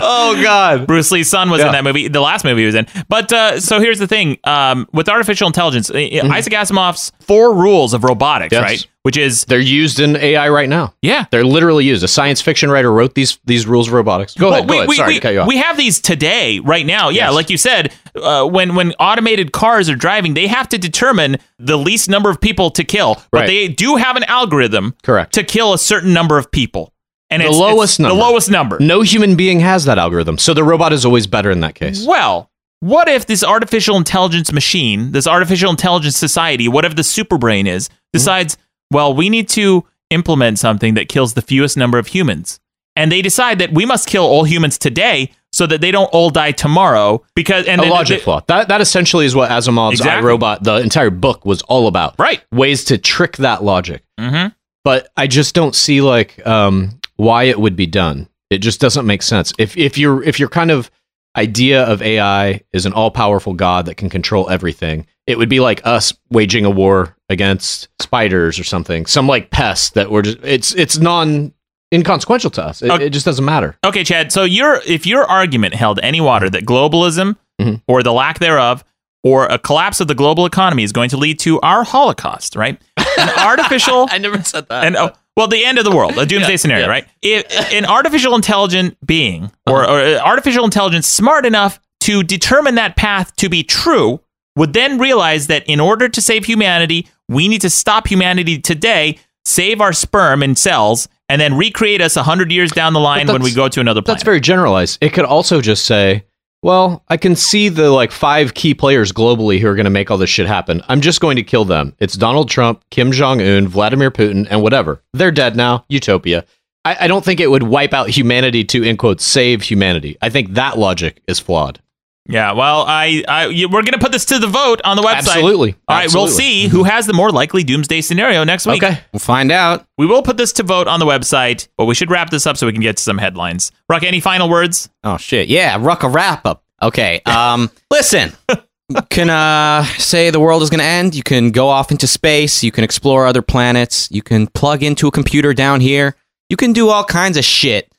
[SPEAKER 4] oh god,
[SPEAKER 1] Bruce Lee's son was
[SPEAKER 4] Yeah.
[SPEAKER 1] in that movie. The last movie he was in. But uh, so here's the thing: um, with artificial intelligence, uh, Isaac Asimov's four rules of robotics,
[SPEAKER 4] Mm-hmm. Yes.
[SPEAKER 1] right? Which is
[SPEAKER 4] they're used in AI right now.
[SPEAKER 1] Yeah,
[SPEAKER 4] they're literally used. A science fiction writer wrote these these rules of robotics. Go
[SPEAKER 1] Well,
[SPEAKER 4] ahead. go ahead. Sorry
[SPEAKER 1] we,
[SPEAKER 4] to cut you off.
[SPEAKER 1] we have these today, right now. Yeah, like you said, uh, when when automated cars are driving, they have to determine the least number of people to kill, but
[SPEAKER 4] Right.
[SPEAKER 1] they do have an algorithm,
[SPEAKER 4] correct,
[SPEAKER 1] to kill a certain number of people, and
[SPEAKER 4] the
[SPEAKER 1] it's, it's
[SPEAKER 4] lowest number.
[SPEAKER 1] The lowest number.
[SPEAKER 4] No human being has that algorithm, so the robot is always better in that case.
[SPEAKER 1] Well, what if this artificial intelligence machine, this artificial intelligence society, whatever the superbrain is,
[SPEAKER 4] Hmm?
[SPEAKER 1] decides, well, we need to implement something that kills the fewest number of humans. And they decide that we must kill all humans today so that they don't all die tomorrow because and
[SPEAKER 4] a
[SPEAKER 1] then
[SPEAKER 4] logic
[SPEAKER 1] they-
[SPEAKER 4] flaw. That that essentially is what Asimov's
[SPEAKER 1] Exactly.
[SPEAKER 4] iRobot, the entire book, was all about.
[SPEAKER 1] Right.
[SPEAKER 4] Ways to trick that logic.
[SPEAKER 1] Mhm.
[SPEAKER 4] But I just don't see like um, why it would be done. It just doesn't make sense. If if your if your kind of idea of AI is an all powerful god that can control everything, it would be like us waging a war against spiders or something, some like pest that we're just it's it's non inconsequential to us. It, it just doesn't matter.
[SPEAKER 1] Okay, Chad. So your if your argument held any water that globalism
[SPEAKER 3] Mm-hmm.
[SPEAKER 1] or the lack thereof or a collapse of the global economy is going to lead to our Holocaust, right? An artificial. I
[SPEAKER 3] never said that.
[SPEAKER 1] And oh, well, the end of the world, a doomsday
[SPEAKER 3] Yeah,
[SPEAKER 1] scenario,
[SPEAKER 3] yeah.
[SPEAKER 1] right? If, an artificial intelligent being or,
[SPEAKER 3] Uh-huh.
[SPEAKER 1] or uh, artificial intelligence smart enough to determine that path to be true would then realize that in order to save humanity, we need to stop humanity today, save our sperm and cells, and then recreate us 100 years down the line when
[SPEAKER 4] that's-
[SPEAKER 1] we go to another planet.
[SPEAKER 4] That's very generalized. It could also just say, well, I can see the like five key players globally who are going to make all this shit happen. I'm just going to kill them. It's Donald Trump, Kim Jong Un, Vladimir Putin, and whatever. They're dead now. Utopia. I, I don't think it would wipe out humanity to, in quotes, save humanity. I think that logic is flawed.
[SPEAKER 1] Yeah, well, I, I you- we're going to put this to the vote on the website.
[SPEAKER 4] Absolutely.
[SPEAKER 1] All right, we'll
[SPEAKER 4] Absolutely.
[SPEAKER 1] see who has the more likely doomsday scenario next week.
[SPEAKER 4] Okay.
[SPEAKER 3] We'll find out.
[SPEAKER 1] We will put this to vote on the website, but we should wrap this up so we can get to some headlines. Rock, any final words?
[SPEAKER 3] Oh shit! Yeah, ruck a wrap up. Okay. Um, listen. You can uh, say the world is going to end. You can go off into space. You can explore other planets. You can plug into a computer down here. You can do all kinds of shit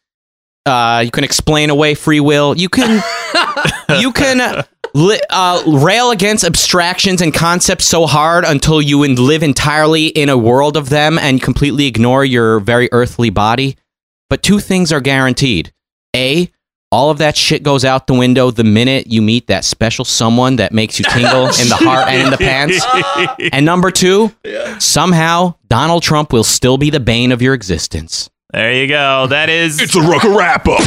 [SPEAKER 3] Uh, you can explain away free will. You can you can li- uh, rail against abstractions and concepts so hard until you en- live entirely in a world of them and completely ignore your very earthly body. But two things are guaranteed: a all of that shit goes out the window the minute you meet that special someone that makes you tingle in the heart and in the pants. And number two, somehow Donald Trump will still be the bane of your existence.
[SPEAKER 1] There you go. That is. It's
[SPEAKER 14] a Rucka wrap up.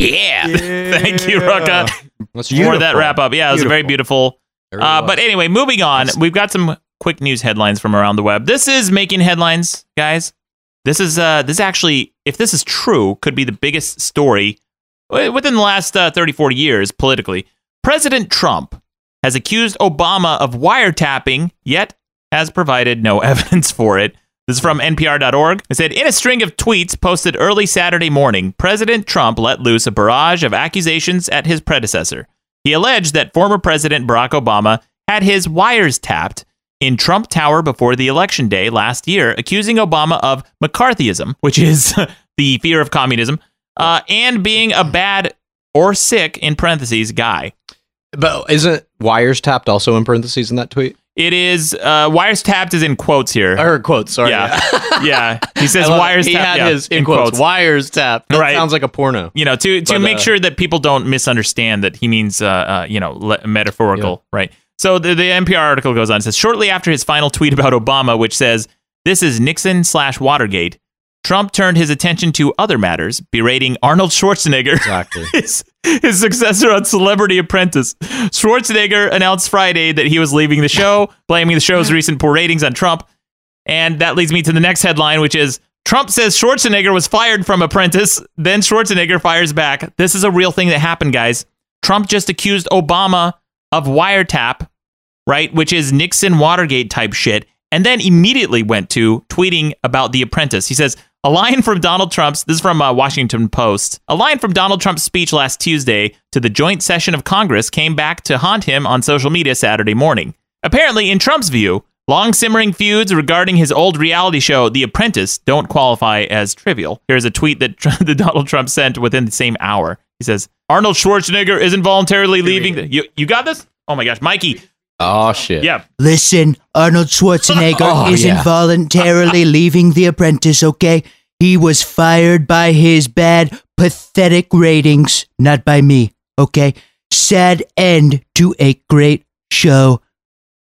[SPEAKER 1] Yeah. Thank you, Rucka.
[SPEAKER 14] That's
[SPEAKER 1] for that
[SPEAKER 14] beautiful.
[SPEAKER 1] wrap up. Yeah, it was very beautiful. Uh, but anyway, moving on. We've got some quick news headlines from around the web. This is making headlines, guys. This is uh, this actually, if this is true, could be the biggest story wi- within the last uh, 30, 40 years politically. President Trump has accused Obama of wiretapping, yet has provided no evidence for it. This is from NPR.org. It said, in a string of tweets posted early Saturday morning, President Trump let loose a barrage of accusations at his predecessor. He alleged that former President Barack Obama had his wires tapped in Trump Tower before the election day last year, accusing Obama of McCarthyism, which is the fear of communism, uh, and being a bad or sick, in parentheses, guy.
[SPEAKER 4] But isn't Uh, wires tapped also in parentheses in that tweet?
[SPEAKER 1] It is uh, wires tapped is in quotes here. I
[SPEAKER 4] heard quotes. Sorry.
[SPEAKER 1] Yeah, yeah. He says
[SPEAKER 4] I love-
[SPEAKER 1] wires
[SPEAKER 4] he
[SPEAKER 1] tapped.
[SPEAKER 4] had
[SPEAKER 1] yeah,
[SPEAKER 4] his in quotes, wires tapped. That
[SPEAKER 1] right.
[SPEAKER 4] sounds like a porno.
[SPEAKER 1] You know, to to
[SPEAKER 4] But,
[SPEAKER 1] make
[SPEAKER 4] uh,
[SPEAKER 1] sure that people don't misunderstand that he means, uh, uh, you know, le- metaphorical, right? So the, the NPR article goes on. It says shortly after his final tweet about Obama, which says this is Nixon slash Watergate. Trump turned his attention to other matters, berating Arnold Schwarzenegger,
[SPEAKER 4] exactly.
[SPEAKER 1] his, his successor on Celebrity Apprentice. Schwarzenegger announced Friday that he was leaving the show, blaming the show's recent poor ratings on Trump. And that leads me to the next headline, which is Trump says Schwarzenegger was fired from Apprentice, then Schwarzenegger fires back. This is a real thing that happened, guys. Trump just accused Obama of wiretap, right? Which is Nixon Watergate type shit. And then immediately went to tweeting about The Apprentice. He says, a line from Donald Trump's, this is from uh, Washington Post, a line from Donald Trump's speech last Tuesday to the joint session of Congress came back to haunt him on social media Saturday morning. Apparently, in Trump's view, Long simmering feuds regarding his old reality show, The Apprentice, don't qualify as trivial. Here's a tweet that, that Donald Trump sent within the same hour. He says, Arnold Schwarzenegger is involuntarily leaving. The- you, you got this? Oh my gosh, Mikey.
[SPEAKER 3] Oh shit.
[SPEAKER 1] Yeah.
[SPEAKER 15] Listen, Arnold Schwarzenegger
[SPEAKER 1] Oh,
[SPEAKER 15] isn't
[SPEAKER 1] yeah.
[SPEAKER 15] voluntarily leaving The Apprentice, okay? He was fired by his bad, pathetic ratings, not by me, okay? Sad end to a great show.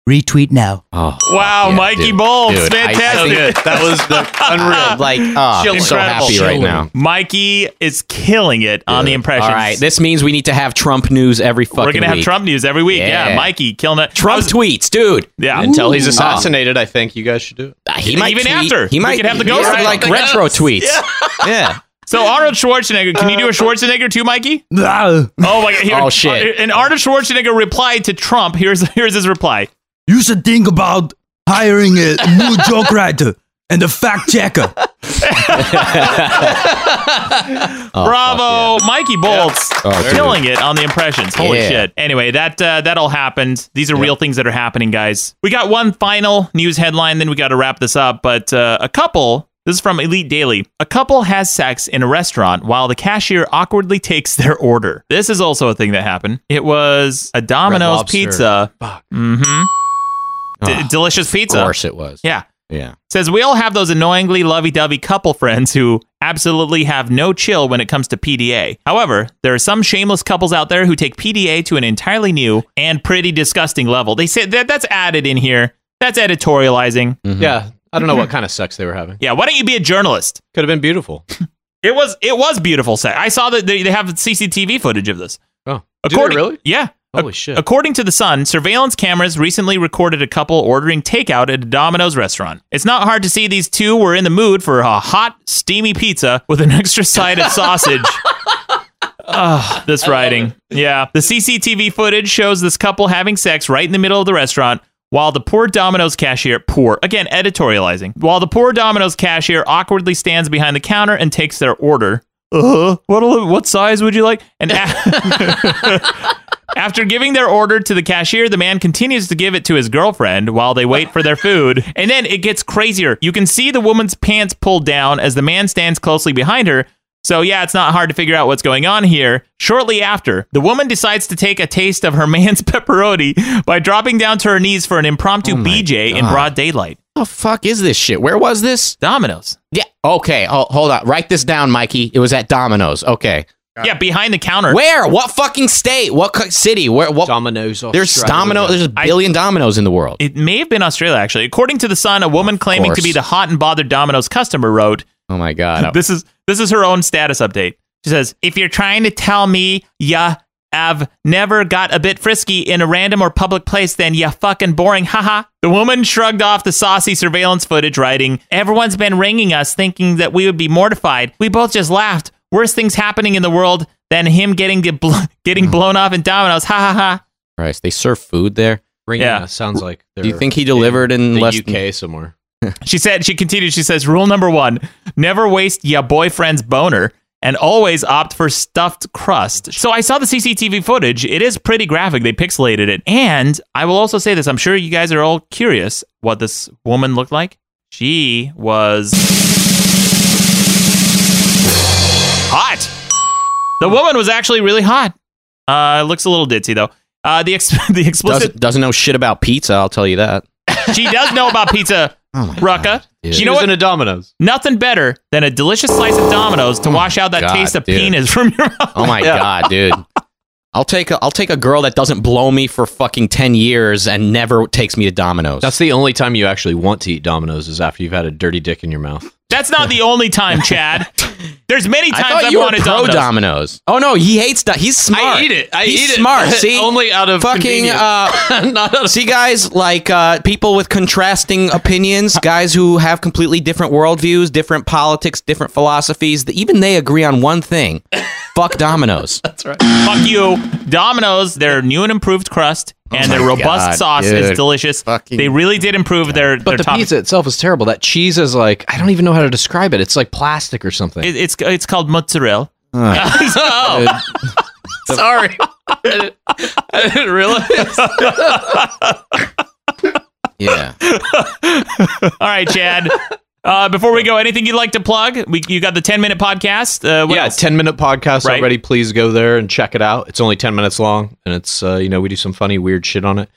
[SPEAKER 15] Retweet now.
[SPEAKER 3] Oh.
[SPEAKER 1] Wow, Mikey Bulbs.
[SPEAKER 15] Dude, I-
[SPEAKER 1] fantastic.
[SPEAKER 15] I think- That was the- unreal.
[SPEAKER 3] Like, ah,
[SPEAKER 1] Chilling.
[SPEAKER 3] so happy right now.
[SPEAKER 1] Mikey is killing it on the impressions.
[SPEAKER 3] All right, this means we need to have Trump news every fucking.
[SPEAKER 1] We're going to have
[SPEAKER 3] week.
[SPEAKER 1] Trump news every week. Yeah,
[SPEAKER 3] Yeah.
[SPEAKER 1] Mikey killing it.
[SPEAKER 3] Trump tweets, dude.
[SPEAKER 1] Yeah. Uh,
[SPEAKER 4] Until he's assassinated, I think you guys should do it.
[SPEAKER 3] he might
[SPEAKER 1] Even
[SPEAKER 3] tweet-
[SPEAKER 1] after.
[SPEAKER 3] he
[SPEAKER 1] We
[SPEAKER 3] might
[SPEAKER 1] could have the ghost
[SPEAKER 3] yeah,
[SPEAKER 1] of
[SPEAKER 3] like
[SPEAKER 1] something
[SPEAKER 3] retro
[SPEAKER 1] else.
[SPEAKER 3] tweets.
[SPEAKER 1] Yeah.
[SPEAKER 3] yeah.
[SPEAKER 1] So Arnold Schwarzenegger, can you do a Schwarzenegger too, Mikey?
[SPEAKER 15] No.
[SPEAKER 1] Oh my god. Here,
[SPEAKER 15] Oh, shit.
[SPEAKER 1] And Arnold Schwarzenegger replied to Trump. Here's here's his reply.
[SPEAKER 15] You should think about hiring a new joke writer and a fact checker.
[SPEAKER 1] Bravo, Mikey Bolts,
[SPEAKER 15] Oh, dude.
[SPEAKER 1] killing it on the impressions. Holy
[SPEAKER 15] Yeah.
[SPEAKER 1] shit! Anyway, that uh, that all happened. These are real things that are happening, guys. We got one final news headline, then we got to wrap this up. But uh, a couple. This is from Elite Daily. A couple has sex in a restaurant while the cashier awkwardly takes their order. This is also a thing that happened. It was a Domino's
[SPEAKER 3] Lobster.
[SPEAKER 1] pizza. Mm-hmm. D-
[SPEAKER 3] Ah,
[SPEAKER 1] delicious pizza.
[SPEAKER 3] Of course it was.
[SPEAKER 1] Yeah.
[SPEAKER 3] Yeah.
[SPEAKER 1] Says we all have those annoyingly lovey-dovey couple friends who absolutely have no chill when it comes to PDA. However, there are some shameless couples out there who take PDA to an entirely new and pretty disgusting level. They say that that's added in here. That's editorializing.
[SPEAKER 4] Yeah. I don't know what kind of sex they were having.
[SPEAKER 1] Yeah, why don't you be a journalist?
[SPEAKER 4] Could have been beautiful.
[SPEAKER 1] it was it was beautiful sex. I saw that they, they have CCTV footage of this. Oh.
[SPEAKER 4] Oh, Do they
[SPEAKER 1] according,
[SPEAKER 4] really?
[SPEAKER 1] Yeah.
[SPEAKER 4] Holy
[SPEAKER 1] Ac-
[SPEAKER 4] shit.
[SPEAKER 1] According to The Sun, surveillance cameras recently recorded a couple ordering takeout at a Domino's restaurant. It's not hard to see these two were in the mood for a hot, steamy pizza with an extra side of sausage. Ugh, this writing. Yeah. The CCTV footage shows this couple having sex right in the middle of the restaurant while the poor Domino's cashier, poor, again, editorializing, while the poor Domino's cashier awkwardly stands behind the counter and takes their order. Uh, what, a- what size would you like? And a- after giving their order to the cashier, the man continues to give it to his girlfriend while they wait for their food. And then it gets crazier. You can see the woman's pants pulled down as the man stands closely behind her, So, yeah, it's not hard to figure out what's going on here. Shortly after, the woman decides to take a taste of her man's pepperoni by dropping down to her knees for an impromptu BJ in
[SPEAKER 3] Oh God.
[SPEAKER 1] broad daylight.
[SPEAKER 3] the fuck is this shit? Where was this?
[SPEAKER 1] Domino's.
[SPEAKER 3] Yeah. Okay. Ho- hold on. Write this down, Mikey. It was at Domino's. Okay.
[SPEAKER 1] Yeah, behind the counter.
[SPEAKER 3] Where? What fucking state? What co- city? Where? What?
[SPEAKER 4] Domino's.
[SPEAKER 1] Oh,
[SPEAKER 3] There's Domino. There's a billion Domino's in the world.
[SPEAKER 1] It may have been Australia, actually. According to the Sun, a woman claiming to
[SPEAKER 3] course.
[SPEAKER 1] be the hot and bothered Domino's customer wrote,
[SPEAKER 3] Oh my god.
[SPEAKER 1] "This is this is her own status update." She says, "If you're trying to tell me ya have never got a bit frisky in a random or public place, then ya fucking boring." Haha. The woman shrugged off the saucy surveillance footage, writing, "Everyone's been ringing us, thinking that we would be mortified. We both just laughed. Worst things happening in the world than him getting get bl- getting
[SPEAKER 3] Mm-hmm.
[SPEAKER 1] blown off in Domino's. Ha ha ha."
[SPEAKER 3] Christ. They serve food there.
[SPEAKER 4] Ringing
[SPEAKER 1] Yeah.
[SPEAKER 4] us sounds like.
[SPEAKER 3] Do you
[SPEAKER 4] they're
[SPEAKER 3] think he delivered in,
[SPEAKER 4] the
[SPEAKER 3] less?
[SPEAKER 4] UK somewhere?
[SPEAKER 1] She said, she continued, she says, rule number one, never waste your boyfriend's boner and always opt for stuffed crust. So I saw the CCTV footage. It is pretty graphic. They pixelated it. And I will also say this I'm sure you guys are all curious what this woman looked like. She was hot. The woman was actually really hot. Uh, looks a little ditzy though. Uh, the ex- the explicit
[SPEAKER 3] Doesn't, doesn't know shit about pizza. I'll tell you that.
[SPEAKER 1] she does know about pizza,
[SPEAKER 3] Oh my
[SPEAKER 1] Rucka.
[SPEAKER 3] dude.
[SPEAKER 1] You know what?
[SPEAKER 4] a Domino's.
[SPEAKER 1] Nothing better than a delicious slice of Domino's to wash out that
[SPEAKER 3] Oh God,
[SPEAKER 1] taste of
[SPEAKER 3] dude.
[SPEAKER 1] penis from your mouth.
[SPEAKER 3] Oh my god, dude. I'll take a I'll take a girl that doesn't blow me for fucking ten years and never takes me to Domino's.
[SPEAKER 4] That's the only time you actually want to eat Domino's is after you've had a dirty dick in your mouth.
[SPEAKER 1] That's not the only time, Chad. There's many
[SPEAKER 3] I
[SPEAKER 1] times
[SPEAKER 3] thought
[SPEAKER 1] I've
[SPEAKER 3] you were
[SPEAKER 1] wanted
[SPEAKER 3] pro
[SPEAKER 1] Domino's.
[SPEAKER 3] Domino's. Oh no, he hates that. He's smart.
[SPEAKER 4] eat it. I
[SPEAKER 3] He's
[SPEAKER 4] eat it,
[SPEAKER 3] smart.
[SPEAKER 4] but
[SPEAKER 3] See,
[SPEAKER 4] only out of
[SPEAKER 3] fucking.
[SPEAKER 4] convenience.
[SPEAKER 3] Uh, see, guys like uh, people with contrasting opinions, guys who have completely different worldviews, different politics, different philosophies. That even they agree on one thing: fuck Domino's.
[SPEAKER 4] That's right.
[SPEAKER 1] Fuck you, Domino's. Their new and improved crust and
[SPEAKER 3] Oh my
[SPEAKER 1] their robust
[SPEAKER 3] God,
[SPEAKER 1] sauce is
[SPEAKER 3] dude.
[SPEAKER 1] delicious. they really did improve their
[SPEAKER 4] But
[SPEAKER 1] their
[SPEAKER 4] the
[SPEAKER 1] topping.
[SPEAKER 4] pizza itself is terrible. That cheese is like I don't even know how to describe it. It's like plastic or something.
[SPEAKER 1] It- it's it's called mozzarella. Oh.
[SPEAKER 4] Sorry, I didn't, I didn't realize.
[SPEAKER 3] Yeah.
[SPEAKER 1] All right, Chad. Uh, before we go, anything you'd like to plug? We, you got the 10 minute podcast. Uh, what
[SPEAKER 4] yeah,
[SPEAKER 1] else?
[SPEAKER 4] ten minute podcast
[SPEAKER 1] Right.
[SPEAKER 4] already. Please go there and check it out. It's only ten minutes long, and it's uh, you know we do some funny, weird shit on it.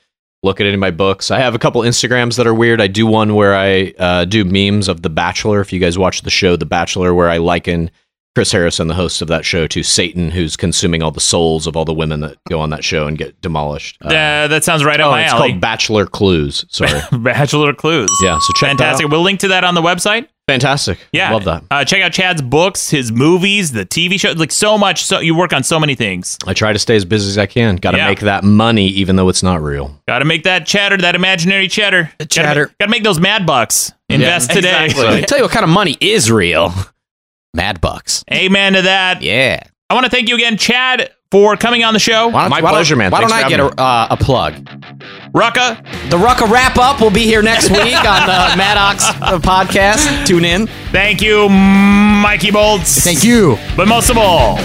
[SPEAKER 4] Look at any of my books. I have a couple Instagrams that are weird. I do one where I uh, do memes of The Bachelor. If you guys watch the show The Bachelor, where I liken Chris Harrison, the host of that show, to Satan, who's consuming all the souls of all the women that go on that show and get demolished. Uh,
[SPEAKER 1] Uh, that sounds right up
[SPEAKER 4] oh,
[SPEAKER 1] my
[SPEAKER 4] it's
[SPEAKER 1] alley.
[SPEAKER 4] called Bachelor Clues. Sorry.
[SPEAKER 1] Bachelor Clues.
[SPEAKER 4] yeah. So check
[SPEAKER 1] Fantastic.
[SPEAKER 4] That out.
[SPEAKER 1] We'll link to that on the website.
[SPEAKER 4] Fantastic.
[SPEAKER 1] Yeah.
[SPEAKER 4] Love that.
[SPEAKER 1] Uh, check out Chad's books, his movies, the TV show, like so much. So you work on so many things.
[SPEAKER 4] I try to stay as busy as I can. Got to
[SPEAKER 1] Yeah.
[SPEAKER 4] make that money, even though it's not real.
[SPEAKER 1] Got to make that chatter, that imaginary cheddar.
[SPEAKER 3] chatter.
[SPEAKER 1] Got to make those mad bucks. Invest today.
[SPEAKER 3] I tell you what kind of money is real. Mad bucks.
[SPEAKER 1] Amen to that.
[SPEAKER 3] Yeah.
[SPEAKER 1] I want to thank you again, Chad, for coming on the show.
[SPEAKER 3] Why don't-
[SPEAKER 4] My
[SPEAKER 3] why don't-
[SPEAKER 4] pleasure, man.
[SPEAKER 3] Why don't I
[SPEAKER 4] Thanks for
[SPEAKER 3] get
[SPEAKER 4] having
[SPEAKER 3] a, uh, a plug?
[SPEAKER 1] Rucka,
[SPEAKER 3] The Rucka wrap up will be here next week on the Maddox uh, podcast. Tune in.
[SPEAKER 1] thank you, Mikey Bolts.
[SPEAKER 5] Thank you.
[SPEAKER 1] But most of all,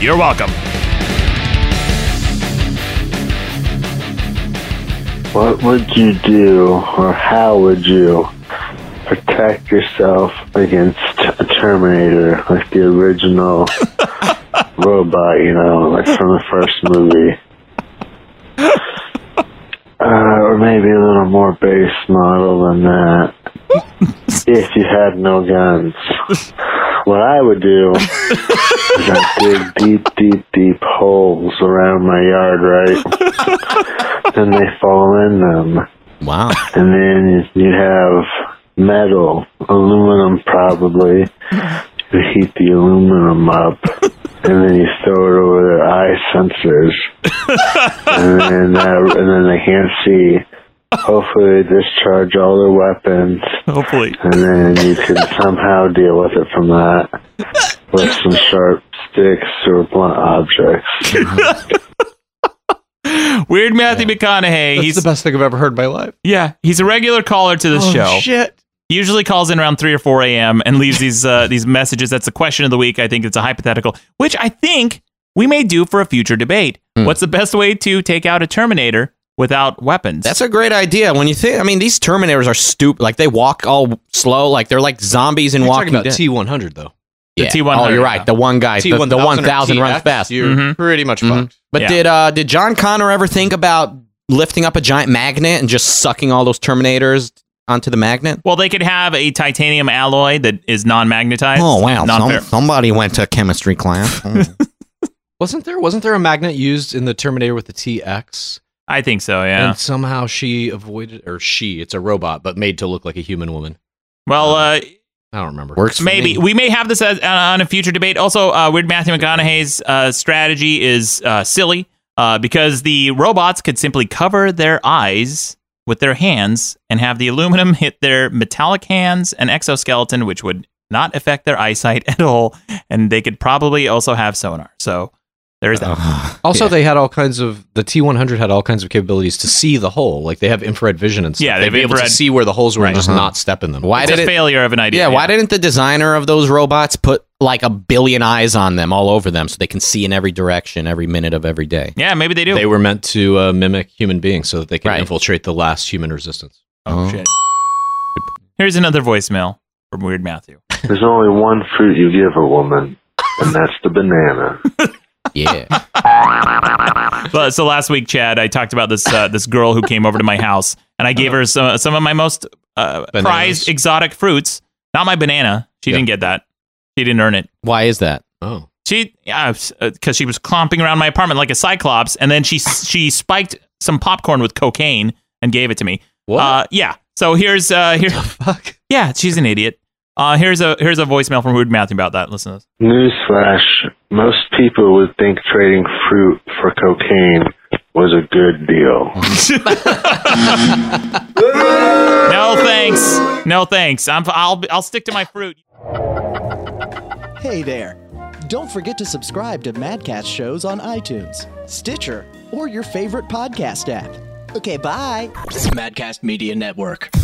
[SPEAKER 1] you're welcome.
[SPEAKER 14] What would you do, or how would you protect yourself against a Terminator, like the original robot, you know, like from the first movie? Uh, or maybe a little more base model than that. if you had no guns. What I would do is I'd dig deep, deep, deep holes around my yard, right? then they fall in them.
[SPEAKER 3] Wow.
[SPEAKER 14] And then you have metal, aluminum probably. You heat the aluminum up, and then you throw it over their eye sensors, and then that, and then they can't see. Hopefully, they discharge all their weapons,
[SPEAKER 1] Hopefully.
[SPEAKER 14] and then you can somehow deal with it from that with some sharp sticks or blunt objects.
[SPEAKER 1] Weird Matthew McConaughey.
[SPEAKER 4] That's
[SPEAKER 1] he's
[SPEAKER 4] the best thing I've ever heard in my life.
[SPEAKER 1] yeah, he's a regular caller to this show.
[SPEAKER 4] Oh, shit.
[SPEAKER 1] He usually calls in around 3 or 4 a.m. and leaves these uh, these messages. That's the question of the week. I think it's a hypothetical, which I think we may do for a future debate.
[SPEAKER 3] Hmm.
[SPEAKER 1] What's the best way to take out a Terminator without weapons?
[SPEAKER 3] That's a great idea. When you think, I mean, these Terminators are stupid. Like they walk all slow. Like they're like zombies in
[SPEAKER 4] You're
[SPEAKER 3] Walking
[SPEAKER 4] talking about
[SPEAKER 3] Dead.
[SPEAKER 4] T100 though.
[SPEAKER 1] The
[SPEAKER 3] Yeah.
[SPEAKER 1] T100.
[SPEAKER 3] Oh, you're right. The one guy, the, the 1000 runs fast.
[SPEAKER 4] You're pretty much
[SPEAKER 3] Mhm.
[SPEAKER 4] fucked.
[SPEAKER 3] But
[SPEAKER 4] Yeah.
[SPEAKER 3] did uh, did John Connor ever think about lifting up a giant magnet and just sucking all those Terminators onto the magnet?
[SPEAKER 1] Well, they could have a titanium alloy that is non-magnetized.
[SPEAKER 3] Oh wow!
[SPEAKER 1] not
[SPEAKER 3] Some,
[SPEAKER 1] fair.
[SPEAKER 3] somebody went to chemistry class. Hmm.
[SPEAKER 4] Wasn't there wasn't there a magnet used in the Terminator with the TX?
[SPEAKER 1] I think so. Yeah.
[SPEAKER 4] And somehow she avoided, or she, it's a robot, but made to look like a human woman.
[SPEAKER 1] Well, uh,
[SPEAKER 4] I don't remember.
[SPEAKER 1] Maybe we may have this as, uh, on a future debate. Also, uh, Weird Matthew McConaughey's uh, strategy is uh, silly uh, because the robots could simply cover their eyes with their hands and have the aluminum hit their metallic hands and exoskeleton, which would not affect their eyesight at all. And they could probably also have sonar. So there is that.
[SPEAKER 4] Also, they had all kinds of the T100 had all kinds of capabilities to see the hole. Like they have infrared vision and stuff.
[SPEAKER 1] Yeah, they
[SPEAKER 4] they'd
[SPEAKER 1] have
[SPEAKER 4] be able to
[SPEAKER 1] infrared-
[SPEAKER 4] see where the holes were
[SPEAKER 1] Right.
[SPEAKER 4] and just
[SPEAKER 1] Uh-huh.
[SPEAKER 4] not step in them.
[SPEAKER 3] Why
[SPEAKER 1] it's
[SPEAKER 3] did
[SPEAKER 1] a
[SPEAKER 3] it-
[SPEAKER 1] failure of an idea.
[SPEAKER 3] yeah, why didn't the designer of those robots put like a billion eyes on them all over them so they can see in every direction every minute of every day?
[SPEAKER 1] Yeah, maybe they do.
[SPEAKER 4] They were meant to uh, mimic human beings so that they can infiltrate the last human resistance.
[SPEAKER 1] Oh, shit. Here's another voicemail from Weird Matthew.
[SPEAKER 14] There's only one fruit you give a woman, and that's the banana.
[SPEAKER 3] Yeah.
[SPEAKER 1] But so last week, Chad, I talked about this uh, this girl who came over to my house, and I gave her some some of my most uh, prized exotic fruits. Not my banana. She didn't get that. She didn't earn it.
[SPEAKER 3] Why is that?
[SPEAKER 4] Oh,
[SPEAKER 1] She because she was clomping around my apartment like a cyclops, and then she she spiked some popcorn with cocaine and gave it to me.
[SPEAKER 4] What?
[SPEAKER 1] Uh, yeah. So here's uh here.
[SPEAKER 4] fuck.
[SPEAKER 1] Yeah, she's an idiot. Uh, here's a here's a voicemail from Rude Matthew about that. Listen to this.
[SPEAKER 14] Newsflash most people would think trading fruit for cocaine was a good deal.
[SPEAKER 1] No thanks. No thanks. I'm I'll I'll stick to my fruit.
[SPEAKER 16] Hey there! Don't forget to subscribe to Madcast shows on iTunes, Stitcher, or your favorite podcast app. Okay, bye!
[SPEAKER 2] Madcast Media Network.